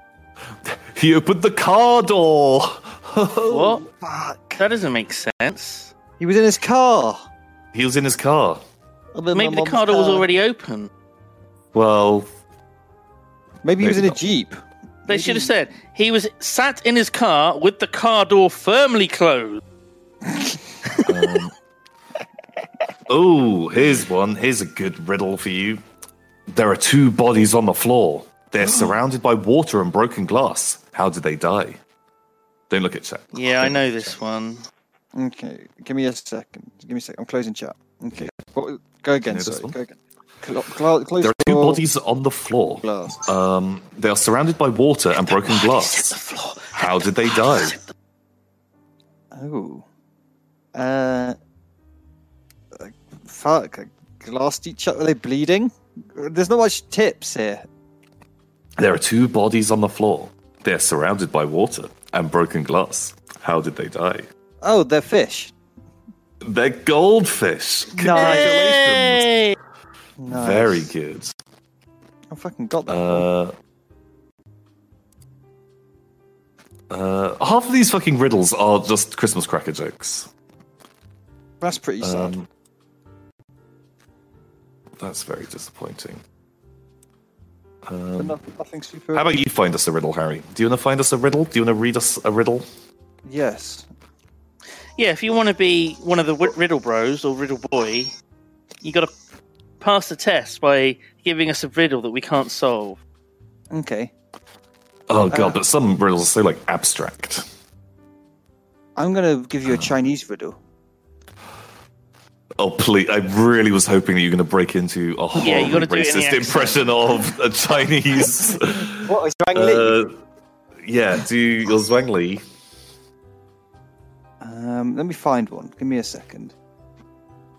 He opened the car door.
What?
Fuck.
That doesn't make sense.
He was in his car.
He was in his car.
Maybe the car door was already open.
Well,
Maybe he was in
Maybe
a jeep.
They should have said he was sat in his car with the car door firmly closed.
oh, here's one. Here's a good riddle for you. There are two bodies on the floor. They're surrounded by water and broken glass. How did they die? Don't look at chat.
Yeah, I know this one.
Okay, give me a second. Give me a second. I'm closing chat. Okay, What- go again.
Can I do this
Sorry,
one?
go again. Clo- clo- close
There are two
door,
bodies on the floor.
Glass.
Um, they are surrounded by water and broken glass. How did they die?
Oh. Uh. like, Fuck. like, Glassed each other. Were they bleeding? There's not much tips here.
There are two bodies on the floor. They are surrounded by water and broken glass. How did they die?
Oh, they're fish.
They're goldfish. Congratulations.
Hey!
Nice.
Very good.
I fucking got that.
Uh, uh, half of these fucking riddles are just Christmas cracker jokes.
That's pretty sad.
Um, that's very disappointing.
but nothing, nothing super.
How about you find us a riddle, Harry? Do you want to find us a riddle? Do you want to read us a riddle?
Yes.
Yeah, if you want to be one of the w- riddle bros or riddle boy, you got to pass the test by giving us a riddle that we can't solve.
Okay.
Oh god, but some riddles are so like abstract.
I'm gonna give you a Chinese riddle.
Oh please! I really was hoping that you were going to break into a horribly
Yeah, you gotta do it in the
racist
accent.
impression of a Chinese.
What is Wang
uh, yeah, do your Zwang Li.
Um, let me find one. Give me a second.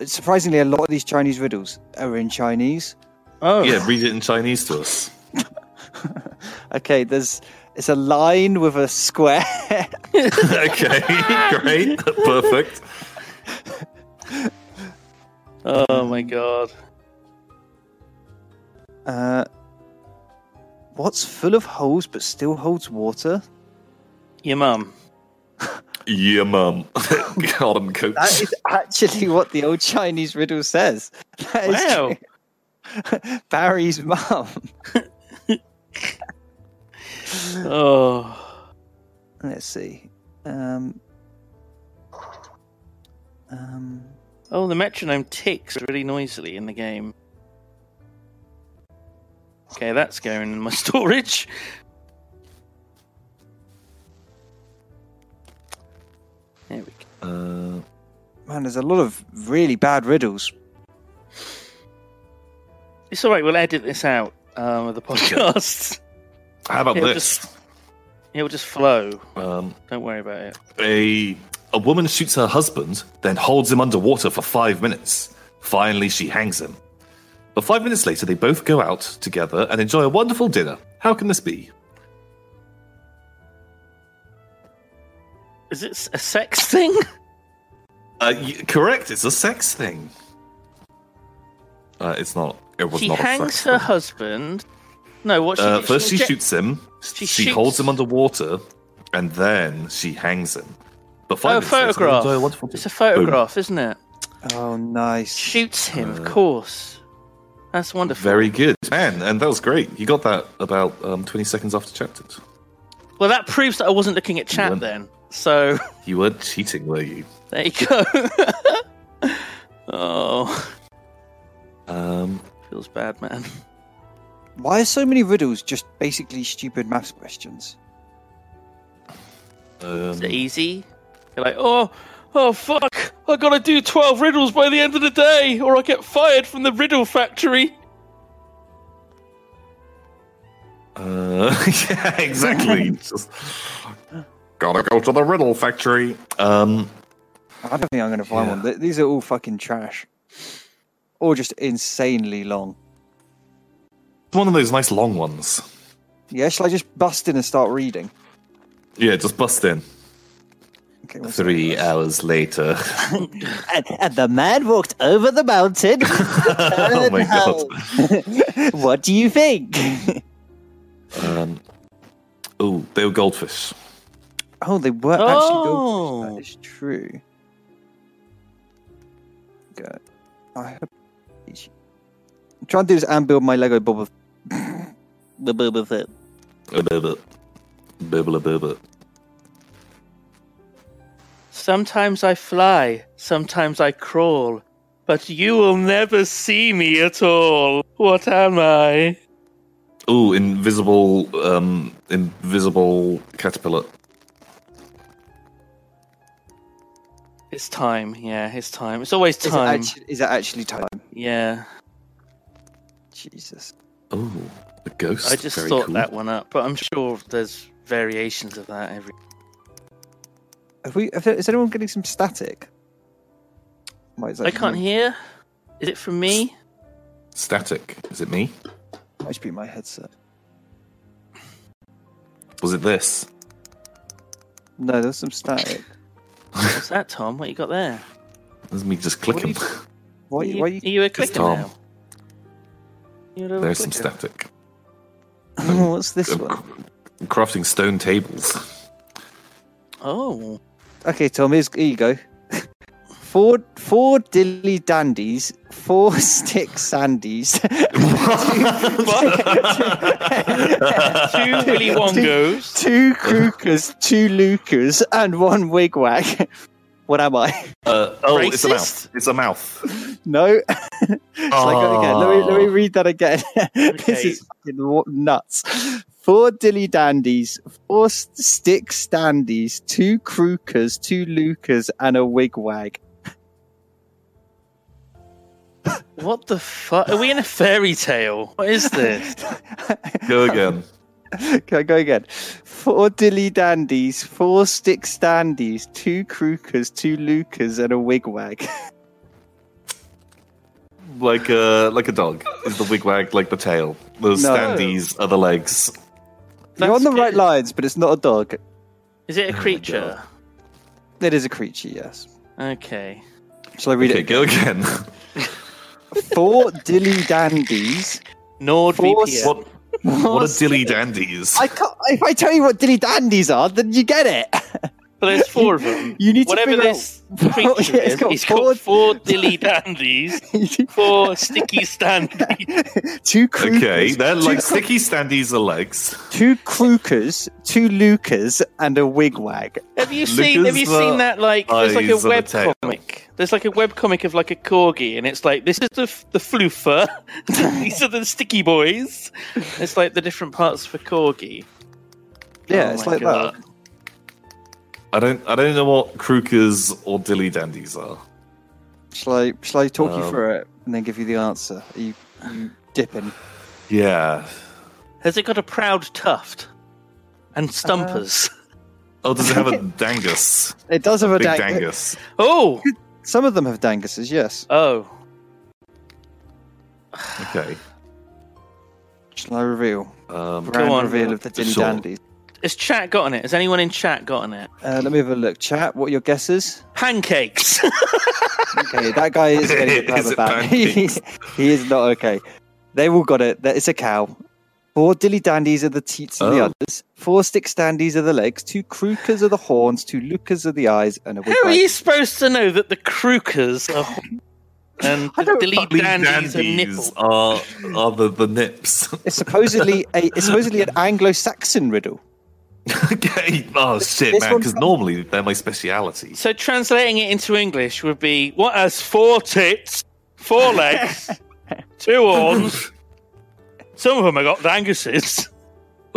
Surprisingly, a lot of these Chinese riddles are in Chinese.
Oh,
Yeah, read it in Chinese to us.
Okay, there's it's a line with a square,
okay, great, perfect.
Oh my god.
Uh, what's full of holes but still holds water?
Your mum.
Yeah, mum. Got him, coach.
That is actually what the old Chinese riddle says. That is
Wow.
true. Barry's mum.
Oh.
Let's see. Um, um,
Oh, the metronome ticks really noisily in the game. Okay, that's going in my storage. There we go.
Uh,
man, there's a lot of really bad riddles.
It's all right. We'll edit this out um, of the podcast.
how about
It'll
this?
just, it'll just flow.
Um,
Don't worry about it.
A a woman shoots her husband, then holds him underwater for five minutes. Finally, she hangs him. But five minutes later, they both go out together and enjoy a wonderful dinner. How can this be?
Is it a sex thing?
Uh, y- correct. It's a sex thing. Uh, it's not. It was
she
not. a
hangs
sex
her
thing.
husband. No, what? She,
Uh,
she
first, she
inject-
shoots him.
She
She,
shoots-
holds him underwater, and then she hangs him. But finally, says,
photograph.
"Oh, wonderful."
It's a photograph, isn't it?
Oh, nice.
Shoots him,
Uh,
of course. That's wonderful.
Very good, man, and that was great. You got that about um, twenty seconds after chapters.
Well, that proves that I wasn't looking at chat
went-
then. So
You weren't cheating, were you?
there you go. oh,
Um,
feels bad, man.
Why are so many riddles just basically stupid maths questions?
um,
Is it easy? You're like, oh, oh fuck! I gotta do twelve riddles by the end of the day, or I get fired from the riddle factory.
uh, yeah, exactly. Just gotta go to the riddle factory. Um,
I don't think I'm going to find
Yeah.
one. Th- These are all fucking trash, or just insanely long.
one of those nice long ones.
Yeah, shall I just bust in and start reading?
Yeah, just bust in.
Okay, what's
Three hours later.
And, and the man walked over the mountain.
oh my god.
what do you think?
Um, oh, they were goldfish.
Oh, they were
Oh.
actually goldfish. That is true. Okay. I hope. I'm trying to do this and build my Lego Boba. Fett.
The Boba Fett.
A bit, bit, bit, bit, bit, bit.
Sometimes I fly, sometimes I crawl, but you will never see me at all. What am I?
Ooh, invisible, um, invisible caterpillar.
It's time, yeah, it's time. It's always
Is, it
time.
actu- is that actually time?
Yeah,
Jesus.
Oh, a ghost.
I just
Very
thought
cool.
that one up, but I'm sure there's variations of that every.
Have we? Have, is anyone getting some static? Why is that
I can't
me?
hear. Is it from me?
Static. Is it me?
Might just be my headset.
Was it this?
No, there's some static.
What's that, Tom? What you got there?
This is me just clicking.
Why?
you, are
Why? You...
you a clicker
Tom.
now? You a little
There's some
clicker.
static.
What's this
I'm
one?
cr- I'm crafting stone tables.
Oh,
Okay, Tom. Here's here you go. Four, four dilly dandies, four stick sandies,
two Willy Wongos.
two Krukas, two Lucas, and one Wigwag. What am I?
Uh, oh, it's a
Racist?
mouth. It's a mouth.
No. Shall I go again? Let me, let me read that again. this
Ah. Okay.
is fucking wa- nuts. Four dilly dandies, four s- stick standies, two Krukas, two Lucas, and a Wigwag.
What the fuck? Are we in a fairy tale? What is this?
Go again.
Can I go again? Four dilly dandies, four stick standies, two Krukas, two Lucas, and a Wigwag.
Like a like a dog is the wigwag, like the tail. Those
No.
standees are the legs.
You're on the
That's
right
good.
lines, but it's not a dog.
Is
Oh
it a creature?
It is a creature, yes.
Okay.
Shall I read
okay,
it?
go again.
Four dilly dandies.
NordVPN.
what what are dilly dandies?
I can't, if I tell you what dilly dandies are, then you get it.
But there's four of them.
You need to
Whatever
figure out
this creature
what- yeah, it's
is,
got
he's got four dilly dandies, four sticky standees.
two Krukas,
Okay, they're
two,
like
Kru-
sticky standees are legs.
two Krukas, two Lucas, and a Wigwag.
Have you seen? Have you
Lucas,
seen that? Like, there's like a
eyes of a
web
tail.
comic. There's like a web comic of like a corgi, and it's like this is the f- the floofer. These are the sticky boys. It's like the different parts for corgi.
Yeah,
Oh
it's
my
like
God.
that.
I don't I don't know what crookers or dilly dandies are.
Shall I, shall I talk you
Um,
through it and then give you the answer? Are you, you dipping?
Yeah.
Has it got a proud tuft
Uh-huh.
and stumpers?
Oh, does it have a dangus?
It does have a,
Big
dang-
dangus.
oh,
Some of them have danguses, yes.
oh,
Okay.
Shall I reveal?
Um,
Grand
on.
reveal of the dilly
Sure.
dandies.
has chat gotten it? Has anyone in chat gotten it?
Uh, let me have a look. Chat, what are your guesses?
Pancakes.
Okay, that guy is getting a
Is
blabber
it
back. he
pancakes?
is not okay. They all got it. That- It's a cow. Four dilly dandies are the teats of the
Oh.
others. Four stick standees are the legs. Two crookers are the horns. Two lookers are the eyes. And a
How are
wigwag.
you supposed to know that the crookers are and the delete dandies, are nipples?
are, are the, the nips.
It's supposedly a it's supposedly an Anglo-Saxon riddle.
okay. Oh, shit,
This
man,
one-
because normally they're my speciality.
So translating it into English would be what has four tits, four legs, two horns. Some of them have got danguses.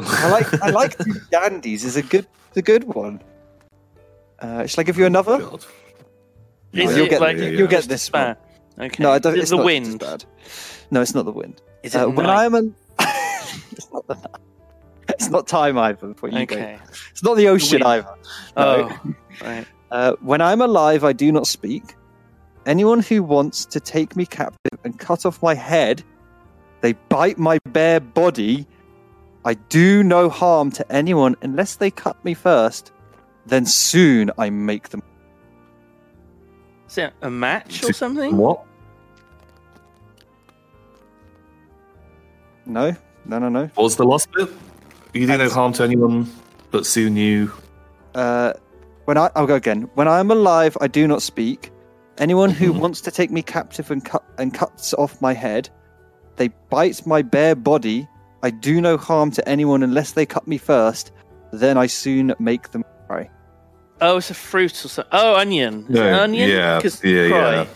I like I like two dandies is a good the good one. Uh, shall I give you another?
God.
Is
you'll
it
get
like
you'll get this one.
Ah, okay.
No, I don't,
Is it
it's
the
not just
wind.
bad. No, it's not the wind.
Is it
Uh, when
night?
I am an... it's not the night. It's not time either. For you go.
Okay.
It's not the ocean
wind.
either. No.
Oh, right.
Uh, when I'm alive, I do not speak. Anyone who wants to take me captive and cut off my head, they bite my bare body. I do no harm to anyone unless they cut me first. Then soon I make them.
Is it a match or something?
What?
No, no, no, no.
What was the last bit? You do no harm to anyone, but soon you.
Uh, when I, I'll go again. When I am alive, I do not speak. Anyone who wants to take me captive and cut and cuts off my head, they bite my bare body. I do no harm to anyone unless they cut me first. Then I soon make them cry.
Oh, it's a fruit or something. Oh, onion. Is it
No,
an onion?
yeah,
'Cause
yeah,
cry.
yeah.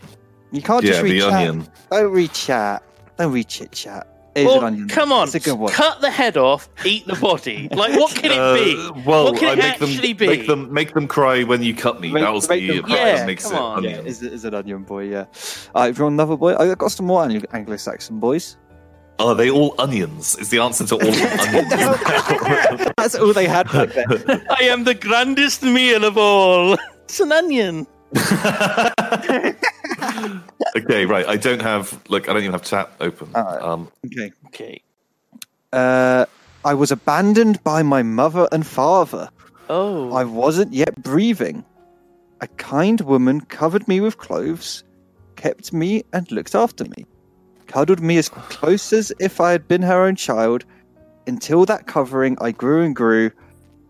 You can't
yeah,
just read
the
chat.
onion.
Don't read chat. Don't read chit chat. It is
Well,
an onion.
come on,
It's a good one.
cut the head off, eat the body. Like, what can it
Uh,
be?
well,
what can
I
it
make
actually
them
be?
make them make them cry when you cut me.
Make-
that was
make
the
them
cry
cry.
that makes
Yeah,
it.
come on.
onion.
Is, is an onion boy? Yeah. All right, everyone, another boy. I've got some more Anglo- Anglo-Saxon boys.
Are they all onions? Is the answer to all onions?
That's all they had back then.
Uh,
I am the grandest meal of all. It's an onion.
okay, right. I don't have like I don't even have chat open.
Alright.
Um,
Okay.
Okay.
Uh, I was abandoned by my mother and father.
Oh,
I wasn't yet breathing. A kind woman covered me with clothes, kept me, and looked after me. Cuddled me as close as if I had been her own child. Until that covering, I grew and grew.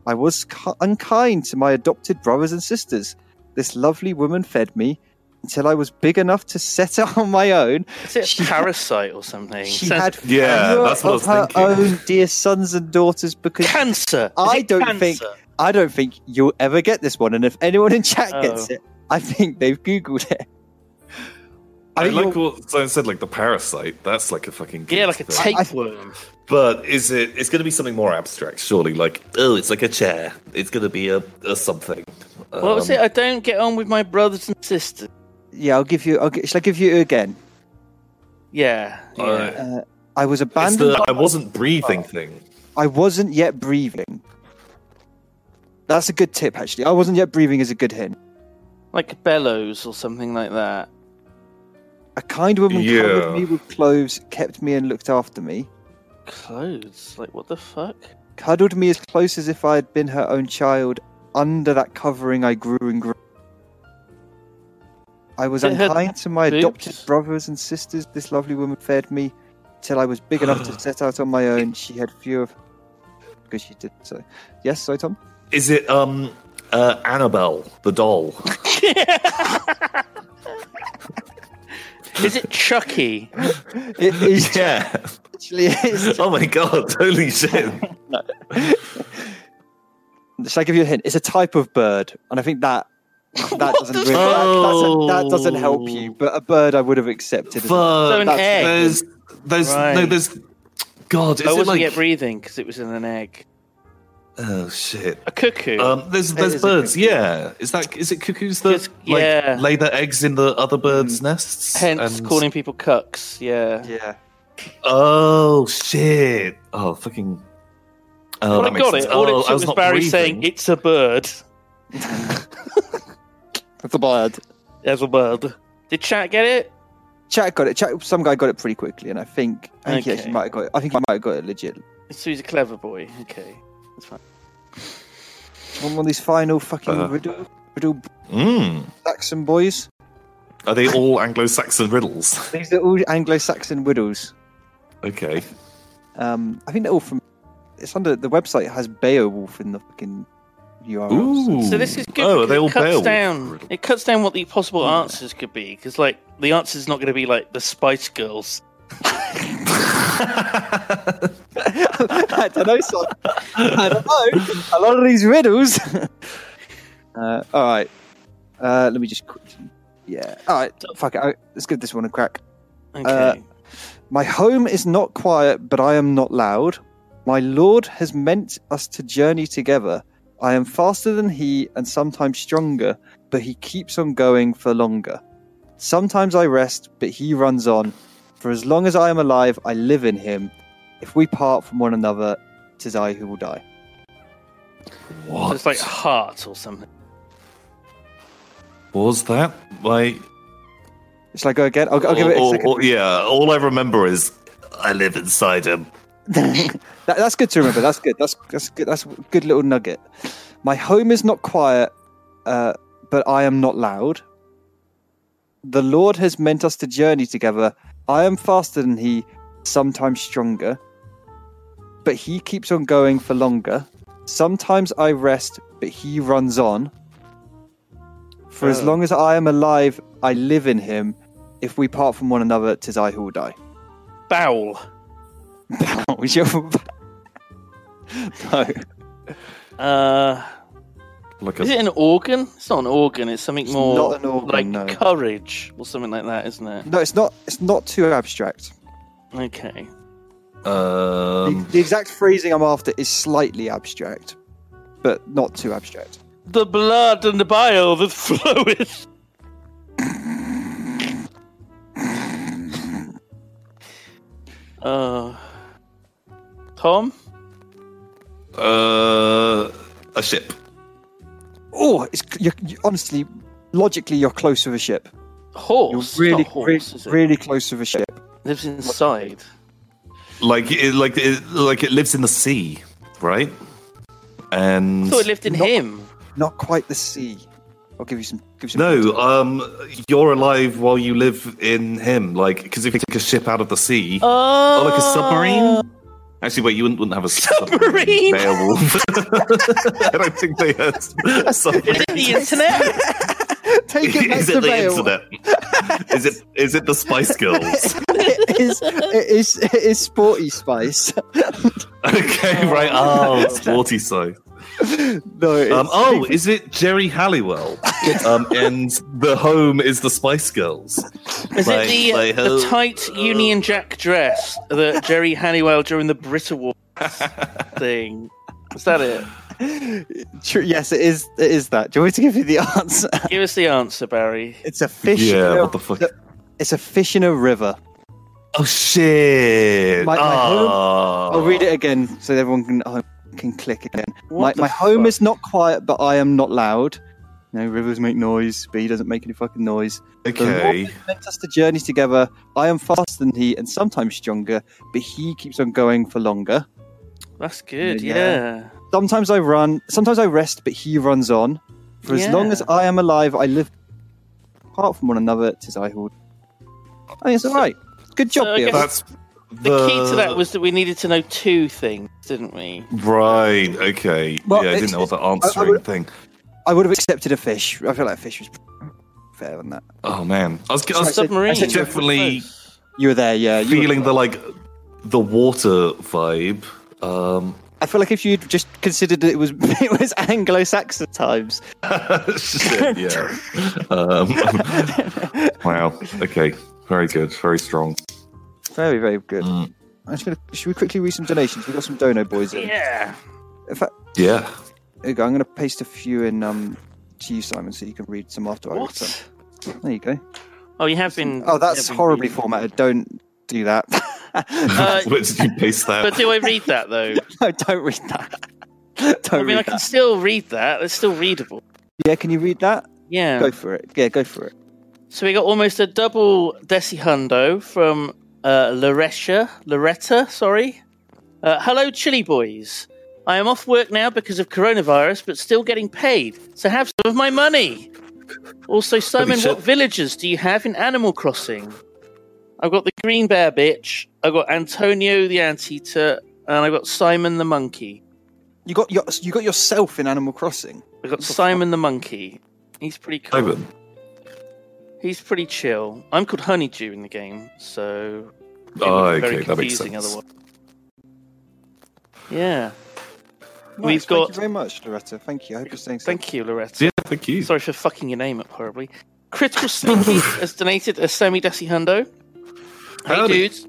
I was cu- unkind to my adopted brothers and sisters. This lovely woman fed me until I was big enough to set out on my own
is it
she-
a parasite or something?
she
Sounds-
had
Yeah,
fewer
that's what I
of
was
her
thinking.
own dear sons and daughters because
cancer. Is
I
it
don't
cancer?
think- I don't think you'll ever get this one. And if anyone in chat
Oh.
gets it, I think they've googled it.
I,
I mean,
like what someone said, like the parasite. That's like a fucking
Yeah, like a
thing. Um,
tapeworm.
But is it? It's going to be something more abstract, surely. Like oh, it's like a chair. It's going to be a, a something.
What was
Um,
it? I don't get on with my brothers and sisters.
Yeah, I'll give you. I'll gi- shall I give you it again?
Yeah. yeah.
uh,
I was
it's
abandoned.
the
Oh.
I wasn't breathing thing.
I wasn't yet breathing. That's a good tip, actually. I wasn't yet breathing is a good hint.
like bellows or something like that.
A kind woman
Yeah.
covered me with clothes, kept me, and looked after me.
Clothes. Like, what the fuck?
Cuddled me as close as if I had been her own child. Under that covering, I grew and grew. I was
They had
unkind to my
boobs?
adopted brothers and sisters. This lovely woman fed me till I was big enough to set out on my own. She had few of. Because she did so. Yes, sorry, Tom.
Is it um uh, Annabelle the doll?
Is it Chucky?
It is
yeah.
actually is.
Oh my god! Holy shit!
Should I give you a hint? It's a type of bird, and I think that that doesn't really, that,
fuck?
that's a- that doesn't help you. But a bird, I would have accepted. as-
So an
Fuck.
that's-
egg.
There's there's no
Right.
there's. God, is
I
it
wasn't
like
yet breathing because it was in an egg.
oh shit?
A cuckoo.
Um, there's there's
is a
birds,
cuckoo.
yeah. Is that is it cuckoos that
It's-
like
yeah. Mm.
lay their eggs in the other birds' nests?
Hence
and-
calling people cucks. Yeah.
Yeah.
Oh shit! Oh fucking. Oh,
Well,
that
I
makes
got
sense.
it. All
Oh,
it
I
took was,
not
Barry
breathing.
saying it's a bird.
That's a bird.
There's a bird. Did chat get it?
Chat got it. Chat, some guy got it pretty quickly, and I think I think he
Okay.
actually might have got it. I think he might have got it legit.
So he's a clever boy. Okay.
One of these final fucking
Uh.
riddle, riddle
Mm.
Saxon boys.
Are they all Anglo-Saxon riddles?
These are all Anglo-Saxon riddles.
Okay.
Um, I think they're all from. It's under the website has Beowulf in the fucking URL.
Ooh.
Oh, So this is good.
Oh,
because
are they all
it cuts
Beowulf?
down. It cuts down what the possible answers could be because, like, the answer's not going to be like the Spice Girls.
I don't know. Son. I don't know. A lot of these riddles. uh, all right. Uh, let me just quickly. Yeah. All right. Fuck it. I, let's give this one a crack.
Okay.
Uh, My home is not quiet, but I am not loud. My Lord has meant us to journey together. I am faster than he and sometimes stronger, but he keeps on going for longer. Sometimes I rest, but he runs on. For as long as I am alive, I live in him. If we part from one another, 'tis I who will die.
So
What
it's like heart or something.
was that? Like,
Shall I go again? I'll, I'll give
all-
it a
all-
second.
all- yeah, all I remember is I live inside him.
That, that's good to remember. That's good. That's that's good. That's a good little nugget. My home is not quiet, uh, but I am not loud. The Lord has meant us to journey together. I am faster than he, sometimes stronger. But he keeps on going for longer. Sometimes I rest, but he runs on. For as long as I am alive, I live in him. If we part from one another, 'tis I who will die.
Bowel.
Oh, you're- no.
Uh,
Like
is
a
it an organ? It's not an organ. It's something more
not an organ,
like
no.
courage or something like that, isn't it?
No, it's not. It's not too abstract.
Okay.
um,
the, the exact phrasing I'm after is slightly abstract, but not too abstract.
The blood and the bile that floweth. uh, Tom?
uh, a ship.
Oh, it's you you honestly, logically, you're close with a ship. You're
Horse.
really,
it's not horse,
re-
is it?
really close with a ship.
Lives inside.
Like it, like it, like it lives in the sea, right? And
So it lived in him.
Not quite the sea. I'll give you some. Give you some
no, um, you're alive while you live in him. Like because if you take a ship out of the sea,
Oh,
or like a submarine. Actually, wait, you wouldn't, wouldn't have a
Submarine!
Beowulf. I don't think they had a submarine.
Is it the internet?
Take it back
Is
to
it the
Beowulf.
internet? Is it is it the Spice Girls?
It is. It is. It is sporty spice.
Okay, right. Oh, it's sporty so.
No. It's,
Um, oh, is it Jerry Halliwell? um, and the home is the Spice Girls.
Is
Like-
it the,
like,
the
oh,
tight Union Jack dress that Jerry Halliwell during the Brit Awards thing? Is that it?
true, yes, it is. It is that. Do you want me to give you the answer?
Give us the answer, Barry.
It's a fish.
Yeah,
in a-
what the fuck?
It's a fish in a river.
Oh shit!
My- my home-
Ah.
I'll read it again so everyone can uh, can click again.
Oh. What the
my my home
fuck?
is not quiet, but I am not loud. No rivers make noise, but he doesn't make any fucking noise. The Lord
Okay.
has meant us to journey together. I am faster than he, and sometimes stronger, but he keeps on going for longer.
That's good.
Yeah.
Yeah.
Sometimes I run, sometimes I rest, but he runs on. For as long
Yeah.
as I am alive, I live apart from one another. Tis I who. I think it's all right. Good job,
so I
Beowulf.
guess-
That's
The key to that was that we needed to know two things, didn't we?
right. Okay.
Well,
yeah, I didn't
it's-
know what the answering
would-
thing.
I would have accepted a fish. I feel like a fish was fair on that.
Oh man, I was, I was
Submarine.
said definitely-
You were there, yeah. you were
feeling the like the water vibe. Um,
I feel like if you'd just considered that it was it was Anglo-Saxon times.
shit, yeah. um, wow. Okay. Very good. Very strong.
Very, very good.
Mm.
I'm just gonna, should we quickly read some donations? We've got some dono boys in.
Yeah.
In fact,
Yeah.
there you go. I'm going to paste a few in um, to you, Simon, so you can read some after I read some.
What?
There you go.
Oh, you have been.
Oh, that's
you have been
horribly
reading.
formatted. Don't do that.
Uh,
Where did you paste that?
But do I read that though?
no, don't read that. don't
I mean,
read
I can
that.
still read that. It's still readable.
Yeah, can you read that?
Yeah.
Go for it. Yeah, go for it.
So we got almost a double Desi Hundo from uh, Loretta. Loretta, sorry. Uh, Hello, Chili Boys. I am off work now because of coronavirus, but still getting paid. So have some of my money. Also, Simon,
shit.
what villages do you have in Animal Crossing? I've got the Green Bear bitch. I've got Antonio the Anteater, and I've got Simon the Monkey.
You got your, you got yourself in Animal Crossing.
I've got Simon the Monkey. He's pretty cool.
Ivan.
He's pretty chill. I'm called Honeydew in the game, so it
Oh,
would
okay,
be
that makes
confusing
sense.
otherwise. Yeah.
Nice,
We've
thank
got-
you very much, Loretta. Thank you. I hope you're staying safe.
Thank you, Loretta.
Yeah, thank you.
Sorry for fucking your name up horribly. Critical Sneaky has donated a semi desi hundo. Hey,
Howdy.
dudes.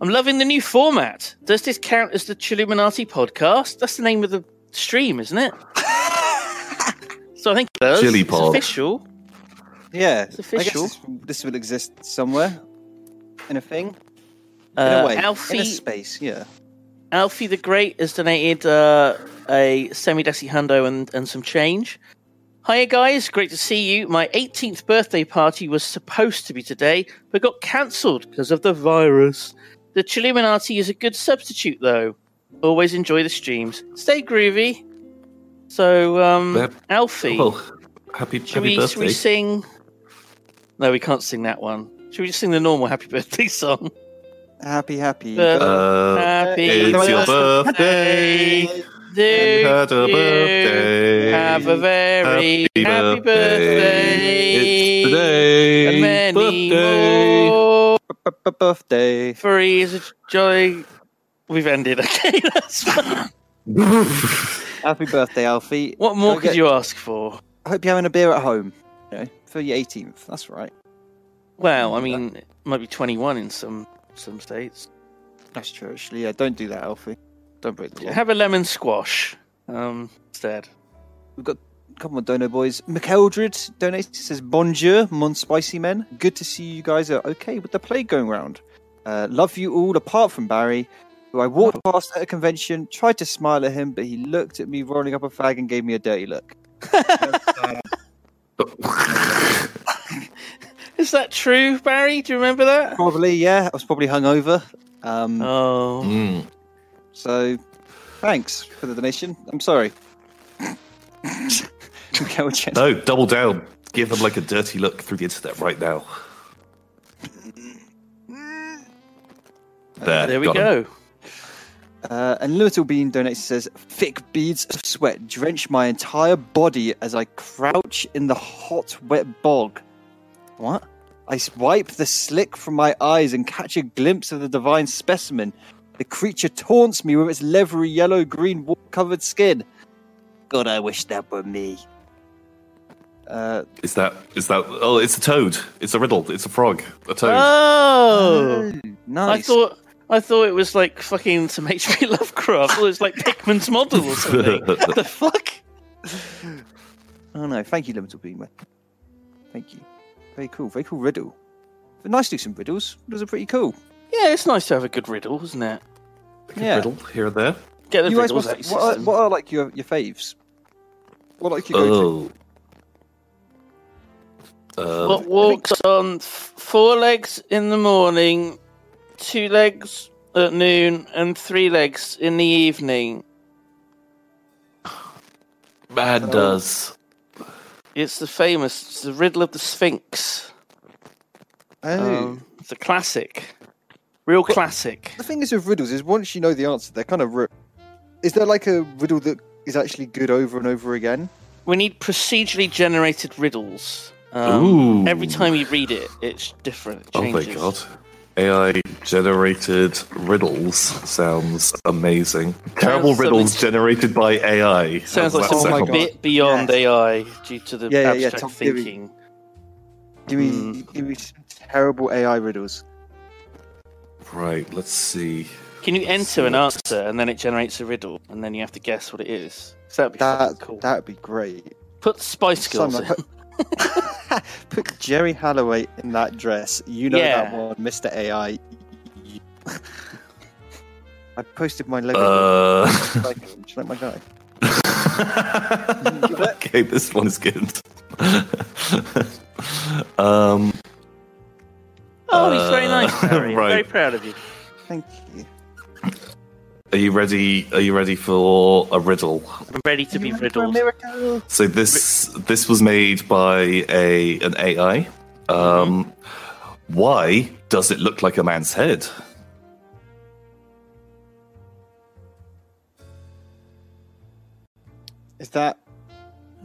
I'm loving the new format. Does this count as the Chilluminati podcast? That's the name of the stream, isn't it? so I think it does.
Chili
it's
pod.
official.
Yeah, I guess
official.
this, this will exist somewhere in a thing, in
Uh,
a way,
Alfie,
in a space. Yeah,
Alfie the Great has donated uh, a semi desi hundo and, and some change. Hiya, guys. Great to see you. My 18th birthday party was supposed to be today, but got cancelled because of the virus. The Chilluminati is a good substitute, though. Always enjoy the streams. Stay groovy. So, um,
Yep.
Alfie,
Well, happy, happy
should, we, should
birthday.
we sing? No, we can't sing that one. Should we just sing the normal happy birthday song?
happy, happy.
Uh,
uh,
happy
it's your birthday.
birthday. Do
Had a
you
birthday.
Have a very happy, birthday.
It's today.
And many
birthday.
more.
B- birthday.
Free is a joy. We've ended. Okay, that's fine.
Happy birthday, Alfie.
What more
Don't
could
get-
you ask for?
I hope you're having a beer at home. You know, for your 18th. That's right.
Well, I mean, it might be 21 in some some states.
That's true. Actually, yeah. Don't do that, Alfie. Don't break the law.
Have a lemon squash um, instead.
We've got a couple more dono boys. McEldred donates. He says, Bonjour, Mon Spicy Men. Good to see you guys are okay with the play going round. Uh, love you all, apart from Barry, who I walked past at a convention, tried to smile at him, but he looked at me rolling up a fag and gave me a dirty look.
Is that true, Barry? Do you remember that?
Probably, yeah. I was probably hungover. Um,
Oh,
Mm.
So, thanks for the donation. I'm sorry. McEldred.
No, double down. Give them like a dirty look through the internet right now. There,
there we
got 'em.
go.
Uh, and Little Bean donates says, thick beads of sweat drench my entire body as I crouch in the hot, wet bog. What? I swipe the slick from my eyes and catch a glimpse of the divine specimen. The creature taunts me with its leathery yellow green wool covered skin. God, I wish that were me. Uh,
Is that is that? Oh, it's a toad. It's a riddle. It's a frog. A toad.
Oh.
nice.
I thought I thought it was like fucking some H.P. Lovecraft. Or it's like Pickman's model or something. what the fuck?
Oh no, thank you, Limited Beamer. Thank you. Very cool, very cool riddle. But nice to do some riddles. Those are pretty cool.
Yeah, it's nice to have a good riddle, isn't it?
Yeah.
Riddle here and there.
Get the
You guys
riddles
must,
out. of your
what, are,
system.
what are like your, your faves? What like you go
Oh. Uh,
What walks on f- four legs in the morning, two legs at noon, and three legs in the evening? Oh.
man does.
It's the famous, it's the riddle of the Sphinx.
to? Oh.
Um, it's a classic, real classic.
the thing is with riddles is once you know the answer, they're kind of. Ri- is there like a riddle that is actually good over and over again?
We need procedurally generated riddles. Um,
Ooh.
Every time you read it, it's different. It
Oh my
changes.
god. AI generated riddles sounds amazing. Terrible
something-
riddles generated by AI.
Sounds like
That's
something
my
a
second
God.
bit beyond
Yes.
AI due to the
Yeah, yeah, yeah,
abstract
Tom Theory.
thinking.
Give me, give me some terrible AI riddles.
one. Right, let's see.
Can you enter an answer and then it generates a riddle and then you have to guess what it is? So that'd be
That
fucking cool.
that'd be great.
Put Spice Girls
Simon,
in.
put, put Jerry Halloway in that dress. You know that
Yeah.
one, Mr. AI. I posted my logo.
Uh.
Like, do you like my guy?
okay, this one is good. um,
Oh, he's very nice,
Uh,
Harry.
right.
I'm very proud of you.
Thank you.
are you ready? Are you ready for a riddle?
I'm ready to be
You went for a
riddled.
miracle.
So this this was made by a an AI. Um, Why does it look like a man's head?
Is that?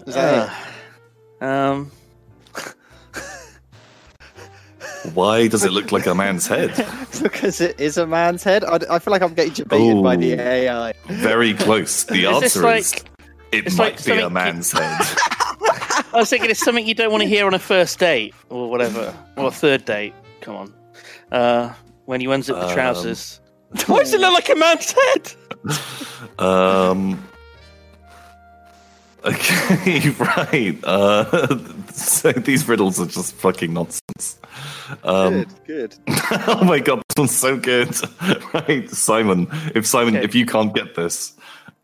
Is that it?
Um,
Why does it look like a man's head?
because it is a man's head. I, I feel like I'm getting debated by the
Ooh.
AI.
Very close. The
Is this
answer is
like-
it
it's
might
like
be a
something-
man's head.
I was thinking it's something you don't want to hear on a first date or whatever, or a third date. Come on. Uh, when you unzip the
Um,
trousers. Why does it look like a man's head?
Um. Okay, right. Uh, so these riddles are just fucking nonsense. Um,
Good, good.
oh my god, this one's so good. right, Simon. If Simon,
Okay.
if you can't get this,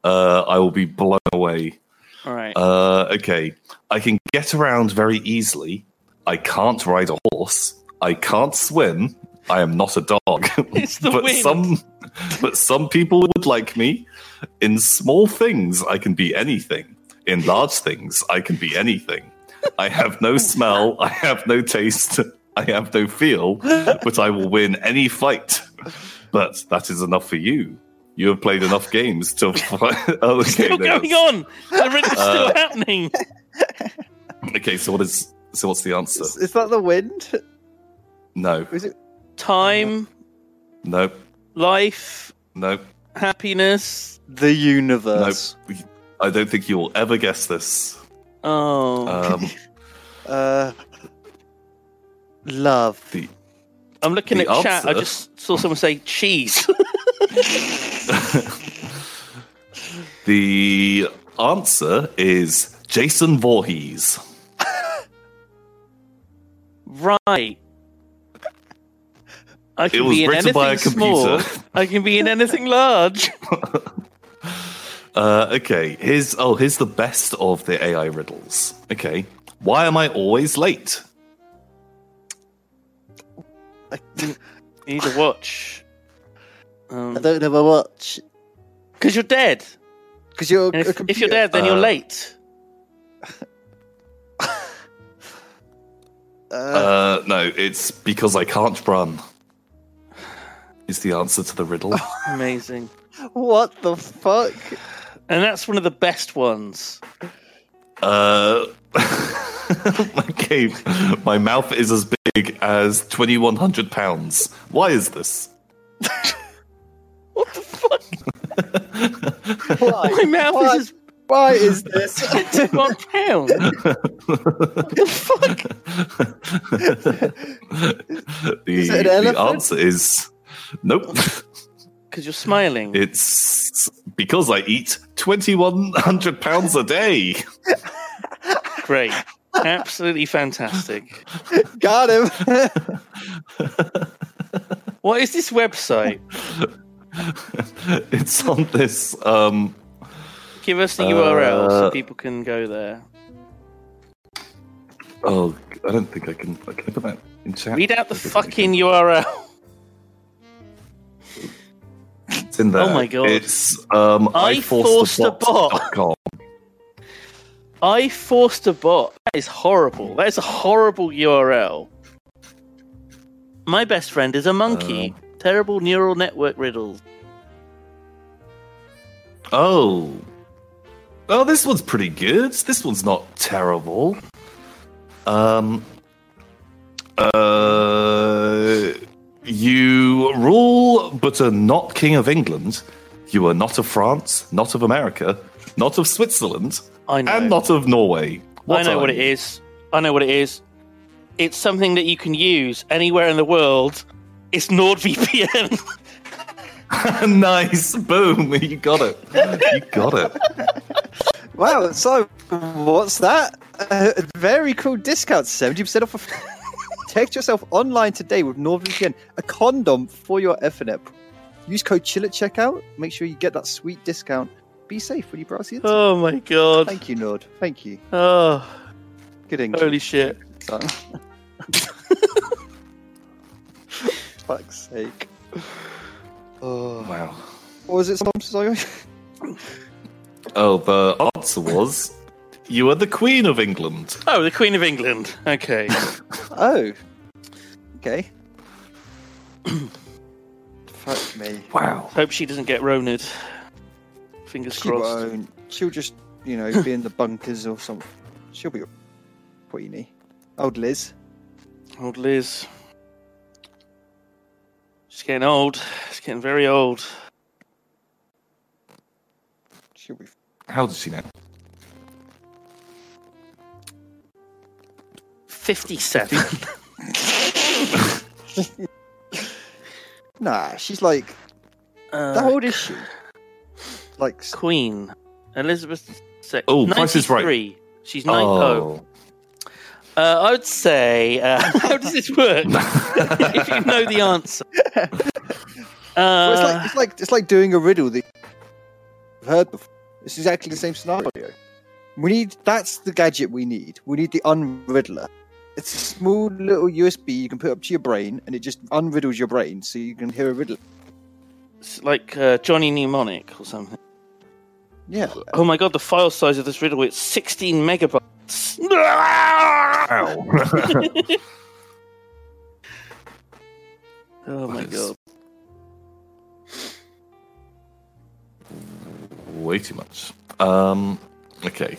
uh, I will be blown away.
All right.
Uh, okay, I can get around very easily. I can't ride a horse. I can't swim. I am not a dog.
It's the
but
wind.
some, but some people would like me. In small things, I can be anything. In large things, I can be anything. I have no smell. I have no taste. I have no feel. But I will win any fight. But that is enough for you. You have played enough games to. oh, okay,
still
there it
going
is.
on. The riddle's
Uh,
still happening.
Okay, so what is so what's the answer?
Is, is that the wind?
No,
Is it?
Time,
no,
life,
no.
happiness.
The universe.
I don't think you will ever guess this.
Oh,
Um,
Uh, love.
the
I'm looking
the
at chat. I
answer-
just saw someone say cheese.
the answer is Jason Voorhees.
right. I can
was
be in
written
anything
by a
small.
computer.
I can be in anything large.
Uh, okay, here's oh here's the best of the AI riddles. Okay, why am I always late?
You need a watch. Because
I don't have a watch.
you're dead.
Because you're.
And
a
if, if
computer.
you're dead, then you're
Uh,
late.
Uh,
Uh, no, it's because I can't run. Is the answer to the riddle?
Amazing.
what the fuck?
And that's one of the best ones.
Uh, my game, my mouth is as big as twenty one hundred pounds. Why is this?
What the fuck?
Why?
My mouth
Why?
is
Why is this?
as one pound.
the,
it an
the
elephant?
answer is nope.
Because you're smiling.
It's because I eat twenty one hundred pounds a day.
Great. Absolutely fantastic.
Got him.
What is this website?
It's on this. Um,
Give us the
Uh,
URL so people can go there.
oh, I don't think I can. Can I put that in chat?
Read out the
Okay, I can.
fucking URL.
It's in there.
Oh my God.
It's um,
I
I forced a
forced a bot.
bot.com.
I forced a bot. That is horrible. That is a horrible URL. My best friend is a monkey. Terrible neural network riddles.
Oh. Oh, this one's pretty good. This one's not terrible. Um. Uh. You rule, but are not king of England. You are not of France, not of America, not of Switzerland,
I know.
and not of Norway.
I know what it is. I know what it is. It's something that you can use anywhere in the world. It's NordVPN.
nice. Boom. You got it. You got it.
wow. So, what's that? Uh, very cool discount. Seventy percent off. Of- Protect yourself online today with NordVPN, a condom for your Ethernet. Use code CHILL at checkout. Make sure you get that sweet discount. Be safe when you browse the internet.
oh my god.
Thank you, Nord. Thank you.
Oh,
Good English.
holy shit.
son. Fuck's sake. Oh.
Wow.
What was it? Some- Sorry.
Oh, the answer was you are the Queen of England.
Oh, the Queen of England. Okay.
Oh. Okay. Fuck me.
Wow.
Hope she doesn't get roned. Fingers
She
crossed.
won't. She'll just, you know, be in the bunkers or something. She'll be a queenie. Old Liz.
Old Liz. She's getting old. She's getting very old.
She'll be.
How does she know?
57.
Nah, she's like.
Uh,
How old is she? Like, s-
Queen. Elizabeth II.
Oh, Price is Right.
93. She's 9 oh. Uh, I would say, uh, how does this work? if you know the answer.
well, it's
Uh,
like it's like it's like doing a riddle that you've heard before. It's exactly the same scenario. We need that's the gadget we need. We need the unriddler. It's a small little USB you can put up to your brain, and it just unriddles your brain, so you can hear a riddle.
it's like uh, Johnny Mnemonic or something.
Yeah,
Oh my god, the file size of this riddle is 16 megabytes.
Ow.
Oh my god.
Way too much. Um, okay.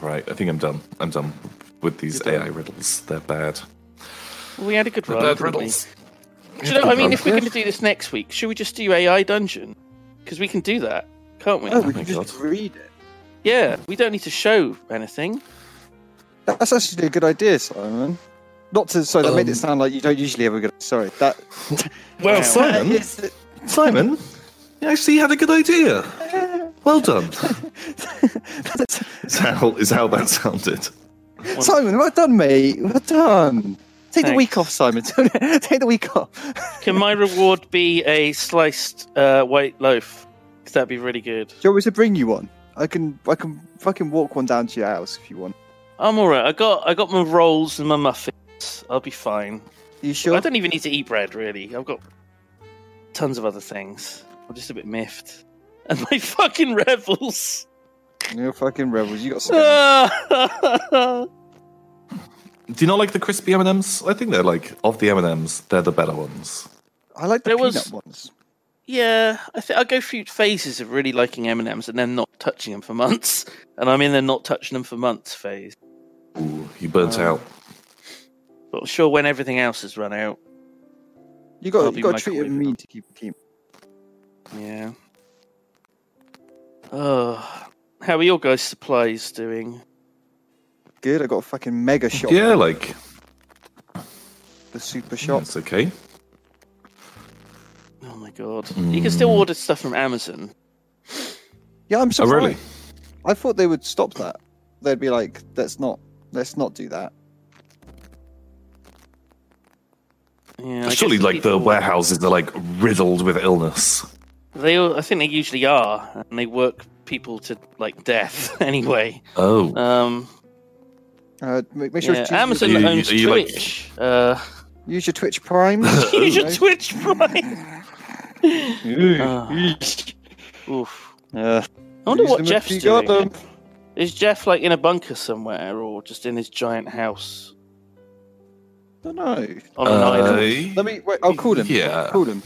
Right. I think I'm done. I'm done with these AI riddles. They're bad.
We had a good
They're
run.
bad
didn't we?
riddles.
Do you know, I mean, if we're going to do this next week, should we just do AI dungeon? Because we can do that, can't we?
oh, we
my
can just
God.
read it.
Yeah, we don't need to show anything.
That's actually a good idea, Simon. Not to so that made it
Um,
sound like you don't usually have a good. Sorry, that.
Well,
Wow.
Simon,
Yes,
Simon, you actually had a good idea. Well done. is, how, is how that sounded.
Simon, well done, mate. Well done. Take the
Thanks.
week off, Simon. Take the week off.
Can my reward be a sliced uh, white loaf? Because that'd be really good.
Do you want me to bring you one? I can I can fucking walk one down to your house if you want.
I'm all right. I got I got my rolls and my muffins. I'll be fine.
Are you sure?
I don't even need to eat bread, really. I've got tons of other things. I'm just a bit miffed. And my fucking rebels.
You're fucking rebels. You got
Uh,
some.
oh,
Do you not like the crispy M&Ms? I think they're like of the M&Ms, they're the better ones.
I like the
There
peanut
was-
ones.
yeah, I think I go through phases of really liking M and M's and then not touching them for months, and I'm in the not touching them for months phase.
Ooh, you burnt out.
But I'm sure, when everything else has run out,
You
I'll
got
be
you got to treat it
microwaving
mean
them.
to keep keep.
yeah. Oh, how are your guys' supplies doing?
Good. I got a fucking mega shop.
Yeah, like
The super shop.
Mm.
that's okay.
Oh my god, you
Mm.
can still order stuff from Amazon.
Yeah, I'm
Oh,
surprised.
really?
I thought they would stop that. They'd be like, let's not let's not do that.
Yeah, I
Surely,
guess
like the
people-
warehouses are like riddled with illness.
They, all- I think they usually are, and they work people to like death anyway.
Oh,
Um,
Uh, make, make sure
yeah,
to use-
Amazon
you- you-
owns
are you, like-
Twitch. Uh,
use your Twitch Prime.
use your
know.
Twitch Prime. Oof.
Yeah.
I wonder
Use
what
them if
Jeff's
you got
doing.
them.
Is Jeff like in a bunker somewhere, or just in his giant house
I don't know.
on an island?
Let me. Wait, I'll call him.
Yeah.
Call him.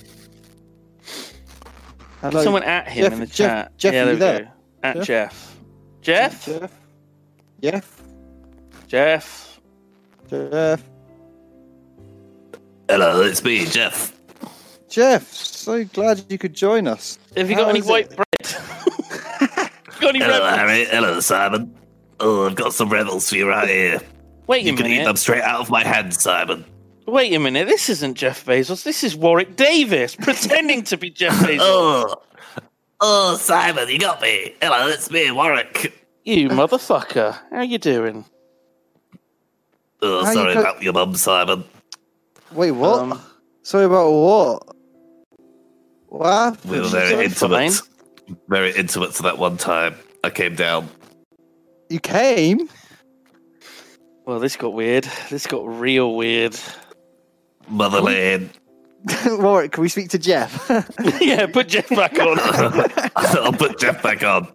Hello.
Someone at him
Jeff-
in the
Jeff-
chat.
Jeff,
yeah, there
are
we
you there?
go. At
Jeff?
Jeff. Jeff. Jeff.
Jeff. Jeff. Jeff.
Hello, it's me, Jeff.
Jeff, so glad you could join us.
Have you
How
got any
is
white
it?
bread? got any
Hello,
bread?
Harry. Hello, Simon. Oh, I've got some rebels for you right here.
Wait
You
a
can eat them
minute.
straight out of my hand, Simon.
Wait a minute. This isn't Jeff Bezos. This is Warwick Davis pretending to be Jeff Bezos.
Oh, oh, Simon, you got me. Hello, it's me, Warwick.
You motherfucker. How you doing?
Oh,
How you
sorry
co-
about your mum, Simon.
Wait, what?
Um,
Sorry about what? What?
We were very
It's all
intimate. Very intimate to that one time. I came down.
You came?
Well, this got weird. This got real weird.
Mother Lane.
Warwick, can we speak to Jeff?
yeah, put Jeff back on.
I'll put Jeff back on.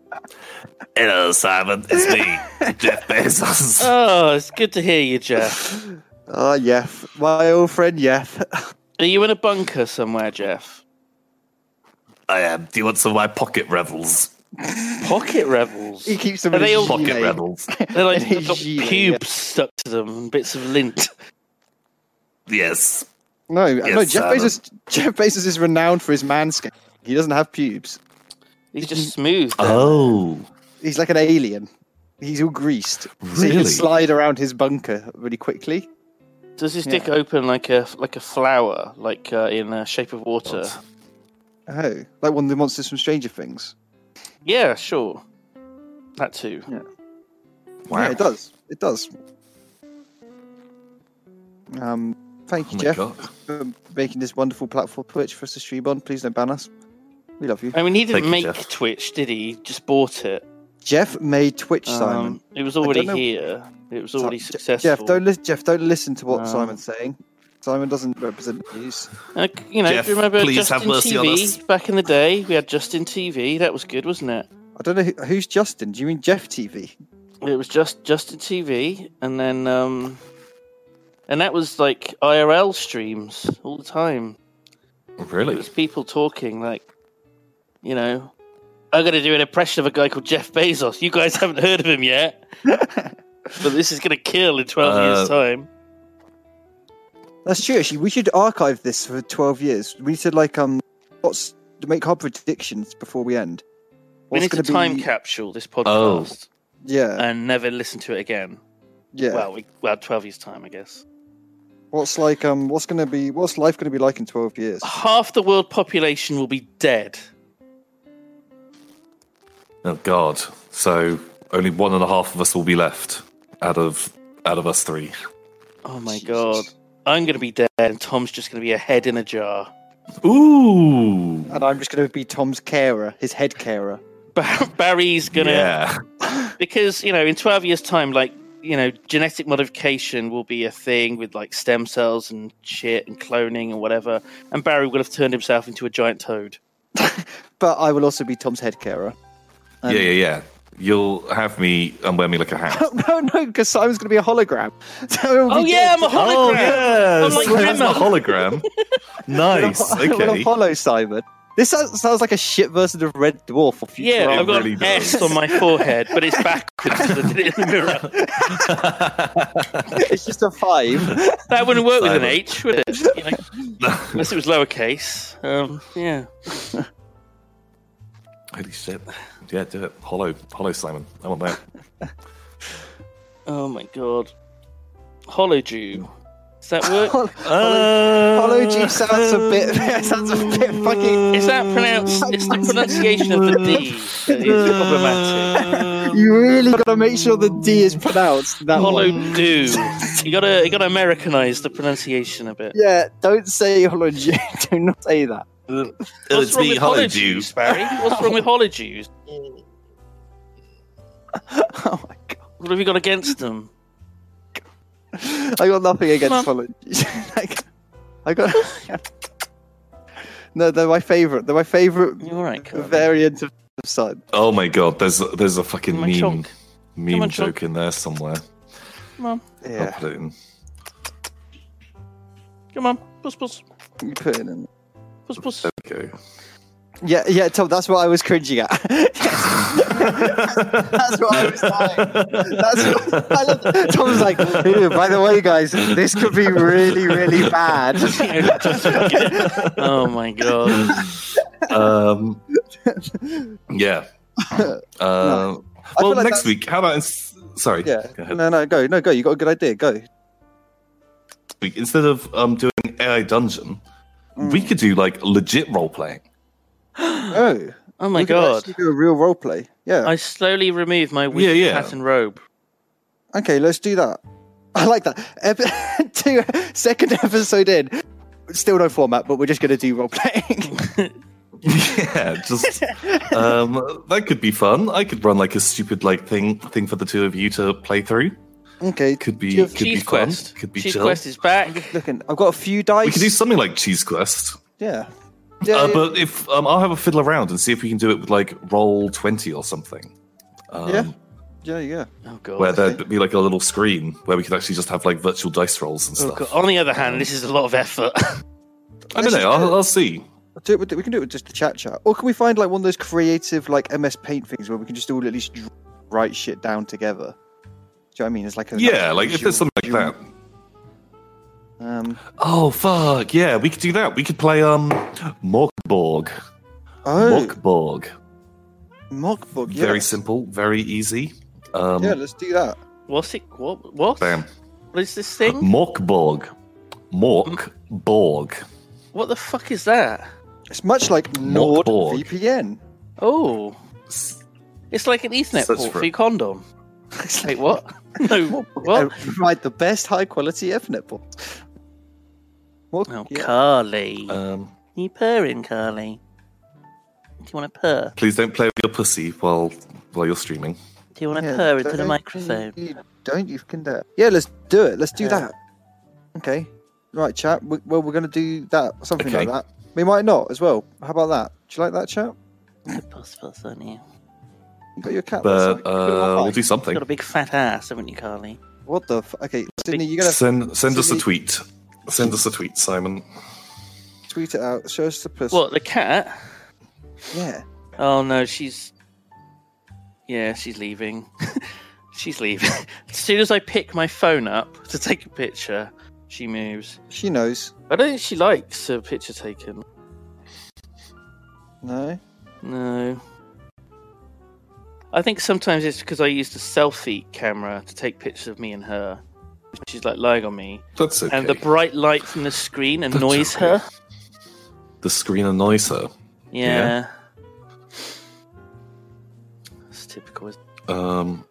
Hello, Simon. It's me, Jeff Bezos.
oh, it's good to hear you, Jeff.
Ah, Yef. My old friend Yef.
Are you in a bunker somewhere, Jeff?
I am. Do you want some of my pocket revels?
Pocket rebels.
he keeps them
Are
in
they
his
all
Pocket
gilet.
revels.
They're like
Any
they've got
gilet,
pubes stuck to them and bits of lint.
Yes.
No, no.
Yes,
Jeff
Simon.
Bezos. Jeff Bezos is renowned for his manscaping. He doesn't have pubes.
He's just smooth.
Uh,
Oh.
He's like an alien. He's all greased. So he can
Really?
slide around his bunker really quickly.
Does his dick open like a like a flower, like uh, in uh, Shape of Water?
Oh, like one of the monsters from Stranger Things.
Yeah, sure. That too.
Wow.
Yeah, it does. It does. Um, thank
Oh
you,
my
Jeff,
God.
for making this wonderful platform Twitch for us to stream on. Please don't ban us. We love you.
I mean, he
Thank
didn't
you,
make
Jeff.
Twitch, did he? He just bought it.
Jeff made Twitch, Simon.
Um, it was
don't
already
know-
here. It was already
Si-
successful.
Jeff, don't li- Jeff, don't listen to what
Um,
Simon's saying. Simon doesn't represent the news.
Uh, you know,
Jeff,
do you remember
please
Justin
have mercy on
TV
us.
back in the day? We had Justin TV. That was good, wasn't it?
I don't know who, who's Justin. Do you mean Jeff TV?
It was just Justin TV, and then um, and that was like IRL streams all the time. It
Oh, Really?
was people talking like, you know, I'm going to do an impression of a guy called Jeff Bezos. You guys haven't heard of him yet, but this is going to kill in 12 years'
Uh,
time.
That's true. Actually, we should archive this for twelve years. We need to like um, what's to make our predictions before we end.
We
What's
need to
gonna
time
be-
capsule this
Oh.
podcast
Yeah,
and never listen to it again.
yeah.
Well, we, well, 12 years' time, I guess.
What's like um what's gonna be what's life gonna be like in twelve years?
half the world population will be dead.
Oh God. So only one and a half of us will be left out of out of us three.
Oh my god. I'm going to be dead, and Tom's just going to be a head in a jar.
Ooh.
And I'm just gonna be Tom's carer, his head carer.
Bar- Barry's going to.
Yeah.
Because, you know, in 12 years' time, like, you know, genetic modification will be a thing with like stem cells and shit and cloning and whatever. And Barry will have turned himself into a giant toad.
But I will also be Tom's head carer.
yeah, yeah, yeah. You'll have me and wear me like a hat.
no, no, because Simon's gonna be a hologram. So
Oh, yeah, I'm a hologram.
Oh yeah,
I'm like
so that's
Grimmer.
a hologram. nice.
We'll
Okay.
follow Simon. This sounds, sounds like a shit version of Red Dwarf or Futurama.
Yeah, I've got
really
an
does.
S on my forehead, but it's backwards 'cause I did it in the mirror.
it's just a five.
That wouldn't work with an
Simon.
H, would it? You know, unless it was lowercase. Um, yeah.
Holy shit. Yeah, do it. Hollow, hollow, Simon. I want that.
Oh my god. Hollow Jew. Does that work?
Uh,
Follow
Uh,
G sounds a bit sounds a bit fucking
is that pronounced? It's the pronunciation of the D that is problematic.
You really gotta make sure the D is pronounced that
Hollow
one.
Jew. You gotta, you gotta Americanize the pronunciation a bit.
Yeah, don't say hollow G. Do not say that.
What's
it's
wrong
me,
with
Hollow
Hollow
Jew.
Jews, Barry? What's wrong with Hollow Jews?
Oh my god.
What have you got against them?
I got nothing against
Mum.
Holland. like, I got. no, they're my favourite. They're my favourite
You uh, all right, Carl?
variant of of sun.
Oh my god, there's a, there's a fucking
Come on,
meme
Chonk.
meme
Come on, Chonk.
joke in there somewhere.
Come on,
I'll
Yeah,
put it in.
come on, puss, puss,
you put it in.
puss, puss.
There we go.
Yeah, yeah, Tom. That's what I was cringing at. that's what I was saying. That's what, I love, Tom's like, "Ew, by the way, guys, this could be really, really bad.
oh my god!
Um, yeah. Uh,
I feel
Well,
like
next
that's-
week. How about ins- sorry?
Yeah.
Go ahead.
No, no, go, no, go. You got a good idea. Go.
Week, Instead of um, doing AI dungeon, we
Mm.
could do like legit role playing.
Oh,
Oh my
we could
god!
actually do a real role play. Yeah.
I slowly remove my weak
Yeah, yeah.
pattern robe.
Okay, let's do that. I like that. Ep- two, second episode in, still no format, but we're just going to do role playing.
yeah, just um, that could be fun. I could run like a stupid like thing thing for the two of you to play through.
okay,
Could
Do you
be
have
could be
Cheese
fun.
Quest.
Could be
Cheese
chill.
Quest is back.
looking. I've got a few dice.
We could do something like Cheese Quest.
yeah. Yeah,
Uh,
yeah,
but if um, I'll have a fiddle around and see if we can do it with like roll twenty or something. Um,
Yeah. Yeah, yeah.
Oh god.
where there'd be like a little screen where we could actually just have like virtual dice rolls and
Oh,
stuff.
God. On the other hand, this is a lot of effort.
I don't know. I'll, I'll see.
Do it with the, we can do it with just the chat chat. Or can we find like one of those creative like MS Paint things where we can just all at least dr- write shit down together? Do you know what I mean? It's like a
Yeah, like if there's something like that.
Um,
Oh fuck! Yeah, we could do that. We could play um, Morkborg.
oh,
Morkborg.
mock book. Yeah,
Very simple, very easy. Um,
yeah. Let's do that.
What's it? What? What?
bam.
What is this
Mm.
thing?
Morkborg. Morkborg.
What the fuck is that?
It's much like
Mock
Nord
board.
VPN.
Oh, it's like an Ethernet
Search
port
for
for
it.
your condom. It's like what? No, what? Oh,
I uh, provide the best high quality Ethernet port. Mock,
Oh,
yeah.
Carly,
Um,
you purring, Carly? Do you want to purr?
please don't play with your pussy while while you're streaming.
Do you want to
Yeah,
purr into the
don't
microphone?
You, don't you can do it. Yeah, let's do it. Let's do
Yeah.
that. Okay. Right, chat. We, well, we're going to do that, something
Okay.
like that. We might not as well. How about that? Do you like that, chat?
Good puss puss, aren't you?
You got your cat. that's
But
like- you've got a
uh,
lot
we'll
of-
do
You got a
something.
big fat ass, haven't you, Carly?
What the? F- okay, Sydney, you're going to
Send send us a
Sydney-
tweet. Send us a tweet, Simon.
tweet it out. Show us the puss.
What the cat?
Yeah.
Oh no, she's. Yeah, she's leaving. she's leaving. as soon as I pick my phone up to take a picture, she moves.
She knows.
I don't think she likes a picture taken.
No.
No. I think sometimes it's because I used a selfie camera to take pictures of me and her. She's like lying on me,
That's okay.
and the bright light from the screen
That's
annoys
okay.
her.
The screen annoys her.
Yeah. It's typical. isn't
Um,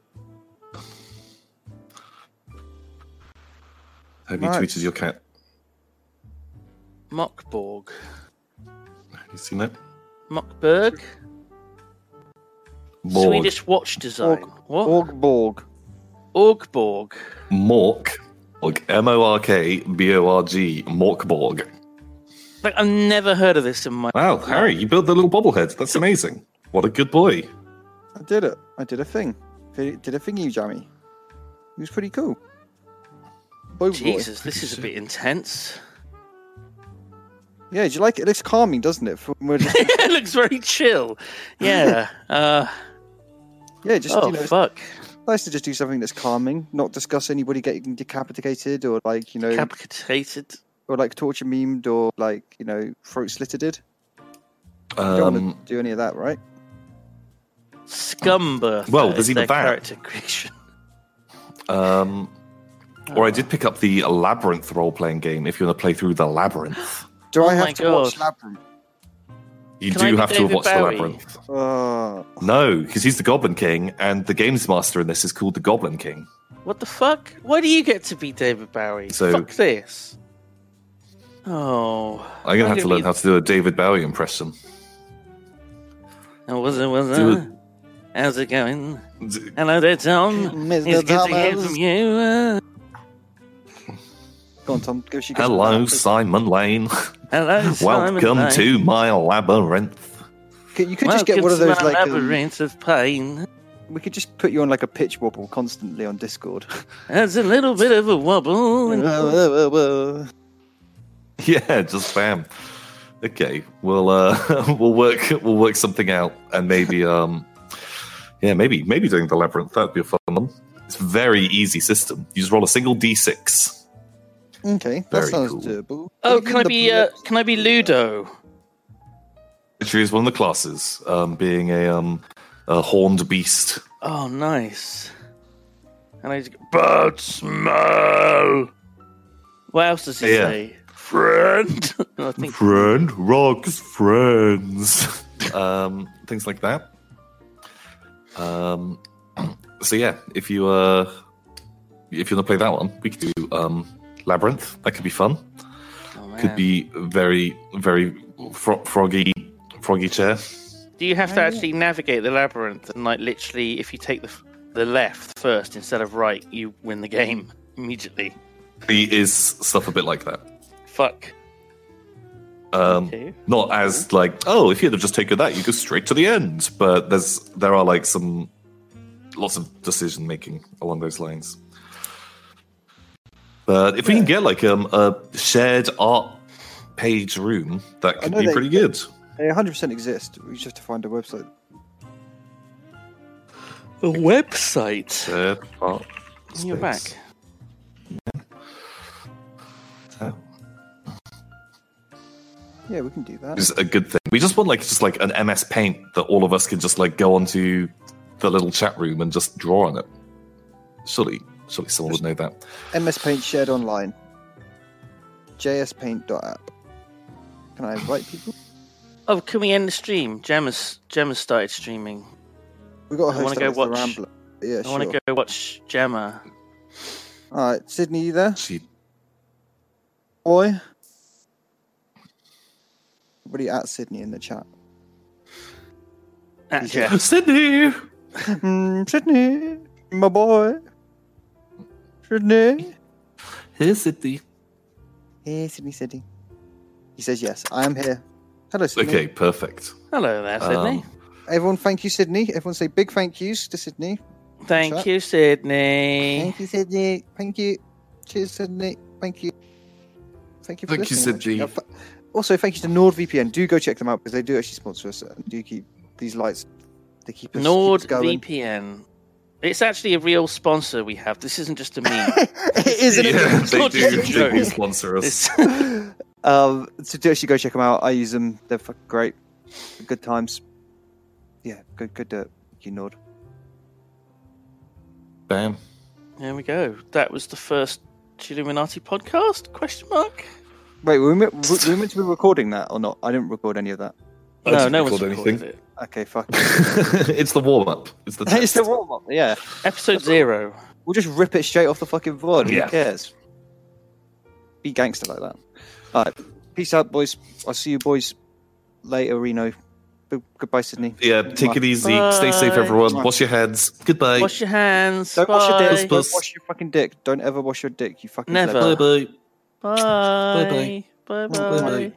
have you
Right.
tweeted your cat?
it? Mockborg.
Have you seen that?
Mockberg?
Morg.
Swedish watch design. What?
Org Borg.
Orgborg.
Mork. Mork. M O R K B O R G. Morkborg.
Like, I've never heard of this in my.
Wow, Harry, you built the little bobblehead. That's amazing. What a good boy.
I did it. I did a thing. Did did a thingy, Jammy. It was pretty cool. Boy, boy.
Jesus, this is a bit intense.
Yeah, do you like it? It looks calming, doesn't it? From where just-
it looks very chill. Yeah. Uh,
yeah, just
oh,
you know, it's
fuck.
nice to just do something that's calming, not discuss anybody getting decapitated or like you know,
Capitated.
or like torture memed or like you know, throat slitted. You don't
Um,
want to do any of that, right?
Scumbirth.
Well, there's
is
even
their
that.
character creation.
um, or I did pick up the Labyrinth role playing game if you want to play through the Labyrinth.
Do I
Oh
have
my
to watch Labyrinth?
You
Can I
do
be
have to have
David
watched the
Bowie?
Labyrinth.
Oh,
No, because he's the Goblin King, and the games master in this is called the Goblin King.
What the fuck? Why do you get to be David Bowie?
So-
fuck this. Oh.
I'm gonna
I'm
have to
gonna
learn
be-
how to do a David Bowie impression.
Now, Was it? Was it?
Do
How's it going?
D-
Hello there, Tom.
Mr.
It's good to hear
Thomas.
from you. Uh,
go on, Tom. Give us your give us your
Hello,
Labyrinth.
Simon Lane.
hello, Simon
Welcome
Lane.
to my labyrinth.
Can- You could just
Welcome
get one of
to
those
my
like. um,
labyrinth of pain.
we could just put you on like a pitch wobble constantly on Discord.
There's a little bit of a wobble.
Uh,
and-
Yeah, just bam. Okay, we'll uh, we'll work we'll work something out, and maybe um, yeah, maybe maybe doing the labyrinth that'd be a fun one. It's a very easy system. You just roll a single d6.
okay, that
Very
sounds
cool.
doable.
Oh,
Look
can
in
I
the
be? Uh, can I be Ludo?
Which is one of the classes, um, being a um, a horned beast.
Oh, nice. And I just go, bad smell. What else does he
Yeah.
say? Friend. I think
Friend rocks friends. um, things like that. Um, so yeah, if you uh, if you want to play that one, we could do um, labyrinth. That could be fun.
Oh, man.
Could be very very fro- froggy froggy chair.
Do you have to actually navigate the labyrinth and like literally, if you take the f- the left first instead of right, you win the game immediately?
It is stuff a bit like that.
Fuck.
Um,
Okay.
Not as like oh, if you'd have just taken that, you go straight to the end. But there's there are like some lots of decision making along those lines. But if we can get like um, a shared art page room, that could
know
be
they-
pretty good.
They 100% exist. We just have to find a website.
A website.
Shared art.
You're
space.
back.
Yeah, we can do that.
is a good thing. We just want like just like an MS Paint that all of us can just like go onto the little chat room and just draw on it. Surely, surely someone would know that.
MS Paint shared online. JSPaint.app. Can I invite people?
Oh, can we end the stream? Gemma's Gemma started streaming.
We've got a
I wanna
host
go
that is
watch-
the Rambler. Yeah,
I want
sure.
to go watch Gemma.
All right, Sydney, you there?
She
Boy? Everybody at Sydney in the chat.
At
Yeah.
Jeff.
Sydney.
Mm, Sydney, my boy. Sydney.
Here's Sydney.
Hey, Sydney, Sydney. He says yes. I am here. Hello, Sydney.
Okay, perfect.
Hello there, Sydney.
Um,
Everyone, thank you, Sydney. Everyone say big thank yous to Sydney.
Thank
chat.
you, Sydney.
Thank you, Sydney. Thank you. Cheers, Sydney. Thank you. Thank you for
Thank you,
listening, actually.
Sydney.
Uh, fa- Also, thank you to NordVPN. Do go check them out because they do actually sponsor us and do keep these lights. They keep us, keep us going.
NordVPN. It's actually a real sponsor we have. This isn't just a meme.
it is an
yeah, they
not
do,
just a
they do
joke.
sponsor us.
It's-
um, so do actually go check them out. I use them. They're fucking great. Good times. Yeah, good, good. Uh, you Nord.
Bam.
there we go. That was the first Illuminati podcast? Question mark?
Wait, were we, me- were we meant to be recording that or not? I didn't record any of that.
I
no,
didn't
no one's
record
recorded
anything.
it.
Okay, fuck.
it's the warm up. It's the
it's
test.
the warm up. Yeah,
Episode zero.
we'll just rip it straight off the fucking VOD.
Yeah.
Who cares? Be gangster like that. All right, peace out, boys. I'll see you, boys. Later, Reno. B- goodbye, Sydney.
yeah, take it easy. Stay safe,
Bye.
everyone. Wash your heads. Goodbye.
Wash your hands.
Don't
Bye.
wash your dick. Don't
Bye.
wash your fucking dick. Don't ever wash your dick. You fucking
Never.
pleb.
bye bye.
Bye. Bye
Bye-bye.
bye.